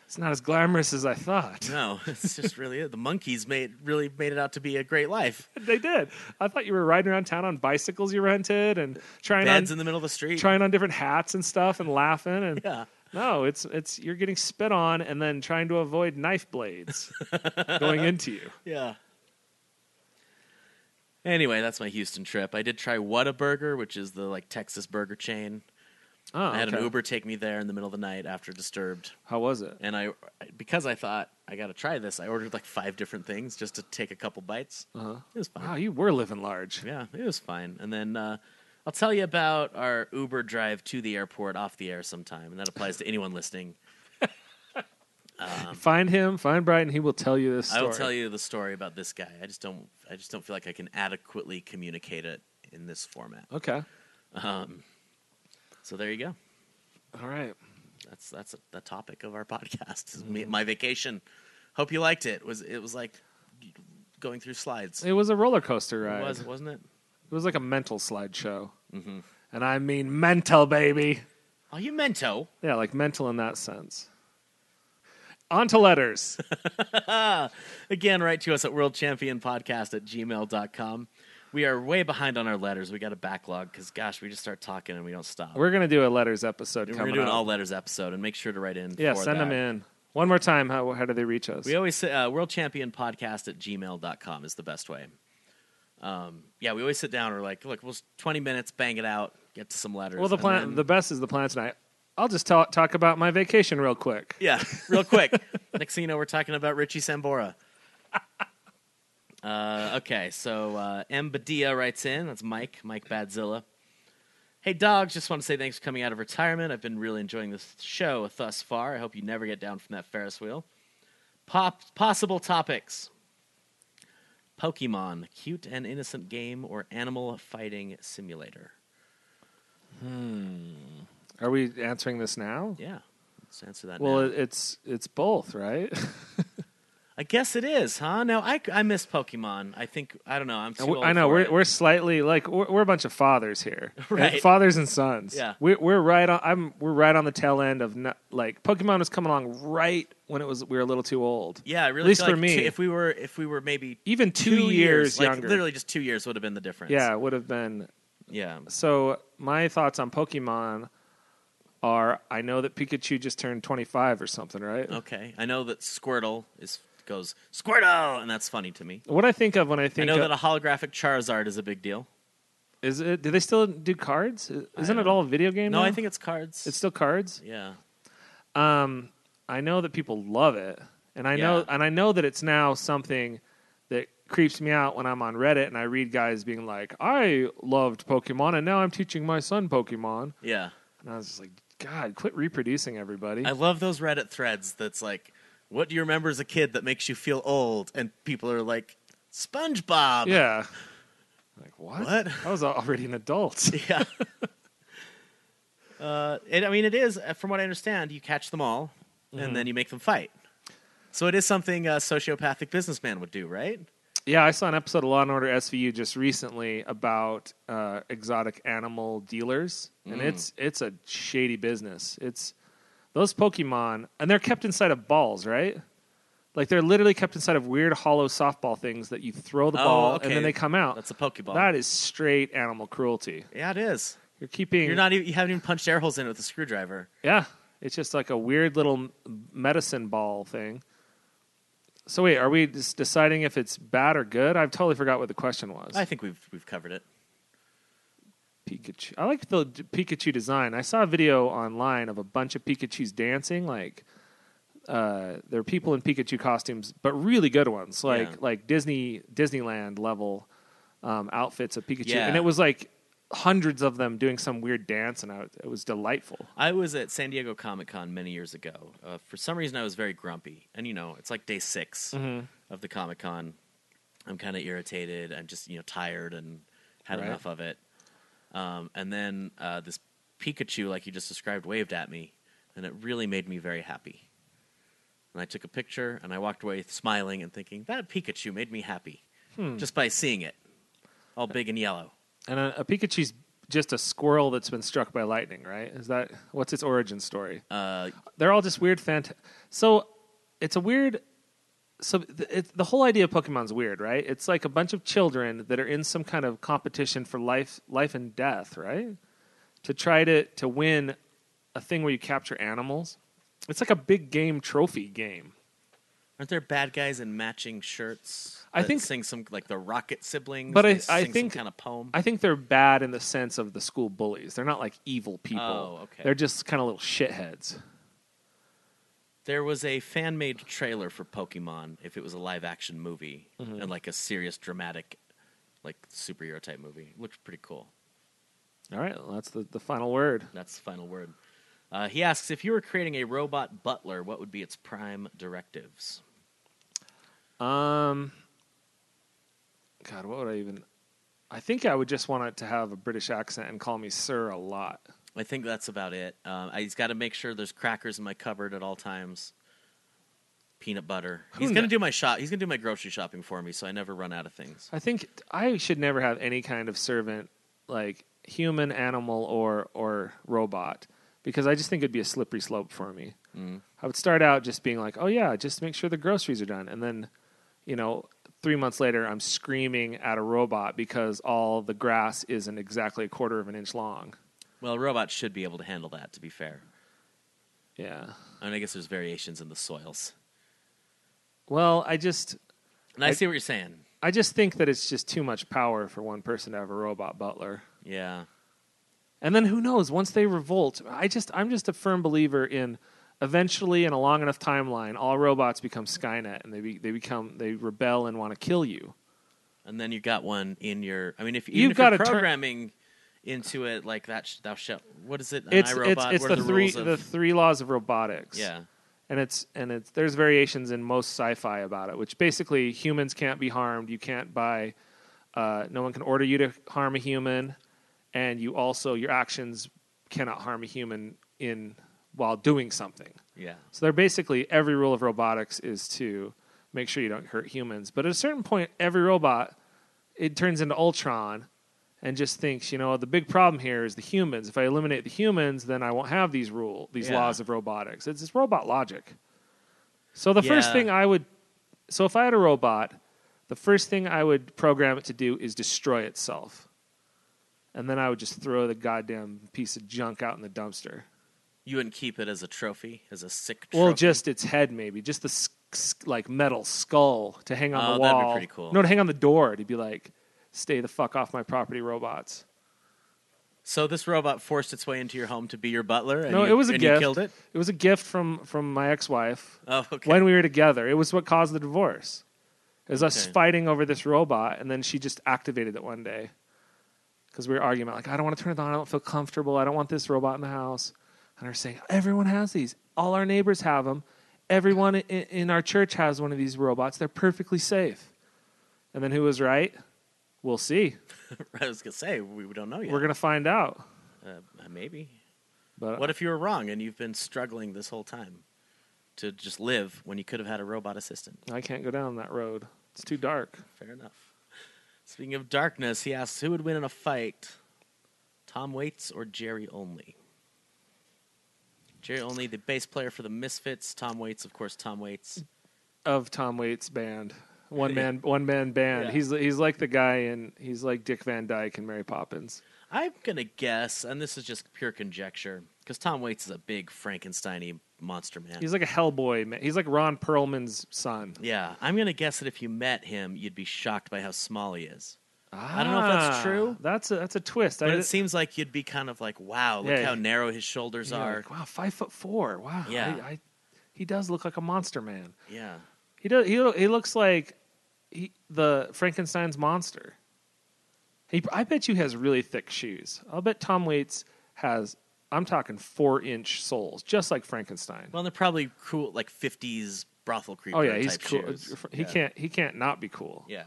Speaker 10: it's not as glamorous as I thought.
Speaker 9: no, it's just really it. The monkeys made really made it out to be a great life.
Speaker 10: they did. I thought you were riding around town on bicycles you rented and trying
Speaker 9: Beds in
Speaker 10: on
Speaker 9: the middle of the street.
Speaker 10: trying on different hats and stuff and laughing and.
Speaker 9: yeah,
Speaker 10: No, it's it's you're getting spit on and then trying to avoid knife blades going into you.
Speaker 9: yeah. Anyway, that's my Houston trip. I did try Whataburger, which is the like Texas burger chain.
Speaker 10: Oh,
Speaker 9: I had an
Speaker 10: okay.
Speaker 9: Uber take me there in the middle of the night after Disturbed,
Speaker 10: How was it?
Speaker 9: and I because I thought I got to try this. I ordered like five different things just to take a couple bites. Uh-huh. It was fine.
Speaker 10: Wow, Oh, you were living large.
Speaker 9: Yeah, it was fine. And then uh, I'll tell you about our Uber drive to the airport off the air sometime, and that applies to anyone listening.
Speaker 10: Find him, find Brighton. He will tell you this.
Speaker 9: Um, I
Speaker 10: Story.
Speaker 9: will tell you the story about this guy. I just don't. I just don't feel like I can adequately communicate it in this format.
Speaker 10: Okay.
Speaker 9: So there you go.
Speaker 10: All right.
Speaker 9: That's that's the topic of our podcast. Is me, my vacation. Hope you liked it. Was it was like going through slides.
Speaker 10: It was a roller coaster ride.
Speaker 9: It was wasn't it?
Speaker 10: like a mental slideshow. Mm-hmm. And I mean mental, baby.
Speaker 9: Are Oh, you mento?
Speaker 10: Yeah, like mental in that sense. On to letters.
Speaker 9: Again, write to us at worldchampionpodcast at gmail.com. We are way behind on our letters. We got a backlog because, gosh, we just start talking and we don't stop.
Speaker 10: We're gonna do a letters episode
Speaker 9: We're
Speaker 10: coming
Speaker 9: doing an
Speaker 10: up.
Speaker 9: all letters episode and make sure to write in.
Speaker 10: yeah,
Speaker 9: for
Speaker 10: send
Speaker 9: that.
Speaker 10: them in. One more time. How how do they reach us?
Speaker 9: We always say uh, worldchampionpodcast at gmail.com is the best way. Um, yeah, we always sit down. We're like, look, we'll s- 20 minutes, bang it out, get to some letters.
Speaker 10: well, the
Speaker 9: and
Speaker 10: plan.
Speaker 9: then-
Speaker 10: The best is the plan tonight. I'll just talk talk about my vacation real quick.
Speaker 9: Yeah, real quick. Next thing you know, we're talking about Richie Sambora. Uh, okay, so uh, M. Badia writes in. That's Mike, Mike Badzilla. Hey, dogs, just want to say thanks for coming out of retirement. I've been really enjoying this show thus far. I hope you never get down from that Ferris wheel. Pop, possible topics Pokemon, cute and innocent game, or animal fighting simulator?
Speaker 10: Are we answering this now?
Speaker 9: Yeah, let's answer that
Speaker 10: Well,
Speaker 9: now.
Speaker 10: it, it's it's both, right?
Speaker 9: I guess it is, huh? No, I, I miss Pokemon. I think I don't know. I'm too
Speaker 10: And we-
Speaker 9: old
Speaker 10: I know
Speaker 9: for
Speaker 10: we're
Speaker 9: it.
Speaker 10: we're slightly like we're, we're a bunch of fathers here,
Speaker 9: Right.
Speaker 10: Fathers and sons.
Speaker 9: Yeah.
Speaker 10: we're we're right on. I'm we're right on the tail end of not, like Pokemon was coming along right when it was we were a little too old.
Speaker 9: yeah. I really
Speaker 10: at least
Speaker 9: feel
Speaker 10: for
Speaker 9: like
Speaker 10: me,
Speaker 9: two- if we were if we were maybe
Speaker 10: even two, years,
Speaker 9: like
Speaker 10: younger.
Speaker 9: literally just two years would have been the difference.
Speaker 10: yeah, it would have been.
Speaker 9: yeah.
Speaker 10: So my thoughts on Pokemon are: I know that Pikachu just turned 25 or something, right?
Speaker 9: Okay, I know that Squirtle is goes Squirtle, and that's funny to me.
Speaker 10: What I think of when I
Speaker 9: I
Speaker 10: think
Speaker 9: know
Speaker 10: of,
Speaker 9: that a holographic Charizard is a big deal.
Speaker 10: is it? Do they still do cards? Isn't it
Speaker 9: don't-
Speaker 10: all a video game?
Speaker 9: No,
Speaker 10: now?
Speaker 9: I think it's cards.
Speaker 10: it's still cards.
Speaker 9: yeah,
Speaker 10: um, I know that people love it, and I know
Speaker 9: Yeah.
Speaker 10: and I know that it's now something that creeps me out when I'm on Reddit and I read guys being like, "I loved Pokemon, and now I'm teaching my son Pokemon,"
Speaker 9: yeah.
Speaker 10: and I was just like, "God, quit reproducing everybody."
Speaker 9: I love those Reddit threads. That's like, what do you remember as a kid that makes you feel old? And people are like, SpongeBob.
Speaker 10: yeah, like what?
Speaker 9: What?
Speaker 10: I was already an adult.
Speaker 9: yeah. Uh, it, I mean, it is, uh, from what I understand, you catch them all and then you make them fight. So it is something a sociopathic businessman would do, right?
Speaker 10: Yeah, I saw an episode of Law and Order SVU just recently about uh, exotic animal dealers, and
Speaker 9: Mm.
Speaker 10: it's it's a shady business. It's those Pokemon, and they're kept inside of balls, right? Like they're literally kept inside of weird hollow softball things that you throw the
Speaker 9: Oh,
Speaker 10: ball
Speaker 9: okay.
Speaker 10: and then they come out.
Speaker 9: That's a Pokeball.
Speaker 10: That is straight animal cruelty.
Speaker 9: Yeah, it is.
Speaker 10: You're keeping
Speaker 9: You're not. Even, you haven't even punched air holes in it with a screwdriver.
Speaker 10: Yeah, it's just like a weird little m- medicine ball thing. So wait, are we just deciding if it's bad or good? I've totally forgot what the question was.
Speaker 9: I think we've we've covered it.
Speaker 10: Pikachu. I like the d- Pikachu design. I saw a video online of a bunch of Pikachu's dancing. Like, uh, there are people in Pikachu costumes, but really good ones, like
Speaker 9: Yeah.
Speaker 10: like Disney Disneyland level um, outfits of Pikachu,
Speaker 9: Yeah.
Speaker 10: and it was like hundreds of them doing some weird dance, and I, it was delightful.
Speaker 9: I was at San Diego Comic Con many years ago. Uh, for some reason, I was very grumpy, and you know, it's like day 6 of the Comic Con. I'm kind of irritated. I'm just you know tired and had
Speaker 10: Right.
Speaker 9: enough of it. Um, and then uh, this Pikachu, like you just described, waved at me, and it really made me very happy. And I took a picture, and I walked away smiling and thinking that Pikachu made me happy just by seeing it, all big and yellow.
Speaker 10: And a, a Pikachu's just a squirrel that's been struck by lightning, right? Is that what's its origin story?
Speaker 9: Uh,
Speaker 10: They're all just weird fant. So it's a weird. So th- it, the whole idea of Pokemon's weird, right? It's like a bunch of children that are in some kind of competition for life, life and death, right? To try to to win a thing where you capture animals. It's like a big game trophy game.
Speaker 9: Aren't there bad guys in matching shirts?
Speaker 10: I
Speaker 9: that
Speaker 10: think-
Speaker 9: sing some like the Rocket siblings.
Speaker 10: But I-
Speaker 9: they
Speaker 10: I
Speaker 9: sing
Speaker 10: think-
Speaker 9: some kind of poem.
Speaker 10: I think they're bad in the sense of the school bullies. They're not like evil people.
Speaker 9: Oh, okay.
Speaker 10: They're just kind of little shitheads.
Speaker 9: there was a fan made trailer for Pokemon if it was a live action movie
Speaker 10: Mm-hmm.
Speaker 9: and like a serious dramatic, like superhero type movie. It looked pretty cool.
Speaker 10: All right, well, that's the, the final word.
Speaker 9: That's the final word. Uh, he asks if you were creating a robot butler, what would be its prime directives?
Speaker 10: Um, God, what would I even? I think I would just want it to have a British accent and call me sir a lot.
Speaker 9: I think that's about it. Um, I- he's got to make sure there's crackers in my cupboard at all times. Peanut butter. He's gonna
Speaker 10: kn-
Speaker 9: do my shop. He's gonna do my grocery shopping for me, so I never run out of things.
Speaker 10: I think I should never have any kind of servant, like human, animal, or or robot, because I just think it'd be a slippery slope for me. I would start out just being like, oh yeah, just make sure the groceries are done, and then, you know. Three months later, I'm screaming at a robot because all the grass isn't exactly a quarter of an inch long.
Speaker 9: Well, robots should be able to handle that. To be fair,
Speaker 10: Yeah.
Speaker 9: I mean, I guess there's variations in the soils.
Speaker 10: Well, I just
Speaker 9: And I, see what you're saying.
Speaker 10: I just think that it's just too much power for one person to have a robot butler.
Speaker 9: Yeah,
Speaker 10: And then who knows, once they revolt, I just I'm just a firm believer in eventually in a long enough timeline all robots become Skynet and they be, they become they rebel and want to kill you.
Speaker 9: and then you got one in your. I mean, if even
Speaker 10: You've
Speaker 9: if you're
Speaker 10: gotta turn-
Speaker 9: programming into it like that, sh- thou shalt. What is it? An
Speaker 10: it's
Speaker 9: iRobot?
Speaker 10: it's, it's
Speaker 9: What are
Speaker 10: the, three
Speaker 9: rules of-
Speaker 10: the three laws of robotics.
Speaker 9: yeah.
Speaker 10: and it's and it's there's variations in most sci-fi about it, which basically humans can't be harmed. You can't buy, uh, no one can order you to harm a human, and you also your actions cannot harm a human in while doing something.
Speaker 9: Yeah.
Speaker 10: So they're basically every rule of robotics is to make sure you don't hurt humans. But at a certain point, every robot it turns into Ultron and just thinks, you know, the big problem here is the humans. If I eliminate the humans, then I won't have these rule these
Speaker 9: Yeah.
Speaker 10: laws of robotics. It's just robot logic. So the first
Speaker 9: Yeah.
Speaker 10: thing I would so if I had a robot, the first thing I would program it to do is destroy itself. And then I would just throw the goddamn piece of junk out in the dumpster.
Speaker 9: You wouldn't keep it as a trophy, as a sick. Trophy.
Speaker 10: Well, just its head, maybe. Just the s- s- like metal skull to hang on
Speaker 9: Oh,
Speaker 10: the
Speaker 9: that'd
Speaker 10: wall.
Speaker 9: be pretty cool.
Speaker 10: No, to hang on the door. To be like, stay the fuck off my property, robots.
Speaker 9: so this robot forced its way into your home to be your butler. And
Speaker 10: no,
Speaker 9: you,
Speaker 10: it was a
Speaker 9: and
Speaker 10: gift.
Speaker 9: You killed it.
Speaker 10: It was a gift from from my ex wife
Speaker 9: Oh, okay.
Speaker 10: when we were together. It was what caused the divorce. It was us
Speaker 9: Okay.
Speaker 10: fighting over this robot, and then she just activated it one day because we were arguing about like, I don't want to turn it on. I don't feel comfortable. I don't want this robot in the house. And her saying, everyone has these. All our neighbors have them. Everyone in, in our church has one of these robots. They're perfectly safe. And then who was right? We'll see.
Speaker 9: I was gonna say we don't know yet.
Speaker 10: We're gonna find out.
Speaker 9: Uh, maybe.
Speaker 10: But uh
Speaker 9: What if you were wrong and you've been struggling this whole time to just live when you could have had a robot assistant?
Speaker 10: I can't go down that road. It's too dark.
Speaker 9: Fair enough. Speaking of darkness, he asks who would win in a fight, Tom Waits or Jerry Only? Jerry Only, the bass player for the Misfits. Tom Waits, of course, Tom Waits.
Speaker 10: of Tom Waits' band, one man one man band. He's he's like the guy in he's like Dick Van Dyke and Mary Poppins.
Speaker 9: I'm going to guess, and this is just pure conjecture, because Tom Waits is a big Frankenstein monster man.
Speaker 10: He's like a Hellboy. Man. He's like Ron Perlman's son.
Speaker 9: yeah, I'm going to guess that if you met him, you'd be shocked by how small he is. I don't know if that's
Speaker 10: Ah,
Speaker 9: true.
Speaker 10: That's a that's a twist. I
Speaker 9: But it
Speaker 10: didn't-
Speaker 9: seems like you'd be kind of like, wow, look
Speaker 10: Yeah.
Speaker 9: how narrow his shoulders
Speaker 10: yeah,
Speaker 9: are.
Speaker 10: like, wow, five foot four. Wow.
Speaker 9: Yeah.
Speaker 10: I, I, he does look like a monster man.
Speaker 9: yeah.
Speaker 10: He does. He he looks like he, the Frankenstein's monster. He, I bet you has really thick shoes. I'll bet Tom Waits has. I'm talking four inch soles, just like Frankenstein.
Speaker 9: Well, they're probably cool, like 50s brothel creeper
Speaker 10: oh yeah, he's
Speaker 9: type
Speaker 10: cool.
Speaker 9: shoes.
Speaker 10: He
Speaker 9: yeah.
Speaker 10: can't. He can't not be cool.
Speaker 9: Yeah.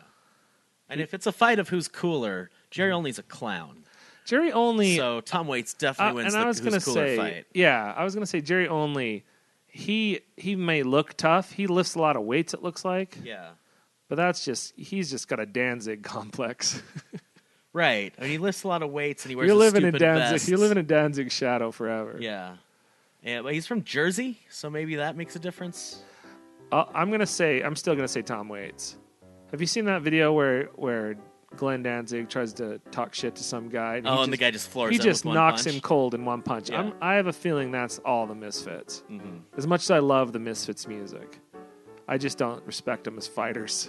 Speaker 9: And if it's a fight of who's cooler, Jerry Only's a clown.
Speaker 10: Jerry Mm. only.
Speaker 9: So Tom Waits
Speaker 10: Uh,
Speaker 9: definitely wins
Speaker 10: and
Speaker 9: the
Speaker 10: I was gonna
Speaker 9: who's cooler
Speaker 10: say,
Speaker 9: fight.
Speaker 10: yeah, I was gonna say Jerry only. He he may look tough. He lifts a lot of weights. It looks like,
Speaker 9: Yeah.
Speaker 10: but that's just he's just got a Danzig complex.
Speaker 9: Right. I mean, he lifts a lot of weights and he wears
Speaker 10: You're
Speaker 9: a
Speaker 10: living in
Speaker 9: stupid
Speaker 10: Danzig.
Speaker 9: vest.
Speaker 10: You're living in Danzig shadow forever.
Speaker 9: Yeah. Yeah, but he's from Jersey, so maybe that makes a difference.
Speaker 10: Uh, I'm gonna say I'm still gonna say Tom Waits. Have you seen that video where where Glenn Danzig tries to talk shit to some guy? And he
Speaker 9: oh,
Speaker 10: just,
Speaker 9: and the guy just floors
Speaker 10: he
Speaker 9: him
Speaker 10: just
Speaker 9: with one
Speaker 10: knocks
Speaker 9: punch.
Speaker 10: him cold in one punch.
Speaker 9: Yeah. Mm-hmm.
Speaker 10: I'm, I have a feeling that's all the Misfits. As much as I love the Misfits music, I just don't respect them as fighters.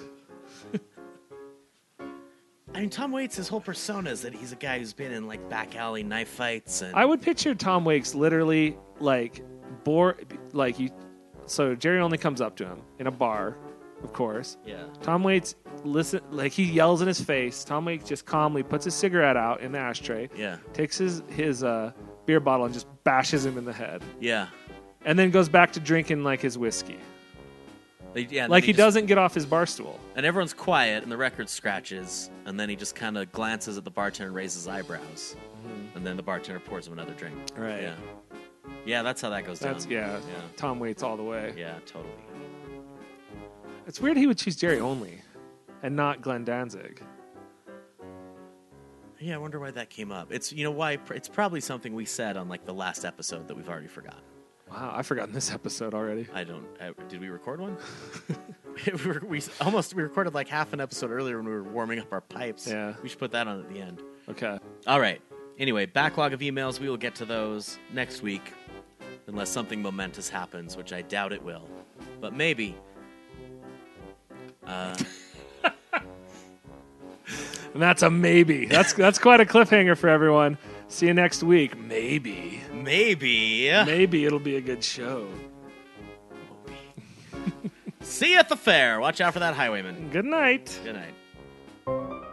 Speaker 9: I mean, Tom Waits, his whole persona is that he's a guy who's been in like back alley knife fights and
Speaker 10: I would picture Tom Waits literally like bore like you. So Jerry only comes up to him in a bar, of course.
Speaker 9: yeah,
Speaker 10: Tom Waits listen like he yells in his face. Tom Waits just calmly puts his cigarette out in the ashtray.
Speaker 9: Yeah.
Speaker 10: Takes his his uh, beer bottle and just bashes him in the head,
Speaker 9: yeah,
Speaker 10: and then goes back to drinking like his whiskey.
Speaker 9: They- yeah. and
Speaker 10: Like
Speaker 9: then
Speaker 10: he
Speaker 9: just-
Speaker 10: doesn't get off his bar stool.
Speaker 9: and everyone's quiet, and the record scratches, and then he just kind of glances at the bartender, and raises his eyebrows, and then the bartender pours him another drink.
Speaker 10: Mm-hmm. Right.
Speaker 9: Yeah. Yeah, that's how that goes
Speaker 10: That's
Speaker 9: down.
Speaker 10: yeah,
Speaker 9: Yeah.
Speaker 10: Tom Waits all the way.
Speaker 9: Yeah, totally.
Speaker 10: It's weird he would choose Jerry only, and not Glenn Danzig.
Speaker 9: Yeah, I wonder why that came up. It's you know why it's probably something we said on like the last episode that we've already forgotten.
Speaker 10: Wow, I've forgotten this episode already.
Speaker 9: I don't. I, did we record one? we, were, we almost we recorded like half an episode earlier when we were warming up our pipes.
Speaker 10: Yeah.
Speaker 9: we should put that on at the end.
Speaker 10: Okay.
Speaker 9: All right. Anyway, backlog of emails. We will get to those next week, unless something momentous happens, which I doubt it will. But maybe.
Speaker 10: And that's a maybe. That's that's quite a cliffhanger for everyone. See you next week. Maybe.
Speaker 9: Maybe.
Speaker 10: Maybe it'll be a good show.
Speaker 9: See you at the fair. Watch out for that highwayman.
Speaker 10: Good night.
Speaker 9: Good night.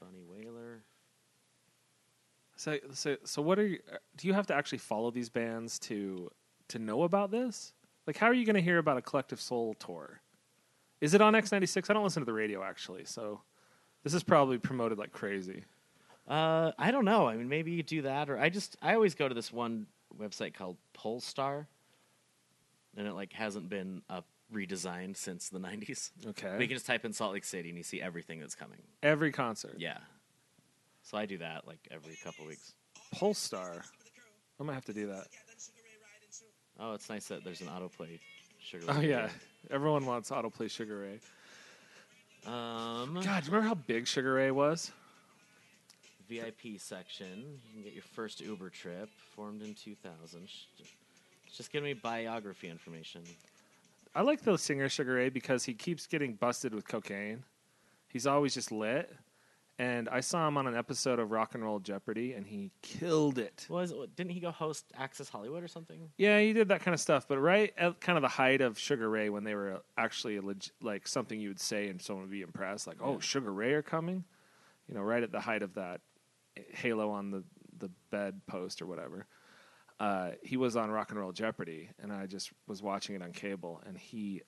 Speaker 9: Bunny Whaler.
Speaker 10: So so so what are you do you have to actually follow these bands to to know about this? Like how are you going to hear about a Collective Soul tour? Is it on X96? I don't listen to the radio actually. So this is probably promoted like crazy.
Speaker 9: Uh, I don't know. I mean, maybe you do that, or I just I always go to this one website called Polestar, and it like hasn't been uh, redesigned since the '90s.
Speaker 10: Okay.
Speaker 9: We can just type in Salt Lake City, and you see everything that's coming.
Speaker 10: Every concert.
Speaker 9: Yeah. So I do that like every couple weeks.
Speaker 10: Polestar. I'm going to have to do that.
Speaker 9: Oh, it's nice that there's an autoplay. Sugar.
Speaker 10: Oh
Speaker 9: Lady.
Speaker 10: yeah. Everyone wants autoplay Sugar Ray.
Speaker 9: Um,
Speaker 10: God, do you remember how big Sugar Ray was?
Speaker 9: VIP section. You can get your first Uber trip, formed in 2000. Sh- Just give me biography information.
Speaker 10: I like the singer Sugar Ray because he keeps getting busted with cocaine. He's always just lit. And I saw him on an episode of Rock and Roll Jeopardy, and he killed it.
Speaker 9: Was didn't he go host Access Hollywood or something?
Speaker 10: Yeah, he did that kind of stuff, but right at kind of the height of Sugar Ray when they were actually a leg- like something you would say and someone would be impressed, like, "Oh, Sugar Ray are coming," you know, right at the height of that halo on the the bed post or whatever. Uh, he was on Rock and Roll Jeopardy, and I just was watching it on cable, and he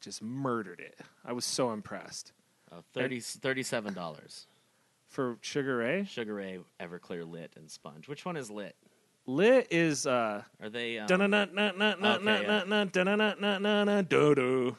Speaker 10: just murdered it. I was so impressed
Speaker 9: Uh, 30, Thirty-seven dollars.
Speaker 10: for Sugar Ray.
Speaker 9: Sugar Ray, Everclear, Lit, and Sponge. Which one is Lit?
Speaker 10: Lit is uh,
Speaker 9: Are they? Um, Okay, yeah.
Speaker 10: do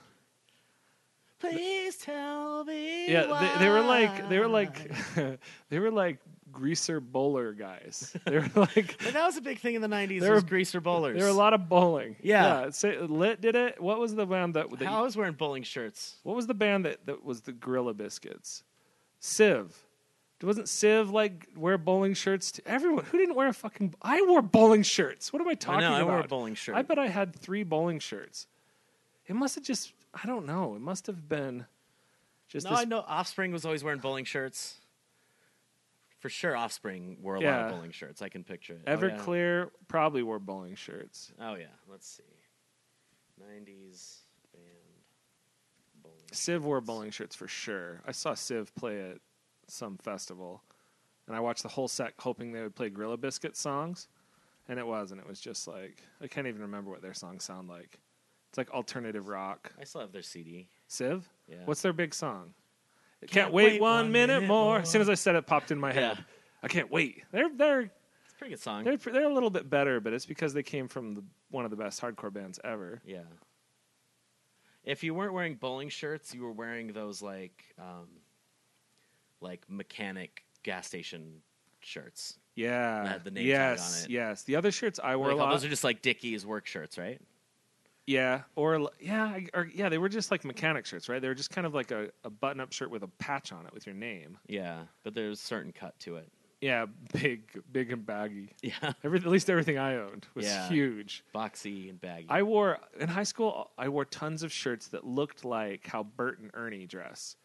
Speaker 9: Please tell me.
Speaker 10: Yeah, they, they were like they were
Speaker 9: why.
Speaker 10: like they were like greaser bowler guys. They were like
Speaker 9: But that was a big thing in the '90s.
Speaker 10: There
Speaker 9: was
Speaker 10: were-
Speaker 9: greaser bowlers.
Speaker 10: there were a lot of bowling.
Speaker 9: Yeah.
Speaker 10: say, Lit did it. What was the band that, that
Speaker 9: I was wearing bowling shirts.
Speaker 10: what was the band that, that was the Gorilla Biscuits? Civ. Wasn't Civ like wear bowling shirts? To everyone who didn't wear a fucking I wore bowling shirts. What am I talking
Speaker 9: I
Speaker 10: about?
Speaker 9: wore a bowling shirt.
Speaker 10: I bet I had three bowling shirts. It must have just I don't know. It must have been just
Speaker 9: No,
Speaker 10: this
Speaker 9: I know Offspring was always wearing bowling shirts. For sure, Offspring wore a lot
Speaker 10: Yeah.
Speaker 9: of bowling shirts. I can picture it. Oh
Speaker 10: Everclear probably wore bowling shirts.
Speaker 9: yeah. Oh, yeah. Let's see. '90s band bowling.
Speaker 10: Civ wore bowling shirts for sure. I saw Civ play at some festival, and I watched the whole set hoping they would play Gorilla Biscuit songs, and it wasn't. It was just like I can't even remember what their songs sound like. It's like alternative rock.
Speaker 9: I still have their CD.
Speaker 10: Civ,
Speaker 9: Yeah.
Speaker 10: what's their big song? Can't, wait, one, minute, more. As soon as I said it, popped in my
Speaker 9: Yeah.
Speaker 10: head. I can't wait. They're they're
Speaker 9: It's a pretty good song.
Speaker 10: they're they're a little bit better, but it's because they came from the, one of the best hardcore bands ever.
Speaker 9: Yeah. If you weren't wearing bowling shirts, you were wearing those like um like mechanic gas station shirts.
Speaker 10: Yeah.
Speaker 9: Had the name tag on
Speaker 10: yes.
Speaker 9: it.
Speaker 10: Yes. The other shirts I wore
Speaker 9: Like,
Speaker 10: a
Speaker 9: all
Speaker 10: lot.
Speaker 9: those are just like Dickies work shirts, right?
Speaker 10: Yeah, or l- yeah, I- or yeah, they were just like mechanic shirts, right? They were just kind of like a, a button-up shirt with a patch on it with your name.
Speaker 9: Yeah, but there's certain cut to it.
Speaker 10: Yeah, big, big and baggy.
Speaker 9: Yeah,
Speaker 10: Every, at least everything I owned was
Speaker 9: Yeah.
Speaker 10: huge.
Speaker 9: boxy and baggy.
Speaker 10: I wore in high school. I wore tons of shirts that looked like how Bert and Ernie dress,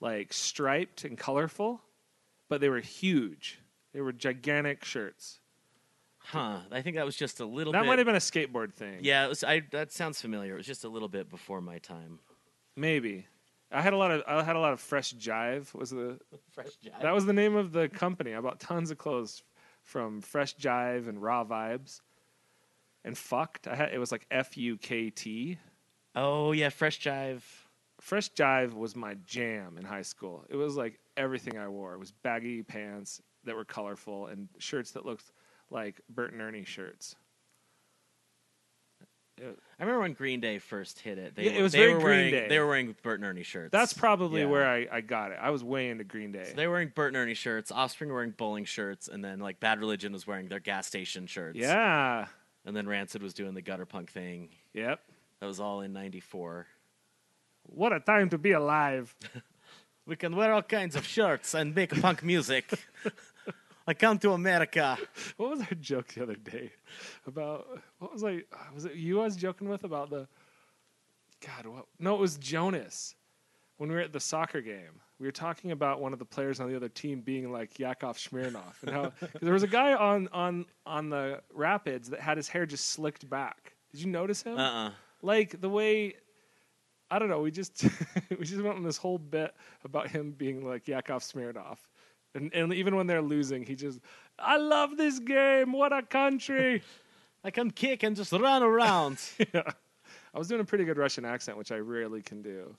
Speaker 10: like striped and colorful, but they were huge. They were gigantic shirts.
Speaker 9: huh? I think that was just a little.
Speaker 10: That
Speaker 9: bit,
Speaker 10: might have been a skateboard thing.
Speaker 9: Yeah, it was, I, that sounds familiar. It was just a little bit before my time.
Speaker 10: maybe. I had a lot of I had a lot of fresh jive was the
Speaker 9: Fresh jive.
Speaker 10: That was the name of the company. I bought tons of clothes from Fresh Jive and Raw Vibes. And fucked. I had it was like F U K T.
Speaker 9: oh yeah, fresh jive.
Speaker 10: Fresh Jive was my jam in high school. It was like everything I wore. It was baggy pants that were colorful and shirts that looked like Bert and Ernie shirts.
Speaker 9: I remember when Green Day first hit it. They
Speaker 10: Yeah, it
Speaker 9: were-
Speaker 10: was
Speaker 9: they
Speaker 10: very
Speaker 9: were
Speaker 10: Green
Speaker 9: wearing,
Speaker 10: Day.
Speaker 9: They were wearing Bert and Ernie shirts.
Speaker 10: That's probably
Speaker 9: Yeah.
Speaker 10: where I, I got it. I was way into Green Day.
Speaker 9: So they were wearing Bert and Ernie shirts, Offspring were wearing bowling shirts, and then like Bad Religion was wearing their gas station shirts.
Speaker 10: yeah.
Speaker 9: And then Rancid was doing the gutter punk thing.
Speaker 10: Yep.
Speaker 9: That was all in '94.
Speaker 10: What a time to be alive.
Speaker 9: We can wear all kinds of shirts and make punk music. I come to America.
Speaker 10: What was our joke the other day about? What was I? Was it you? I was joking with about the. God, what? No, it was Jonas. When we were at the soccer game, we were talking about one of the players on the other team being like Yakov Smirnov, and how 'cause there was a guy on on on the Rapids that had his hair just slicked back. Did you notice him?
Speaker 9: Uh-uh.
Speaker 10: Like the way. I don't know. We just we just went on this whole bit about him being like Yakov Smirnov, and and even when they're losing, he just I love this game. What a country!
Speaker 9: I can kick and just run around.
Speaker 10: I was doing a pretty good Russian accent, which I rarely can do.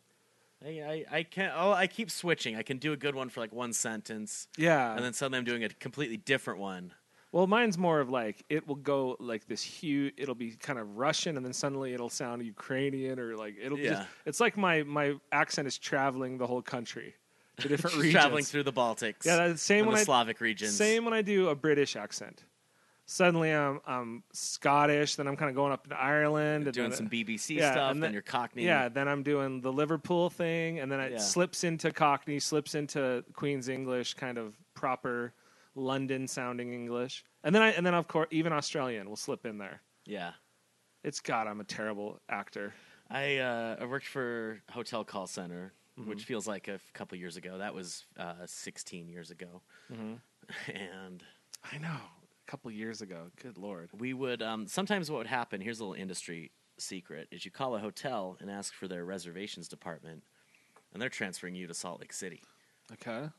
Speaker 9: I, I, I can't. Oh, I keep switching. I can do a good one for like one sentence,
Speaker 10: Yeah,
Speaker 9: and then suddenly I'm doing a completely different one.
Speaker 10: well, mine's more of like it will go like this huge. It'll be kind of Russian, and then suddenly it'll sound Ukrainian or like it'll be just.
Speaker 9: Yeah.
Speaker 10: It's like my my accent is traveling the whole country to different
Speaker 9: Just
Speaker 10: regions.
Speaker 9: traveling through the Baltics.
Speaker 10: Yeah, that's the same
Speaker 9: and
Speaker 10: when
Speaker 9: the
Speaker 10: I-
Speaker 9: Slavic regions.
Speaker 10: Same when I do a British accent. Suddenly I'm I'm Scottish, then I'm kind of going up to Ireland and
Speaker 9: doing
Speaker 10: then-
Speaker 9: some BBC
Speaker 10: yeah,
Speaker 9: stuff,
Speaker 10: and
Speaker 9: and,
Speaker 10: then-
Speaker 9: your Cockney.
Speaker 10: Yeah, then I'm doing the Liverpool thing, and then it
Speaker 9: Yeah.
Speaker 10: slips into Cockney, slips into Queen's English, kind of proper London sounding English, and then I and then of course even Australian will slip in there.
Speaker 9: yeah.
Speaker 10: It's God, I'm a terrible actor.
Speaker 9: I uh, I worked for hotel call center, which feels like a f- couple years ago. That was uh, 16 years ago, and
Speaker 10: I know. A couple years ago, good lord.
Speaker 9: we would um, sometimes what would happen. Here's a little industry secret: is you call a hotel and ask for their reservations department, and they're transferring you to Salt Lake City
Speaker 10: Okay.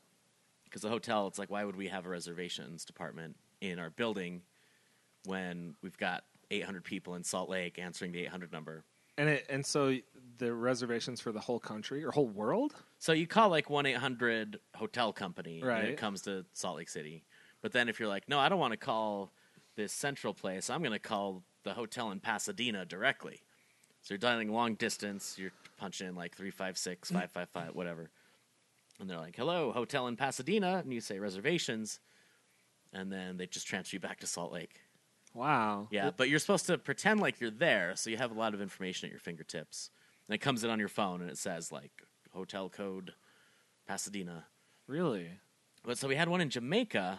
Speaker 9: because the hotel. It's like why would we have a reservations department in our building when we've got 800 people in Salt Lake answering the 800 number?
Speaker 10: And it, and so the reservations for the whole country or whole world.
Speaker 9: So you call like one eight hundred hotel company when it
Speaker 10: Right.
Speaker 9: comes to Salt Lake City. But then if you're like, no, I don't want to call this central place, I'm gonna call the hotel in Pasadena directly. So you're dialing long distance, you're punching in like three five six, five five five, whatever. And they're like, Hello, hotel in Pasadena and you say reservations and then they just transfer you back to Salt Lake.
Speaker 10: Wow.
Speaker 9: Yeah, but you're supposed to pretend like you're there, so you have a lot of information at your fingertips. And it comes in on your phone, and it says like hotel code, Pasadena.
Speaker 10: Really.
Speaker 9: But so we had one in Jamaica,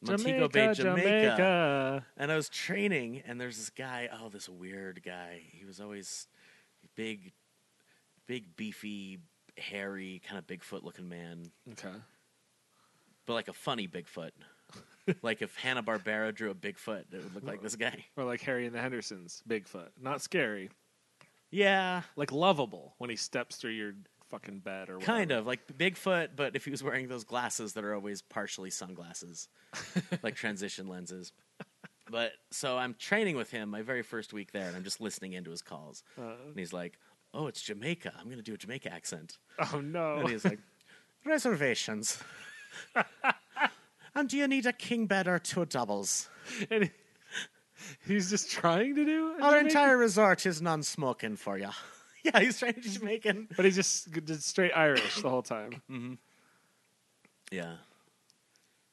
Speaker 9: Montego
Speaker 10: Jamaica,
Speaker 9: Bay,
Speaker 10: Jamaica.
Speaker 9: Jamaica. And I was training, and there's this guy. Oh, this weird guy. He was always big, big, beefy, hairy, kind of Bigfoot-looking man,
Speaker 10: Okay.
Speaker 9: but like a funny Bigfoot. like if Hanna Barbera drew a Bigfoot, it would look like this guy.
Speaker 10: Or like Harry and the Hendersons, Bigfoot. Not scary,
Speaker 9: Yeah,
Speaker 10: like lovable when he steps through your fucking bed or whatever.
Speaker 9: Kind of like Bigfoot, but if he was wearing those glasses that are always partially sunglasses, like transition lenses. But so I'm training with him my very first week there, and I'm just listening into his calls.
Speaker 10: Uh-huh.
Speaker 9: and he's like, "Oh, it's Jamaica. I'm going to do a Jamaica accent."
Speaker 10: Oh no.
Speaker 9: And he's like, "Reservations. and do you need a king bed or two doubles?
Speaker 10: And he- he's just trying to do. a
Speaker 9: Our
Speaker 10: Jamaican-
Speaker 9: entire resort is non-smoking for you." yeah, he's trying to do Jamaican.
Speaker 10: But he's just, just straight Irish the whole time.
Speaker 9: Yeah,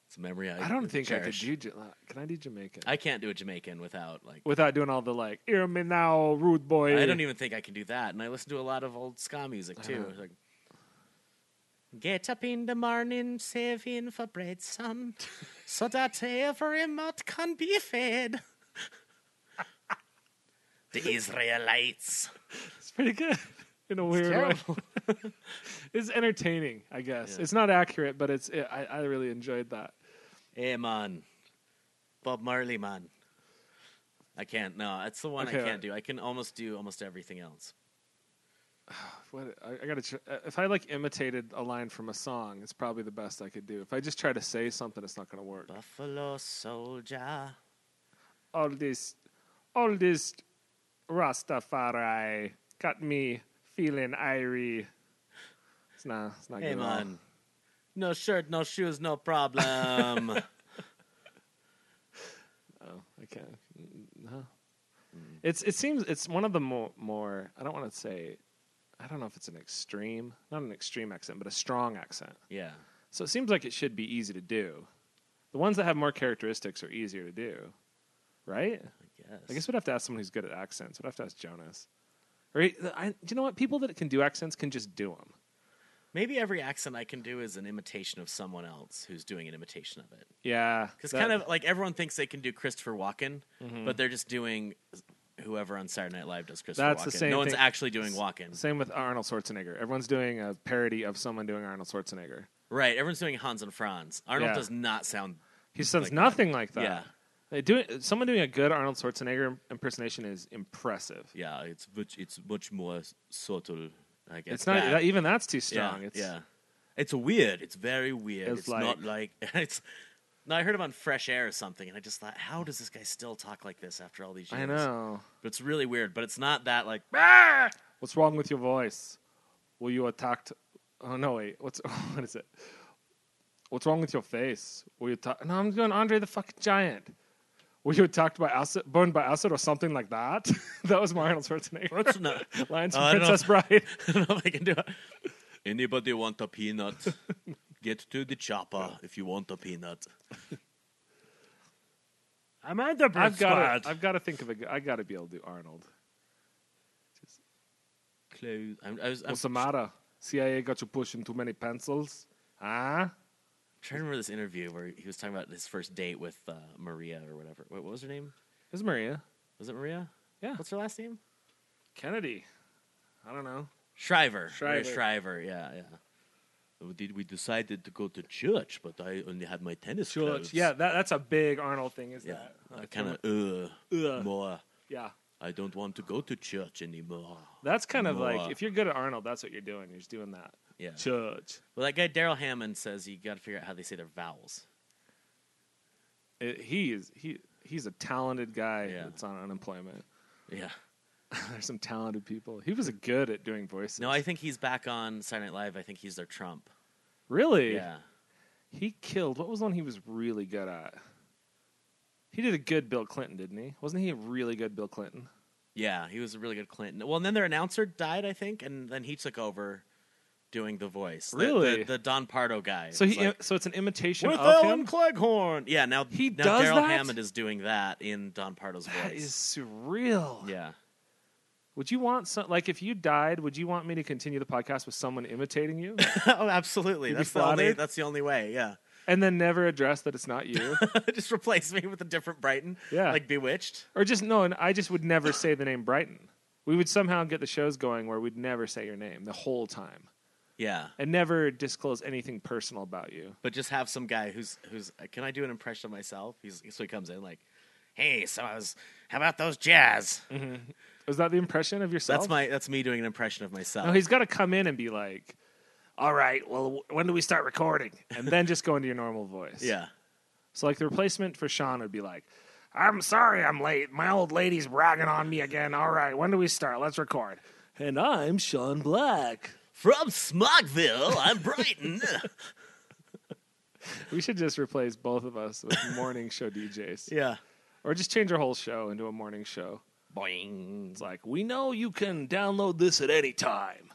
Speaker 9: it's a memory I.
Speaker 10: I don't think
Speaker 9: cherish.
Speaker 10: I could do. Ja- Can I do Jamaican?
Speaker 9: I can't do a Jamaican without like.
Speaker 10: Without doing all the like, hear me now, rude boy.
Speaker 9: I don't even think I can do that. And I listen to a lot of old ska music too. It's like, Get up in the morning, saving for bread some, so that every mouth can be fed. the Israelites.
Speaker 10: It's pretty good in a weird way. it's entertaining, I guess. It's not accurate, but it's. It, I, I really enjoyed that.
Speaker 9: Hey man, Bob Marley man. I can't. No, it's the one I
Speaker 10: Okay.
Speaker 9: can't do. I can almost do almost everything else.
Speaker 10: What I, I gotta. Tr- uh, if I like imitated a line from a song, it's probably the best I could do. If I just try to say something, it's not gonna work.
Speaker 9: Buffalo soldier.
Speaker 10: all this all this Rastafari got me feeling iry. It's not it's not
Speaker 9: Hey
Speaker 10: good at all.
Speaker 9: man, no shirt, no shoes, no problem.
Speaker 10: I can't no. It's it seems it's one of the more more I don't want to say I don't know if it's an extreme not an extreme accent, but a strong accent.
Speaker 9: yeah.
Speaker 10: So it seems like it should be easy to do. The ones that have more characteristics are easier to do. Right?
Speaker 9: Yes.
Speaker 10: I guess we'd have to ask someone who's good at accents. We'd have to ask Jonas. Right? I, do you know what? People that can do accents can just do them.
Speaker 9: maybe every accent I can do is an imitation of someone else who's doing an imitation of it.
Speaker 10: Yeah,
Speaker 9: Because
Speaker 10: that- Mm-hmm.
Speaker 9: kind of like everyone thinks they can do Christopher Walken, but they're just doing whoever on Saturday Night Live does Christopher
Speaker 10: That's the
Speaker 9: Walken.
Speaker 10: same
Speaker 9: no one's
Speaker 10: thing-
Speaker 9: actually doing Walken.
Speaker 10: same with Arnold Schwarzenegger. Everyone's doing a parody of someone doing Arnold Schwarzenegger.
Speaker 9: Right. Everyone's doing Hans and Franz. Arnold
Speaker 10: Yeah.
Speaker 9: does not sound.
Speaker 10: He sounds nothing like that.
Speaker 9: Yeah.
Speaker 10: They do it, someone doing a good Arnold Schwarzenegger impersonation is impressive.
Speaker 9: Yeah. It's much, it's much more subtle. I guess
Speaker 10: It's, not that, even that's too strong.
Speaker 9: Yeah,
Speaker 10: it's
Speaker 9: yeah. It's weird. It's very weird. It's,
Speaker 10: It's
Speaker 9: not like it's. No, I heard him on Fresh Air or something, and I just thought, how does this guy still talk like this after all these years?
Speaker 10: I know.
Speaker 9: But it's really weird. But it's not that like.
Speaker 10: What's wrong with your voice? Were you attacked? Oh no, wait. What's what is it? What's wrong with your face? Were you attacked? No, I'm doing Andre the fucking Giant. Were you attacked by acid, burned by acid, or something like that? that was my Arnold Schwarzenegger.
Speaker 9: That's not.
Speaker 10: Lines
Speaker 9: Oh,
Speaker 10: from
Speaker 9: I don't know.
Speaker 10: Princess Bride.
Speaker 9: I don't know if I can do it. Anybody want a peanut? Get to the chopper if you want a peanut.
Speaker 1: I'm at the
Speaker 10: I've got. I've got to think of a. g- I got to be able to do Arnold.
Speaker 9: Close. I'm, I was, I'm
Speaker 10: What's the matter? CIA got you pushing too many pencils. Huh?
Speaker 9: trying to remember this interview where he was talking about his first date with uh, Maria or whatever. Wait, what was her name?
Speaker 10: It's Maria.
Speaker 9: Was it Maria?
Speaker 10: Yeah.
Speaker 9: What's her last name?
Speaker 10: Kennedy. I don't know.
Speaker 9: Shriver.
Speaker 10: Shriver.
Speaker 9: Shriver. Shriver. Yeah, yeah. Did we decided to go to church? But I only had my tennis clothes.
Speaker 10: Yeah, that, that's a big Arnold thing, isn't
Speaker 9: yeah.
Speaker 10: it?
Speaker 9: I kind of uh,
Speaker 10: Ugh.
Speaker 9: more.
Speaker 10: Yeah.
Speaker 9: I don't want to go to church anymore.
Speaker 10: That's kind of
Speaker 9: Mwah.
Speaker 10: like if you're good at Arnold, that's what you're doing. You're just doing that.
Speaker 9: Yeah.
Speaker 10: Church.
Speaker 9: Well, that guy Daryl Hammond says you got to figure out how they say their vowels.
Speaker 10: It, Eh, he is he he's a talented guy
Speaker 9: Yeah.
Speaker 10: that's on unemployment.
Speaker 9: Yeah.
Speaker 10: There's some talented people. He was good at doing voices.
Speaker 9: No, I think he's back on Saturday Night Live. I think he's their Trump.
Speaker 10: really
Speaker 9: Yeah.
Speaker 10: he killed. What was the one he was really good at? He did a good Bill Clinton, didn't he? Wasn't he a really good Bill Clinton?
Speaker 9: Yeah, he was a really good Clinton. Well, and then their announcer died, I think, and then he took over doing the voice. The-
Speaker 10: Really?
Speaker 9: The, the Don Pardo guy.
Speaker 10: So he
Speaker 9: It's like,
Speaker 10: so it's an imitation
Speaker 9: with
Speaker 10: of
Speaker 9: Alan
Speaker 10: him.
Speaker 9: Cleghorn. Yeah, now,
Speaker 10: He
Speaker 9: now
Speaker 10: does
Speaker 9: Daryl
Speaker 10: that?
Speaker 9: Hammond is doing that in Don Pardo's
Speaker 10: That
Speaker 9: voice.
Speaker 10: is surreal.
Speaker 9: Yeah.
Speaker 10: Would you want some like if you died? Would you want me to continue the podcast with someone imitating you,
Speaker 9: oh, absolutely.
Speaker 10: You'd be
Speaker 9: That's the, only,
Speaker 10: flattered?
Speaker 9: that's the only way, yeah.
Speaker 10: and then never address that it's not you,
Speaker 9: Just replace me with a different Brighton.
Speaker 10: Yeah.
Speaker 9: Like Bewitched.
Speaker 10: or just no? And I just would never say the name Brighton. We would somehow get the shows going where we'd never say your name the whole time
Speaker 9: Yeah.
Speaker 10: and never disclose anything personal about you.
Speaker 9: but just have some guy who's who's can I do an impression of myself? He's so he comes in like, hey, so I was how about those jazz?
Speaker 10: Was that the impression of yourself?
Speaker 9: That's my that's me doing an impression of myself.
Speaker 10: No, he's got to come in and be like, "All right, well, w- when do we start recording?" And then just go into your normal voice.
Speaker 9: yeah,
Speaker 10: So like the replacement for Sean would be like, I'm sorry I'm late. My old lady's bragging on me again. All right, when do we start? Let's record. And I'm Sean Black.
Speaker 9: from Smogville, I'm Brighton.
Speaker 10: We should just replace both of us with morning show DJs.
Speaker 9: yeah,
Speaker 10: Or just change our whole show into a morning show.
Speaker 9: boing.
Speaker 10: It's like, we know you can download this at any time,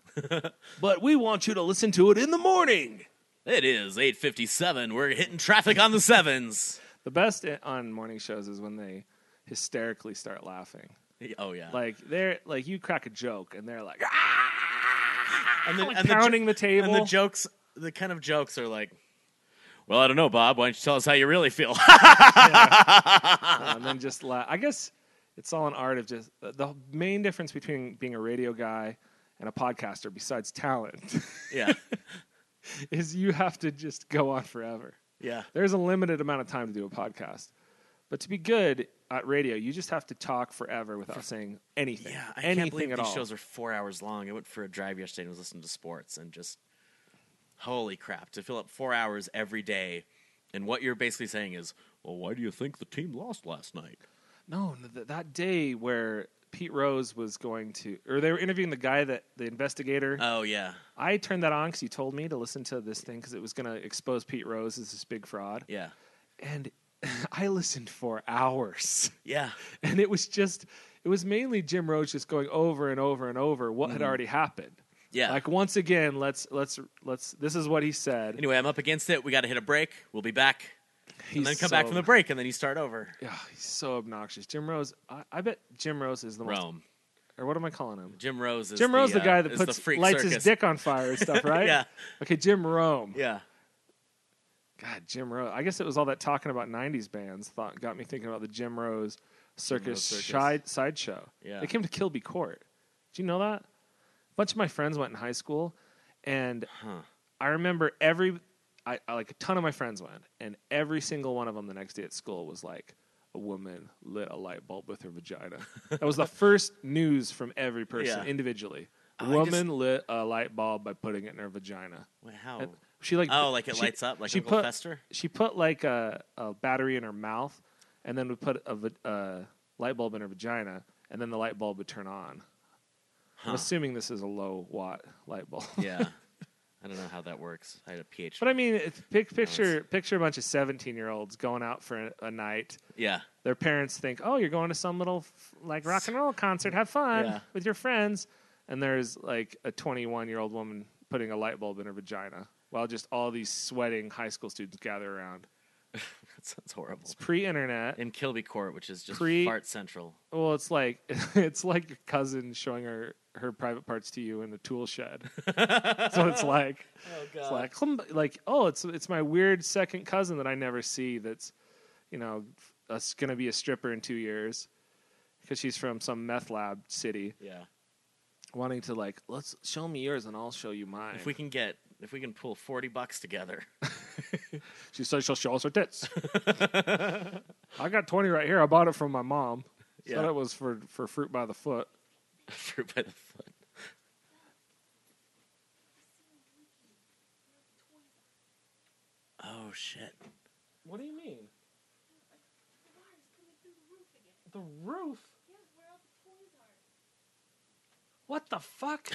Speaker 10: but we want you to listen to it in the morning.
Speaker 9: It is eight fifty seven. We're hitting traffic on the sevens.
Speaker 10: The best i- on morning shows is when they hysterically start laughing.
Speaker 9: Oh yeah,
Speaker 10: Like they're like you crack a joke and they're like, ah,
Speaker 9: and the,
Speaker 10: like
Speaker 9: and the jo-
Speaker 10: pounding the, table.
Speaker 9: and the jokes, the kind of jokes are like. Well, I don't know, Bob. Why don't you tell us how you really feel?
Speaker 10: and then just la I guess it's all an art of just the- the main difference between being a radio guy and a podcaster, besides talent,
Speaker 9: yeah,
Speaker 10: is you have to just go on forever.
Speaker 9: yeah,
Speaker 10: There's a limited amount of time to do a podcast, but to be good at radio, you just have to talk forever without saying anything.
Speaker 9: Yeah, I
Speaker 10: anything
Speaker 9: can't believe
Speaker 10: at
Speaker 9: these
Speaker 10: all.
Speaker 9: shows are four hours long. I went for a drive yesterday and was listening to sports and just holy crap to fill up four hours every day. And what you're basically saying is, well, why do you think the team lost last night?
Speaker 10: No, no, th- that day where Pete Rose was going to, or they were interviewing the guy that the investigator.
Speaker 9: Oh yeah,
Speaker 10: I turned that on because you told me to listen to this thing because it was going to expose Pete Rose as this big fraud.
Speaker 9: yeah,
Speaker 10: And I listened for hours,
Speaker 9: yeah,
Speaker 10: and it was just, it was mainly Jim Rose just going over and over and over what had already happened.
Speaker 9: Mm-hmm. yeah.
Speaker 10: Like once again, let's let's let's. This is what he said.
Speaker 9: anyway, I'm up against it. We got to hit a break. We'll be back,
Speaker 10: He's
Speaker 9: and then come
Speaker 10: so-
Speaker 9: back from the break, and then you start over.
Speaker 10: Yeah, Ah, he's so obnoxious. Jim Rose. I, I bet Jim Rose is the most.
Speaker 9: Rome.
Speaker 10: Or what am I calling him?
Speaker 9: Jim Rose is
Speaker 10: Jim Rose, the,
Speaker 9: uh,
Speaker 10: guy that
Speaker 9: is
Speaker 10: puts
Speaker 9: the freak
Speaker 10: lights
Speaker 9: circus.
Speaker 10: his dick on fire and stuff, right?
Speaker 9: Yeah.
Speaker 10: Okay, Jim Rome.
Speaker 9: Yeah,
Speaker 10: God, Jim Rose. I guess it was all that talking about '90s bands thought got me thinking about the Jim Rose circus,
Speaker 9: Circus.
Speaker 10: side sideshow.
Speaker 9: Yeah.
Speaker 10: They came to Kilby Court. Do you know that? A bunch of my friends went in high school, and I remember every, I, I like a ton of my friends went, and every single one of them the next day at school was like. A woman lit a light bulb with her vagina. That was the first news from every person
Speaker 9: Yeah.
Speaker 10: individually.
Speaker 9: Oh, I
Speaker 10: woman lit a light bulb by putting it in her vagina.
Speaker 9: Wait, how?
Speaker 10: And She like
Speaker 9: Oh, like it
Speaker 10: she-
Speaker 9: lights up, like
Speaker 10: she
Speaker 9: Uncle
Speaker 10: put,
Speaker 9: Fester?
Speaker 10: She put like a, a battery in her mouth, and then would put a, va- a light bulb in her vagina, and then the light bulb would turn on. I'm assuming this is a low watt light bulb.
Speaker 9: yeah, I don't know how that works. I had a PhD.
Speaker 10: but I mean, it's, pic, picture picture a bunch of 17 year olds going out for a, a night.
Speaker 9: yeah,
Speaker 10: Their parents think, "Oh, you're going to some little f- like rock and roll concert. Have fun
Speaker 9: Yeah.
Speaker 10: with your friends." And there's like a 21 year old woman putting a light bulb in her vagina, while just all these sweating high school students gather around.
Speaker 9: that sounds horrible.
Speaker 10: It's pre-internet.
Speaker 9: in Kilby Court, which is just
Speaker 10: Pre-
Speaker 9: fart central.
Speaker 10: Well, it's like it's like your cousin showing her her private parts to you in a tool shed. That's what it's like. Oh god. It's like "Hmm," like oh, it's it's my weird second cousin that I never see. That's you know, us gonna be a stripper in two years. because she's from some meth lab city,
Speaker 9: Yeah.
Speaker 10: wanting to like let's show me yours and I'll show you mine.
Speaker 9: If we can get, if we can pull forty bucks together,
Speaker 10: She says she'll show us her tits. I got twenty right here. I bought it from my mom.
Speaker 9: Yeah.
Speaker 10: Thought it was for for fruit by the foot.
Speaker 9: fruit by the foot. Oh shit!
Speaker 10: What do you mean? The roof? What the fuck?